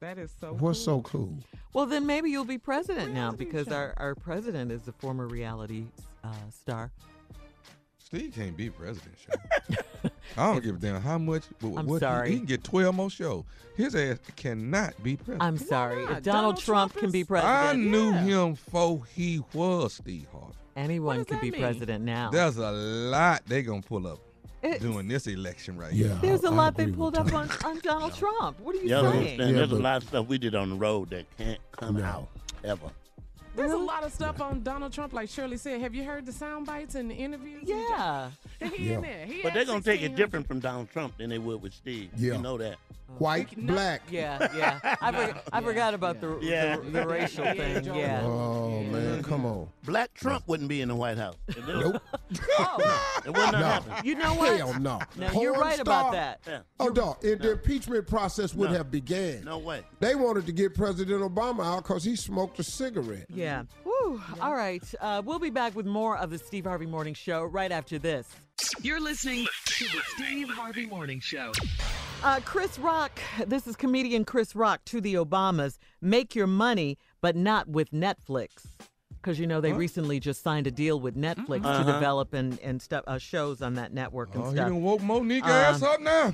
Speaker 8: That is so
Speaker 3: What's so cool?
Speaker 5: well, then maybe you'll be president now because our, our president is a former reality uh, star.
Speaker 7: Steve can't
Speaker 5: [laughs]
Speaker 7: be president. Sean. I don't give a damn how much. But
Speaker 5: I'm
Speaker 7: what he-
Speaker 5: sorry.
Speaker 7: He, can get 12 more shows. His ass cannot be president.
Speaker 5: I'm
Speaker 7: Ah,
Speaker 5: sorry. If Donald, Trump, can be president,
Speaker 7: I knew him before he was Steve Harvey.
Speaker 5: Anyone can
Speaker 7: that
Speaker 5: be
Speaker 7: mean?
Speaker 5: president now.
Speaker 7: There's a lot they gonna pull up
Speaker 5: It's-
Speaker 7: during this election right
Speaker 3: Yeah.
Speaker 5: There's
Speaker 7: a
Speaker 5: a lot they pulled up on, on Donald Trump. What are you
Speaker 6: Y'all don't
Speaker 5: saying?
Speaker 6: understand.
Speaker 3: Yeah,
Speaker 6: There's a
Speaker 3: but-
Speaker 6: lot of stuff we did on the road that can't come out ever.
Speaker 8: There's a lot of stuff on Donald Trump, like Shirley said. Have you heard the sound bites and the interviews? Yeah. He in there. He
Speaker 6: but
Speaker 8: at
Speaker 6: they're gonna take it
Speaker 8: 1600.
Speaker 6: different from Donald Trump than they would with Steve.
Speaker 3: Yeah.
Speaker 6: You know that.
Speaker 3: White, black.
Speaker 5: Yeah, yeah. I, [laughs] forg- I forgot about the,
Speaker 6: Yeah.
Speaker 5: the the racial thing. Yeah.
Speaker 3: Oh man, come on.
Speaker 6: Black Trump wouldn't be in the White House.
Speaker 3: [laughs]
Speaker 6: Nope. it wouldn't
Speaker 3: No.
Speaker 6: have happened.
Speaker 5: Oh. You know what?
Speaker 3: Hell no.
Speaker 5: No, you're
Speaker 3: Porn
Speaker 5: right about
Speaker 3: star-
Speaker 5: that.
Speaker 3: Oh, dog. It, The impeachment process would have began.
Speaker 6: No way.
Speaker 3: They wanted to get President Obama out because he smoked a cigarette.
Speaker 5: Yeah. Woo. All right. Uh, we'll be back with more of the Steve Harvey Morning Show right after this.
Speaker 4: You're listening to the Steve Harvey Morning Show.
Speaker 5: Uh, Chris Rock, this is comedian Chris Rock to the Obamas. Make your money, but not with Netflix. Because, you know, they recently just signed a deal with Netflix
Speaker 7: Mhm.
Speaker 5: to
Speaker 7: Uh-huh.
Speaker 5: develop and, and stuff uh, shows on that network and
Speaker 7: Oh, he
Speaker 5: stuff.
Speaker 7: done woke Monique
Speaker 5: Um,
Speaker 7: ass up now.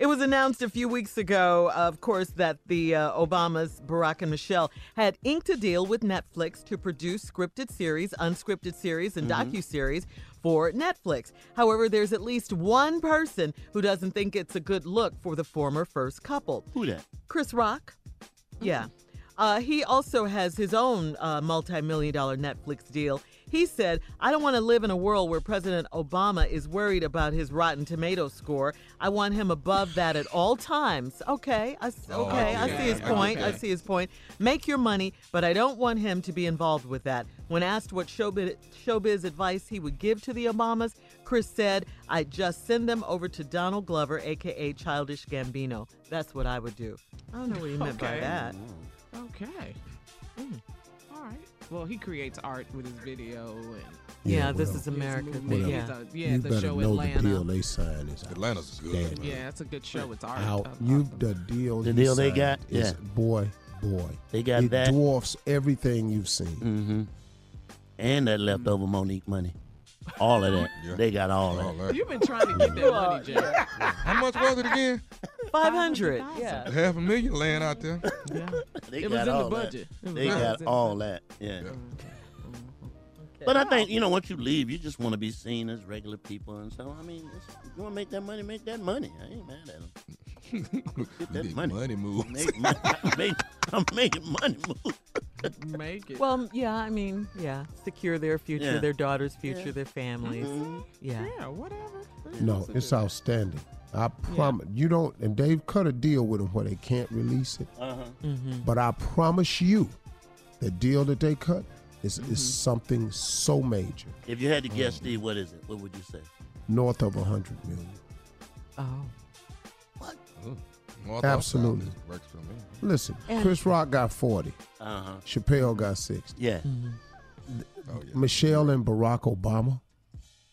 Speaker 5: It was announced a few weeks ago, of course, that the uh, Obamas, Barack and Michelle, had inked a deal with Netflix to produce scripted series, unscripted series, and
Speaker 6: Mm-hmm.
Speaker 19: Mhm.
Speaker 5: docuseries for Netflix. However, there's at least one person who doesn't think it's a good look for the former first couple.
Speaker 6: Who that?
Speaker 5: Chris Rock. Yeah. Uh, he also has his own uh, multi million dollar Netflix deal. He said, I don't want to live in a world where President Obama is worried about his Rotten Tomato score. I want him above that at all times. Okay, I, s-
Speaker 19: Oh, I
Speaker 5: okay, I,
Speaker 19: see
Speaker 5: see his
Speaker 19: that. I get
Speaker 5: point. I
Speaker 19: that.
Speaker 5: see his point. Make your money, but I don't want him to be involved with that. When asked what showbiz, showbiz advice he would give to the Obamas, Chris said, I'd just send them over to Donald Glover, aka Childish Gambino. That's what I would do. I don't know what he meant by
Speaker 8: Okay.
Speaker 5: that.
Speaker 19: Mm-hmm.
Speaker 8: Okay. Mm. All right. Well, he creates art with his video and.
Speaker 5: Yeah, Yeah, this well, is America.
Speaker 8: His
Speaker 5: Well,
Speaker 8: movies,
Speaker 5: yeah.
Speaker 8: uh, yeah,
Speaker 3: you
Speaker 8: the
Speaker 3: better
Speaker 8: show
Speaker 3: know the
Speaker 8: Atlanta.
Speaker 3: deal they signed is
Speaker 7: Atlanta's
Speaker 3: good.
Speaker 8: yeah, that's a good show. It's art.
Speaker 3: Out. You the deal.
Speaker 6: The
Speaker 3: he
Speaker 6: deal they
Speaker 3: signed
Speaker 6: got?
Speaker 3: is
Speaker 6: Yeah.
Speaker 3: Boy, boy.
Speaker 6: They got
Speaker 3: it
Speaker 6: that.
Speaker 3: dwarfs everything you've seen.
Speaker 6: Mm-hmm. And that leftover Monique money. All of that. They got all, of that.
Speaker 8: You've been trying to get that money, Jay.
Speaker 7: How much was it again?
Speaker 5: Five hundred. Yeah.
Speaker 7: Half a million laying out
Speaker 5: [laughs]
Speaker 7: there.
Speaker 6: They got
Speaker 7: It was in the
Speaker 6: all
Speaker 7: budget. It
Speaker 6: That.
Speaker 7: was
Speaker 6: They
Speaker 7: in the
Speaker 6: got
Speaker 7: budget.
Speaker 6: all that. Yeah. But I think you know once you leave, you just want to be seen as regular people, and so I
Speaker 7: [laughs]
Speaker 6: mean, it's, you want to make that money, make that money. I ain't mad at them.
Speaker 7: [laughs]
Speaker 6: Get that money.
Speaker 7: money move.
Speaker 6: Make, money. [laughs] make, I'm making money move.
Speaker 8: Make it.
Speaker 5: Well, yeah, I mean, yeah, secure their future,
Speaker 6: Yeah.
Speaker 5: their daughter's future,
Speaker 8: Yeah.
Speaker 5: their families.
Speaker 8: Mhm.
Speaker 5: Yeah.
Speaker 8: Yeah, whatever.
Speaker 3: No, it's outstanding. I promise you don't. And they've cut a deal with them where they can't release it.
Speaker 6: Uh-huh.
Speaker 5: Mm-hmm.
Speaker 3: But I promise you, the deal that they cut is,
Speaker 5: Mm-hmm.
Speaker 3: is something so major,
Speaker 6: If you had to
Speaker 7: Mm.
Speaker 6: guess, Steve, what is it? What would you say?
Speaker 3: north of a hundred million.
Speaker 5: Oh.
Speaker 7: Oh. Well, I thought
Speaker 3: Absolutely.
Speaker 7: that works for me.
Speaker 3: Listen,
Speaker 7: And-
Speaker 3: Chris Rock got 40
Speaker 7: Uh-huh. Oh,
Speaker 3: Chappelle got sixty.
Speaker 6: Yeah.
Speaker 5: Mm-hmm.
Speaker 3: Michelle and Barack Obama.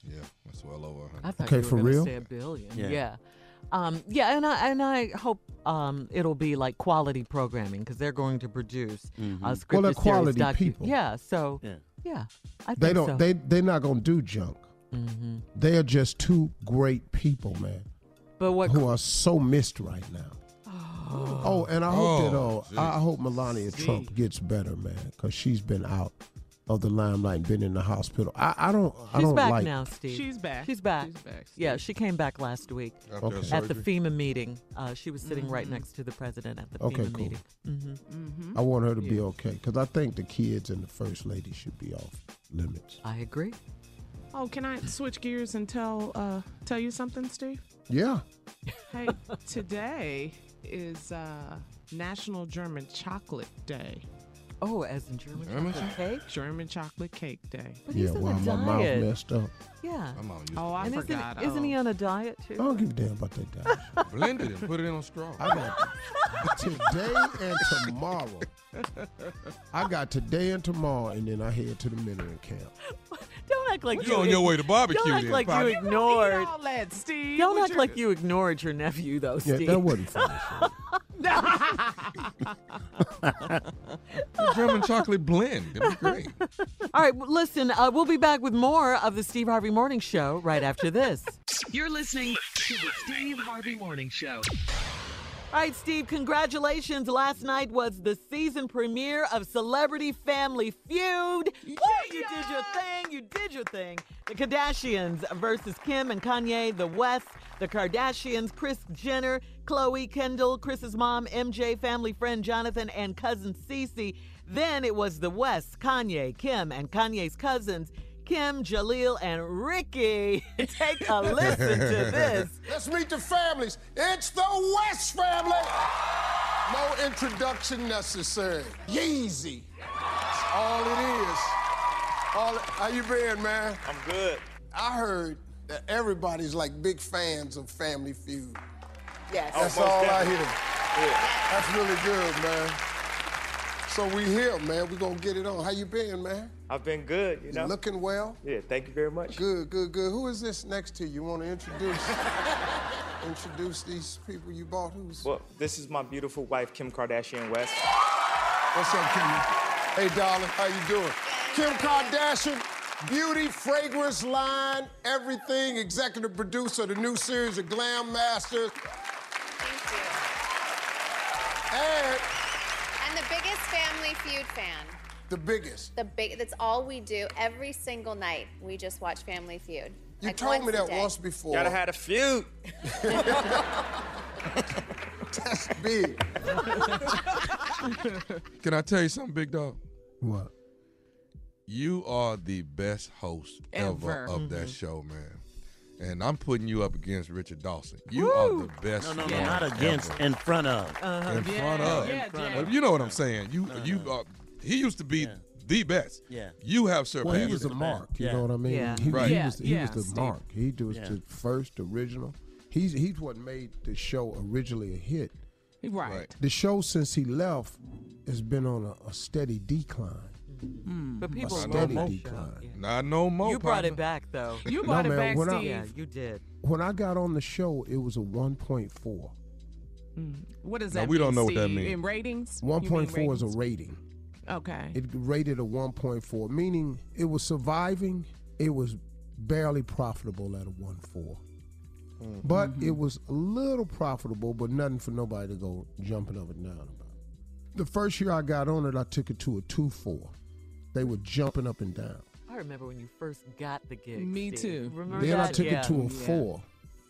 Speaker 7: Yeah, that's well over. 100.
Speaker 5: I thought
Speaker 3: Okay,
Speaker 5: you were
Speaker 3: for
Speaker 5: gonna
Speaker 3: real?
Speaker 5: Say a billion. Yeah.
Speaker 3: Yeah.
Speaker 5: Yeah. Um, yeah, and I and I hope um, it'll be like quality programming because they're going to produce uh,
Speaker 3: Mhm. Well,
Speaker 5: scripted
Speaker 3: they're
Speaker 5: series
Speaker 3: quality
Speaker 5: docu-
Speaker 3: people.
Speaker 5: Yeah, so
Speaker 6: yeah,
Speaker 5: I think
Speaker 3: they don't.
Speaker 5: so.
Speaker 3: They they're not gonna do junk.
Speaker 5: Mhm.
Speaker 3: They are just two great people, man.
Speaker 5: But what-
Speaker 3: Who are so missed right now. Oh, and I hope that
Speaker 7: Oh,
Speaker 3: uh, I I hope Melania
Speaker 7: Gee.
Speaker 3: Trump gets better, man, because she's been out of the limelight, and been in the hospital. I, I don't. I
Speaker 5: She's
Speaker 3: don't
Speaker 5: back
Speaker 3: like.
Speaker 5: now, Steve.
Speaker 8: She's back.
Speaker 5: She's back.
Speaker 8: She's back,
Speaker 5: yeah, she came back last week
Speaker 3: After Okay.
Speaker 5: at the
Speaker 3: surgery?
Speaker 5: FEMA meeting. Uh, she was sitting
Speaker 8: Mm-hmm.
Speaker 5: right next to the president at the
Speaker 3: Okay,
Speaker 5: FEMA
Speaker 3: cool.
Speaker 5: meeting. Mm-hmm.
Speaker 3: I want her to be okay because I think the kids and the first lady should be off limits.
Speaker 5: I agree.
Speaker 8: Oh, can I switch gears and tell uh, tell you something, Steve?
Speaker 3: Yeah.
Speaker 8: [laughs] Hey, today is uh, National German Chocolate Day.
Speaker 5: Oh, as in German,
Speaker 8: German
Speaker 5: chocolate cake?
Speaker 8: German Chocolate Cake Day.
Speaker 5: But
Speaker 3: yeah.
Speaker 5: he's on
Speaker 3: Well,
Speaker 5: a
Speaker 3: my
Speaker 5: diet.
Speaker 3: mouth messed up.
Speaker 5: Yeah.
Speaker 8: Oh, I
Speaker 5: and
Speaker 8: forgot.
Speaker 5: Isn't, isn't he on a diet too?
Speaker 3: I don't give a damn about that diet.
Speaker 7: Blend it and put it in on straw.
Speaker 3: I got today and tomorrow.
Speaker 7: [laughs]
Speaker 3: I got today and tomorrow, and then I head to the mentoring camp.
Speaker 5: Don't act [laughs] like
Speaker 7: You on your way to barbecue
Speaker 5: Don't act
Speaker 7: then,
Speaker 5: like
Speaker 7: partner.
Speaker 5: you ignored.
Speaker 8: all that, Steve.
Speaker 5: Don't
Speaker 8: What
Speaker 5: act
Speaker 8: you-
Speaker 5: like you ignored your nephew though,
Speaker 3: Yeah,
Speaker 5: Steve. [laughs]
Speaker 3: that wasn't funny.
Speaker 7: The German chocolate blend. That'd be great.
Speaker 5: All right, well, listen, uh, we'll be back with more of the Steve Harvey Morning Show right after this.
Speaker 4: You're listening to the Steve Harvey Morning Show.
Speaker 5: All right, Steve, congratulations. Last night was the season premiere of Celebrity Family Feud. Woo, you did your thing. You did your thing. The Kardashians versus Kim and Kanye, the West, the Kardashians, Chris Jenner, Chloe Kendall, Chris's mom, MJ, family friend Jonathan, and cousin Cece. Then it was the West, Kanye, Kim, and Kanye's cousins, Kim, Jaleel, and Ricky. [laughs] Take a listen to this.
Speaker 15: Let's meet the families. It's the West family. No introduction necessary. Yeezy. That's all it is. All how you been, man? I'm good. I heard that everybody's like big fans of Family Feud.
Speaker 19: Yes.
Speaker 15: That's all I hear. That's really good, man. So we here, man. We gonna get it on. How you been, man?
Speaker 19: I've been good, you
Speaker 15: You
Speaker 19: know.
Speaker 15: looking well?
Speaker 19: Yeah, thank you very much.
Speaker 15: Good, good, good. Who is this next to you? Want to
Speaker 19: [laughs]
Speaker 15: introduce? introduce these people you bought. Who's?
Speaker 19: Well, this is my beautiful wife, Kim Kardashian West.
Speaker 15: What's up, Kim? Hey, darling, how you doing? Kim Kardashian, beauty, fragrance line, everything. Executive producer of the new series of Glam Masters. And
Speaker 16: I'm the biggest Family Feud fan.
Speaker 15: the biggest.
Speaker 16: The big. That's all we do every single night. We just watch Family Feud.
Speaker 15: You
Speaker 16: Like,
Speaker 15: told me
Speaker 16: a
Speaker 15: that
Speaker 16: day.
Speaker 15: once before.
Speaker 19: Gotta have a feud.
Speaker 15: [laughs] That's big.
Speaker 7: Can I tell you something, big dog?
Speaker 3: What?
Speaker 7: You are the best host ever,
Speaker 3: Ever.
Speaker 7: of that
Speaker 3: Mhm.
Speaker 7: show, man. And I'm putting you up against Richard Dawson. You are the
Speaker 6: Woo!
Speaker 7: best.
Speaker 6: No, no, no,
Speaker 7: one
Speaker 6: not against,
Speaker 7: ever.
Speaker 6: in front of. Uh-huh.
Speaker 7: In
Speaker 6: Yeah,
Speaker 7: front of.
Speaker 6: yeah, In front yeah. of.
Speaker 7: Well, you know what I'm saying. You, you. Are, he used to be the best.
Speaker 6: Yeah.
Speaker 7: You have surpassed.
Speaker 3: Well, he was a mark. You know what I mean? He,
Speaker 7: Right.
Speaker 3: he was, he was the mark. He was the first original. He's he's what made the show originally a hit.
Speaker 8: Right. Right.
Speaker 3: The show since he left has been on a, a steady decline.
Speaker 5: Hmm. But
Speaker 3: A
Speaker 5: people love
Speaker 3: steady
Speaker 5: that
Speaker 3: decline.
Speaker 7: Not no more.
Speaker 5: You brought it
Speaker 7: partner.
Speaker 5: back,
Speaker 7: [laughs]
Speaker 5: though.
Speaker 3: You No, brought it man, back, when I- Steve.
Speaker 5: Yeah, you did.
Speaker 3: When I got on the show, it was a 1.4.
Speaker 8: What does
Speaker 3: Now,
Speaker 8: that
Speaker 3: we don't
Speaker 8: mean,
Speaker 3: know what that
Speaker 8: Steve?
Speaker 3: means.
Speaker 8: In ratings? You mean
Speaker 3: 1.4 is a
Speaker 8: ratings?
Speaker 3: rating.
Speaker 8: Okay.
Speaker 3: It rated a 1.4, meaning it was surviving. It was barely profitable at a 1.4. But
Speaker 2: Mm-hmm.
Speaker 3: it was a little profitable, but nothing for nobody to go jumping up and down about. The first year I got on it, I took it to a 2.4. They were jumping up and down.
Speaker 5: I remember when you first got the gig.
Speaker 8: Me
Speaker 5: Steve.
Speaker 8: too.
Speaker 5: Remember
Speaker 3: then
Speaker 5: that?
Speaker 3: I took
Speaker 5: Oh, Yeah.
Speaker 3: it to a
Speaker 5: Yeah.
Speaker 3: four.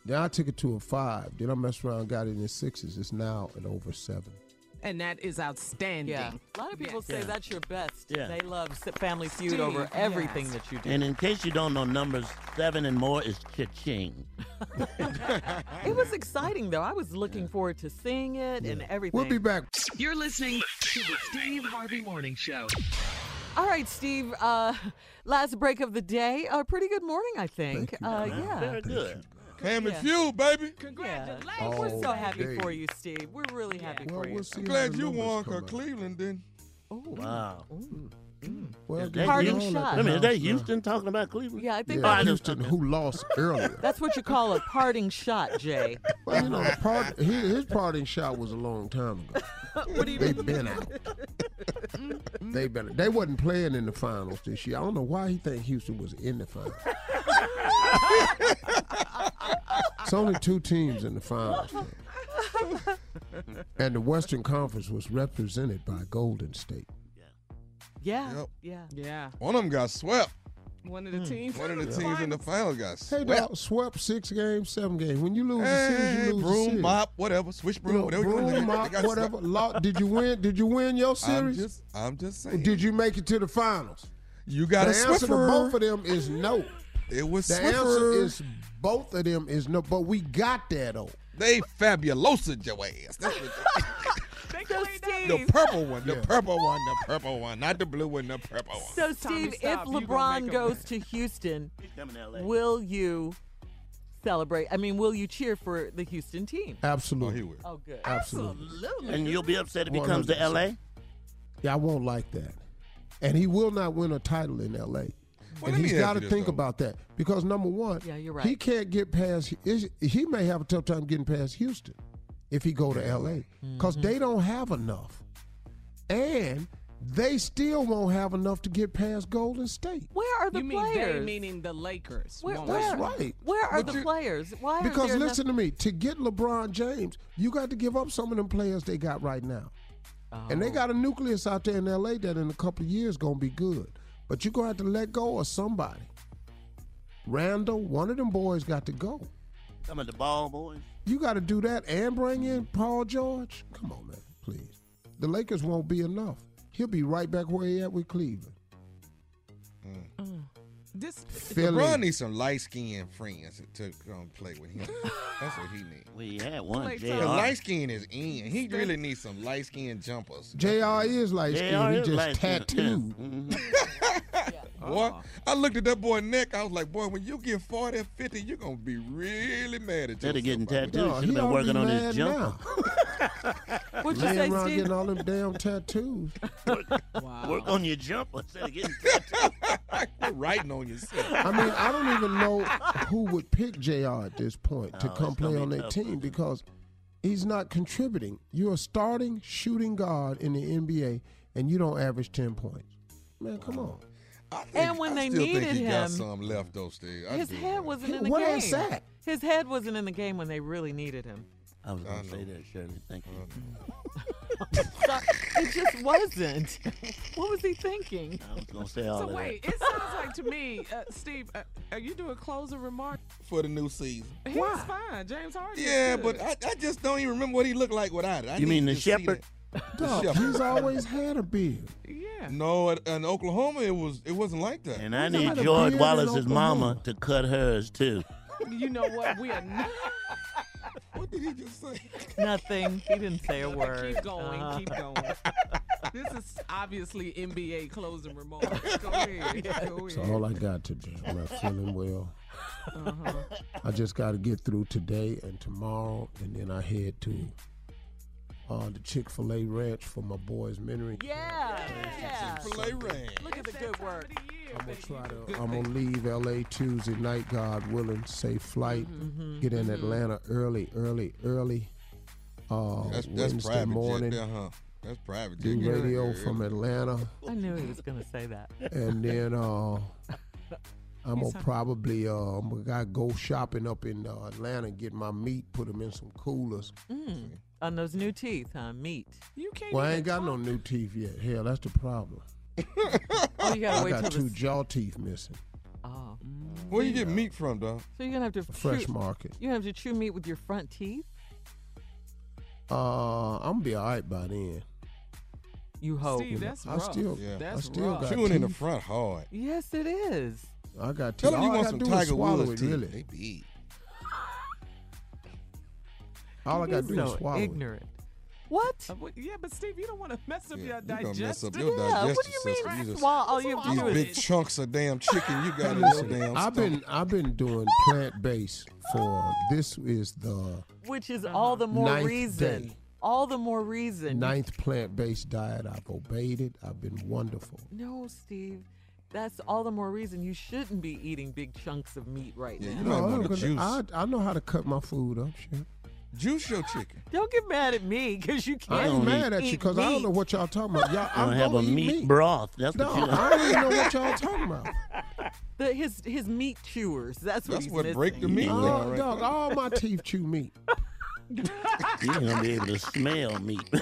Speaker 3: Then I took it to a five. Then I messed around, and got it in the sixes. It's now at over seven.
Speaker 8: And that is outstanding.
Speaker 5: Yeah. A lot of people say
Speaker 8: Yeah.
Speaker 5: that's your best.
Speaker 8: Yeah.
Speaker 5: They love S- Family Feud
Speaker 8: Steve,
Speaker 5: over everything
Speaker 8: yes.
Speaker 5: that you do.
Speaker 6: And in case you don't know, numbers seven and more is cha-ching.
Speaker 5: It was exciting, though. I was looking forward to seeing it and everything.
Speaker 3: back.
Speaker 4: You're listening to the Steve Harvey Morning Show.
Speaker 5: All right, Steve. Uh, last break of the day. A pretty good morning, I think. uh, yeah.
Speaker 6: Very good.
Speaker 7: Family Feud, baby.
Speaker 5: Congratulations. We're so
Speaker 7: All
Speaker 5: happy
Speaker 7: day.
Speaker 5: for you, Steve. We're really happy for you.
Speaker 7: I'm glad you won, cause Cleveland didn't.
Speaker 6: Wow.
Speaker 3: Well,
Speaker 6: Is that
Speaker 5: Pardon
Speaker 6: Houston?
Speaker 5: shot.
Speaker 6: I mean, is that
Speaker 5: Yeah.
Speaker 6: Houston talking about Cleveland?
Speaker 5: Yeah, I think
Speaker 6: Oh, I
Speaker 5: that was-
Speaker 6: just-
Speaker 3: Houston, who lost
Speaker 5: [laughs]
Speaker 3: earlier.
Speaker 5: That's what you call a parting shot, Jay.
Speaker 3: Well, you know, the part, his, his parting shot was a long time ago.
Speaker 5: what do you
Speaker 3: They've been out. They been. They wasn't playing in the finals this year. I don't know why he think Houston was in the finals. it's only two teams in the finals, and the Western Conference was represented by Golden State.
Speaker 5: Yeah. Yeah.
Speaker 8: Yeah.
Speaker 7: One of them got swept.
Speaker 8: One of
Speaker 3: Hmm.
Speaker 8: the teams.
Speaker 7: One of the teams in the finals got
Speaker 3: Hey,
Speaker 7: swept.
Speaker 3: dog, swept six games, seven games. When you lose a
Speaker 7: Hey,
Speaker 3: series, you lose a
Speaker 7: broom,
Speaker 3: series.
Speaker 7: mop, whatever, switch broom,
Speaker 3: You know,
Speaker 7: whatever you wanna do.
Speaker 3: broom,
Speaker 7: They
Speaker 3: mop,
Speaker 7: got
Speaker 3: whatever.
Speaker 7: swept.
Speaker 3: Lo- did you win? Did you win your
Speaker 7: I'm
Speaker 3: series?
Speaker 7: just, I'm just saying.
Speaker 3: Did you make it to the finals?
Speaker 7: You got
Speaker 3: the
Speaker 7: a
Speaker 3: answer to
Speaker 7: Swiffer.
Speaker 3: both of them is no.
Speaker 7: It was
Speaker 3: the answer
Speaker 7: Swiffer.
Speaker 3: is both of them is no. But we got that though.
Speaker 7: They fabulosa your ass. That's what
Speaker 5: So, Steve.
Speaker 7: the purple one, the purple one, the purple one, not the blue one, the purple one.
Speaker 5: So,
Speaker 8: Tommy,
Speaker 5: Steve, if
Speaker 8: stop. You gonna
Speaker 5: LeBron
Speaker 8: make 'em
Speaker 5: goes to Houston,
Speaker 6: coming to LA.
Speaker 5: will you celebrate? I mean, will you cheer for the Houston team?
Speaker 3: Absolutely.
Speaker 5: Oh, good.
Speaker 3: Absolutely.
Speaker 6: And you'll be upset if he comes to L.A.?
Speaker 3: 100%. Yeah, I won't like that. And he will not win a title in L.A. and
Speaker 6: let
Speaker 3: he's
Speaker 6: me ask
Speaker 3: got to
Speaker 6: you this,
Speaker 3: think
Speaker 6: though.
Speaker 3: about that because number one,
Speaker 5: yeah, you're
Speaker 3: he can't get past. is- He may have a tough time getting past Houston if he go to L.A.
Speaker 5: Mm-hmm.
Speaker 3: because they don't have enough, and they still won't have enough to get past Golden State.
Speaker 5: Where are the
Speaker 8: you mean they,
Speaker 5: players?
Speaker 8: meaning the Lakers.
Speaker 5: Where-
Speaker 8: won't
Speaker 3: That's
Speaker 8: they?
Speaker 3: right.
Speaker 5: Where are
Speaker 3: But
Speaker 5: the
Speaker 3: you-
Speaker 5: players? Why? aren't
Speaker 3: Because
Speaker 5: there enough-
Speaker 3: listen to me, to get LeBron James, you got to give up some of them players they got right now. And they got a nucleus out there in LA that in a couple of years gonna be good. But you're gonna have to let go of somebody. Randall, one of them boys got to go.
Speaker 6: Some of the ball boys.
Speaker 3: You gotta do that and bring in Paul George. Come on, man, please. The Lakers won't be enough. he'll be right back where he at with Cleveland.
Speaker 8: This
Speaker 3: Philly.
Speaker 7: Hmm. LeBron needs some light skinned friends to come play with him. That's what he needs.
Speaker 6: We had one, Clay JR.
Speaker 7: Because light skin is in. He really needs some light skinned jumpers.
Speaker 3: Jr. is light
Speaker 7: JR
Speaker 3: skinned. He
Speaker 7: is
Speaker 3: just
Speaker 7: light-skinned.
Speaker 3: tattooed.
Speaker 7: [laughs] Boy,
Speaker 6: Ah.
Speaker 7: I looked at that boy neck. I was like, boy, when you get 40 or 50, you're going to be really mad at
Speaker 6: Instead
Speaker 7: yourself.
Speaker 6: of getting
Speaker 7: about it.
Speaker 6: tattooed, should have been working on his jumper.
Speaker 5: What'd
Speaker 6: you
Speaker 3: Laying
Speaker 6: say,
Speaker 3: around
Speaker 6: Steve?
Speaker 3: getting all them damn tattoos.
Speaker 6: [laughs] Work on your jumper instead of
Speaker 7: [laughs]
Speaker 6: getting
Speaker 7: tattooed. writing
Speaker 3: [laughs]
Speaker 7: on yourself.
Speaker 3: I mean, I don't even know who would pick JR at this point to
Speaker 7: Oh,
Speaker 3: come
Speaker 7: it's gonna
Speaker 3: play
Speaker 7: be
Speaker 3: on their
Speaker 7: tough,
Speaker 3: team because he's not contributing. You're a starting shooting guard in the NBA and you don't average 10 points. Man, come on.
Speaker 5: And when they
Speaker 7: I still
Speaker 5: needed
Speaker 7: think he
Speaker 5: him,
Speaker 7: got some left, though, Steve. I
Speaker 5: his
Speaker 6: [laughs]
Speaker 7: do.
Speaker 5: head wasn't
Speaker 3: He-
Speaker 5: in the
Speaker 3: what
Speaker 5: game.
Speaker 3: else that?
Speaker 5: His head wasn't in the game when they really needed him.
Speaker 6: I was going to say that, Shirley. Thank you.
Speaker 5: It just [laughs] wasn't. what was he thinking?
Speaker 6: I was going to say all
Speaker 8: So
Speaker 6: of that.
Speaker 8: wait, it sounds like to me, uh, Steve, uh, are you doing closing remarks?
Speaker 7: For the new season.
Speaker 8: He's fine, James Harden. is
Speaker 7: Yeah,
Speaker 8: good.
Speaker 7: but I, I just don't even remember what he looked like without it. I
Speaker 6: You
Speaker 7: need
Speaker 6: mean
Speaker 7: to
Speaker 6: the
Speaker 7: see
Speaker 6: shepherd?
Speaker 7: that. The
Speaker 3: Dog,
Speaker 7: shepherd.
Speaker 3: he's always
Speaker 7: [laughs]
Speaker 3: had a beard.
Speaker 8: Yeah.
Speaker 7: No, at- in Oklahoma, it was it wasn't like that.
Speaker 6: And I need George Wallace's mama to cut hers, too.
Speaker 8: You know what? We are
Speaker 5: [laughs]
Speaker 8: not.
Speaker 7: [laughs] what did he just say?
Speaker 5: Nothing. He didn't say a word.
Speaker 8: [laughs] Keep going. Keep
Speaker 5: Uh-huh.
Speaker 8: going. this is obviously NBA closing
Speaker 5: [laughs]
Speaker 8: remarks. Go ahead. Go
Speaker 3: That's
Speaker 8: ahead.
Speaker 3: all I got today. I'm not feeling well.
Speaker 5: Uh-huh.
Speaker 8: Uh-huh.
Speaker 3: I just got to get through today and tomorrow, and then I head to uh, the Chick Fil A Ranch for my boy's memory.
Speaker 5: Yeah. yeah.
Speaker 7: Chick-fil-A ranch.
Speaker 5: Look at the good work.
Speaker 8: I'm gonna
Speaker 3: try to.
Speaker 5: [laughs]
Speaker 3: I'm gonna leave LA Tuesday night, God willing. Safe flight.
Speaker 5: Mhm.
Speaker 3: Get in
Speaker 5: Mhm.
Speaker 3: Atlanta early, early, early. Uh,
Speaker 7: That's, that's
Speaker 3: Wednesday
Speaker 7: private
Speaker 3: morning.
Speaker 7: jet there, huh? That's private jet.
Speaker 3: do
Speaker 7: there.
Speaker 3: radio
Speaker 7: Yeah.
Speaker 3: from Atlanta,
Speaker 5: [laughs] I knew he was gonna say that.
Speaker 3: and then uh, I'm
Speaker 5: He's
Speaker 3: gonna
Speaker 5: hungry.
Speaker 3: probably uh, I'm gonna gotta go shopping up in uh, Atlanta, get my meat, put them in some coolers.
Speaker 5: Mm. On those new teeth, huh? Meat.
Speaker 8: You can't.
Speaker 3: Well, I ain't got no new teeth yet. Hell, that's the problem.
Speaker 5: [laughs] Oh, you gotta
Speaker 3: I
Speaker 5: wait
Speaker 3: got
Speaker 5: till the.
Speaker 3: two jaw teeth missing.
Speaker 5: Oh.
Speaker 7: Where you get meat from, dog?
Speaker 5: So you're gonna have to
Speaker 3: Fresh
Speaker 5: chew-
Speaker 3: market.
Speaker 5: You're gonna have to chew meat with your front teeth.
Speaker 3: Uh, I'm gonna be all right by then.
Speaker 5: You hope.
Speaker 3: You
Speaker 5: Steve,
Speaker 3: know,
Speaker 5: that's
Speaker 3: I
Speaker 5: rough.
Speaker 3: still,
Speaker 5: Yeah.
Speaker 3: I
Speaker 5: That's
Speaker 3: still
Speaker 5: rough.
Speaker 3: got
Speaker 7: Chewing in the
Speaker 3: teeth.
Speaker 7: front hard.
Speaker 5: Yes, it is.
Speaker 3: I got teeth.
Speaker 7: Tell him you
Speaker 3: All I
Speaker 7: want
Speaker 3: gotta
Speaker 7: some
Speaker 3: do is
Speaker 7: Tiger
Speaker 3: swallow
Speaker 7: Woods
Speaker 3: it,
Speaker 7: teeth.
Speaker 3: really.
Speaker 7: They big.
Speaker 3: All I
Speaker 8: He's
Speaker 3: gotta do
Speaker 8: so
Speaker 3: is swallow it.
Speaker 5: ignorant. What?
Speaker 8: Uh, well, yeah, but Steve, you don't want to mess up your
Speaker 7: You gonna mess
Speaker 8: digestive.
Speaker 7: up your
Speaker 5: Yeah,
Speaker 7: digestive
Speaker 5: what do you mean?
Speaker 7: system. just-
Speaker 5: Well, all you have to
Speaker 7: these
Speaker 5: do is-
Speaker 7: big chunks of damn chicken you got in your
Speaker 3: Listen,
Speaker 7: damn
Speaker 3: I've
Speaker 7: stomach.
Speaker 3: been I've been doing plant based for this is the
Speaker 5: Which is all the more
Speaker 3: Ninth
Speaker 5: reason.
Speaker 3: day.
Speaker 5: All the more reason.
Speaker 3: ninth plant based diet. I've obeyed it. I've been wonderful.
Speaker 5: No, Steve. That's all the more reason you shouldn't be eating big chunks of meat right now.
Speaker 3: No, I'm gonna- I, I know how to cut my food up. Sure.
Speaker 7: Juice your chicken.
Speaker 5: Don't get mad at me because you can't.
Speaker 3: I ain't mad at you
Speaker 5: eat
Speaker 3: because I don't know
Speaker 5: meat.
Speaker 3: what y'all talking about.
Speaker 6: [laughs]
Speaker 3: Y'all,
Speaker 6: I'm
Speaker 3: I'm
Speaker 6: going to have a
Speaker 3: gonna eat
Speaker 6: meat, broth. That's
Speaker 3: No,
Speaker 6: what you
Speaker 3: I don't even know what y'all [laughs] talking about.
Speaker 5: [laughs] The, his his meat chewers. That's what
Speaker 7: That's
Speaker 5: he's
Speaker 7: what
Speaker 5: missing.
Speaker 7: break the meat
Speaker 3: Oh,
Speaker 7: down right
Speaker 3: dog,
Speaker 7: there.
Speaker 3: all
Speaker 5: [laughs]
Speaker 3: my teeth chew meat.
Speaker 6: You're going to be able to smell meat.
Speaker 5: [laughs]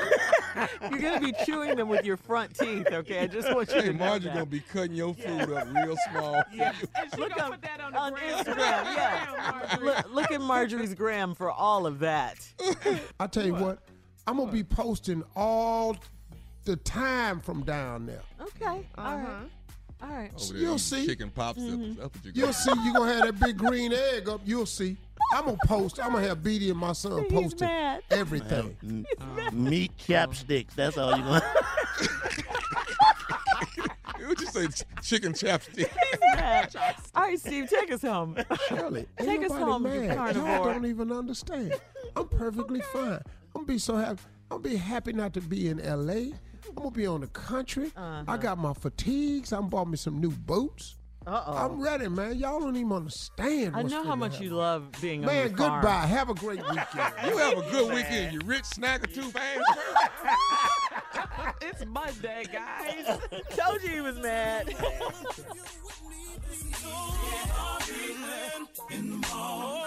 Speaker 5: You're gonna be chewing them with your front teeth. Okay, I just want you
Speaker 7: Hey,
Speaker 5: to know
Speaker 7: Marge,
Speaker 5: that.
Speaker 7: gonna be cutting your food up real small.
Speaker 5: Yeah. Look up on, Instagram. Yeah. look, look at Marjorie's
Speaker 3: [laughs]
Speaker 5: gram for all of that.
Speaker 3: I tell you what, I'm gonna be posting all the time from down there.
Speaker 5: Okay. All right. All right.
Speaker 7: Over
Speaker 3: [laughs]
Speaker 7: there
Speaker 3: You'll
Speaker 7: eating
Speaker 3: see. Mm-hmm.
Speaker 7: Chicken popsicles. That's what you
Speaker 3: You'll
Speaker 7: got.
Speaker 3: see. You gonna have that big green egg up. You'll see. I'm gonna post. I'm gonna have BD and my son posting
Speaker 5: mad.
Speaker 3: [laughs] everything.
Speaker 6: M-
Speaker 3: Mm-hmm. Uh-huh.
Speaker 6: meat chapsticks. That's all you're going to
Speaker 7: What'd you say? Ch- chicken chapstick.
Speaker 5: He's mad. All right, Steve, take us home.
Speaker 3: Shirley, ain't
Speaker 5: Take us
Speaker 3: nobody
Speaker 5: home, you
Speaker 3: mad. Y'all
Speaker 5: carnivore.
Speaker 3: don't even understand. I'm perfectly fine. I'm gonna be so happy. I'm gonna be happy not to be in LA. I'm gonna be on the country.
Speaker 5: Uh-huh.
Speaker 3: I got my fatigues. I bought me some new boots.
Speaker 5: Uh-oh.
Speaker 3: I'm ready, man. Y'all don't even understand.
Speaker 5: I
Speaker 3: what's
Speaker 5: know how
Speaker 3: finna
Speaker 5: much
Speaker 3: happen.
Speaker 5: you love being on
Speaker 3: Man,
Speaker 5: your farm.
Speaker 3: goodbye. Have a great weekend.
Speaker 7: You have a good weekend, you rich snacker too fast.
Speaker 5: [laughs] It's Monday, guys. Told you he was mad. [laughs]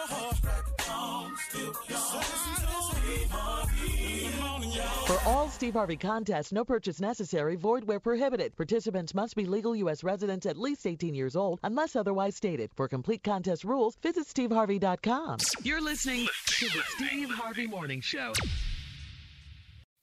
Speaker 5: For all Steve Harvey contests, no purchase necessary, void where prohibited. Participants must be legal U.S. residents at least 18 years old, unless otherwise stated. For complete contest rules, visit steveharvey.com.
Speaker 4: You're listening to the Steve Harvey Morning Show.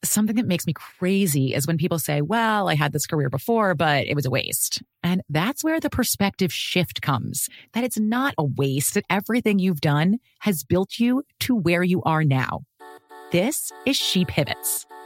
Speaker 23: Something that makes me crazy is when people say, well, I had this career before, but it was a waste. And that's where the perspective shift comes that it's not a waste, that everything you've done has built you to where you are now. This is She Pivots,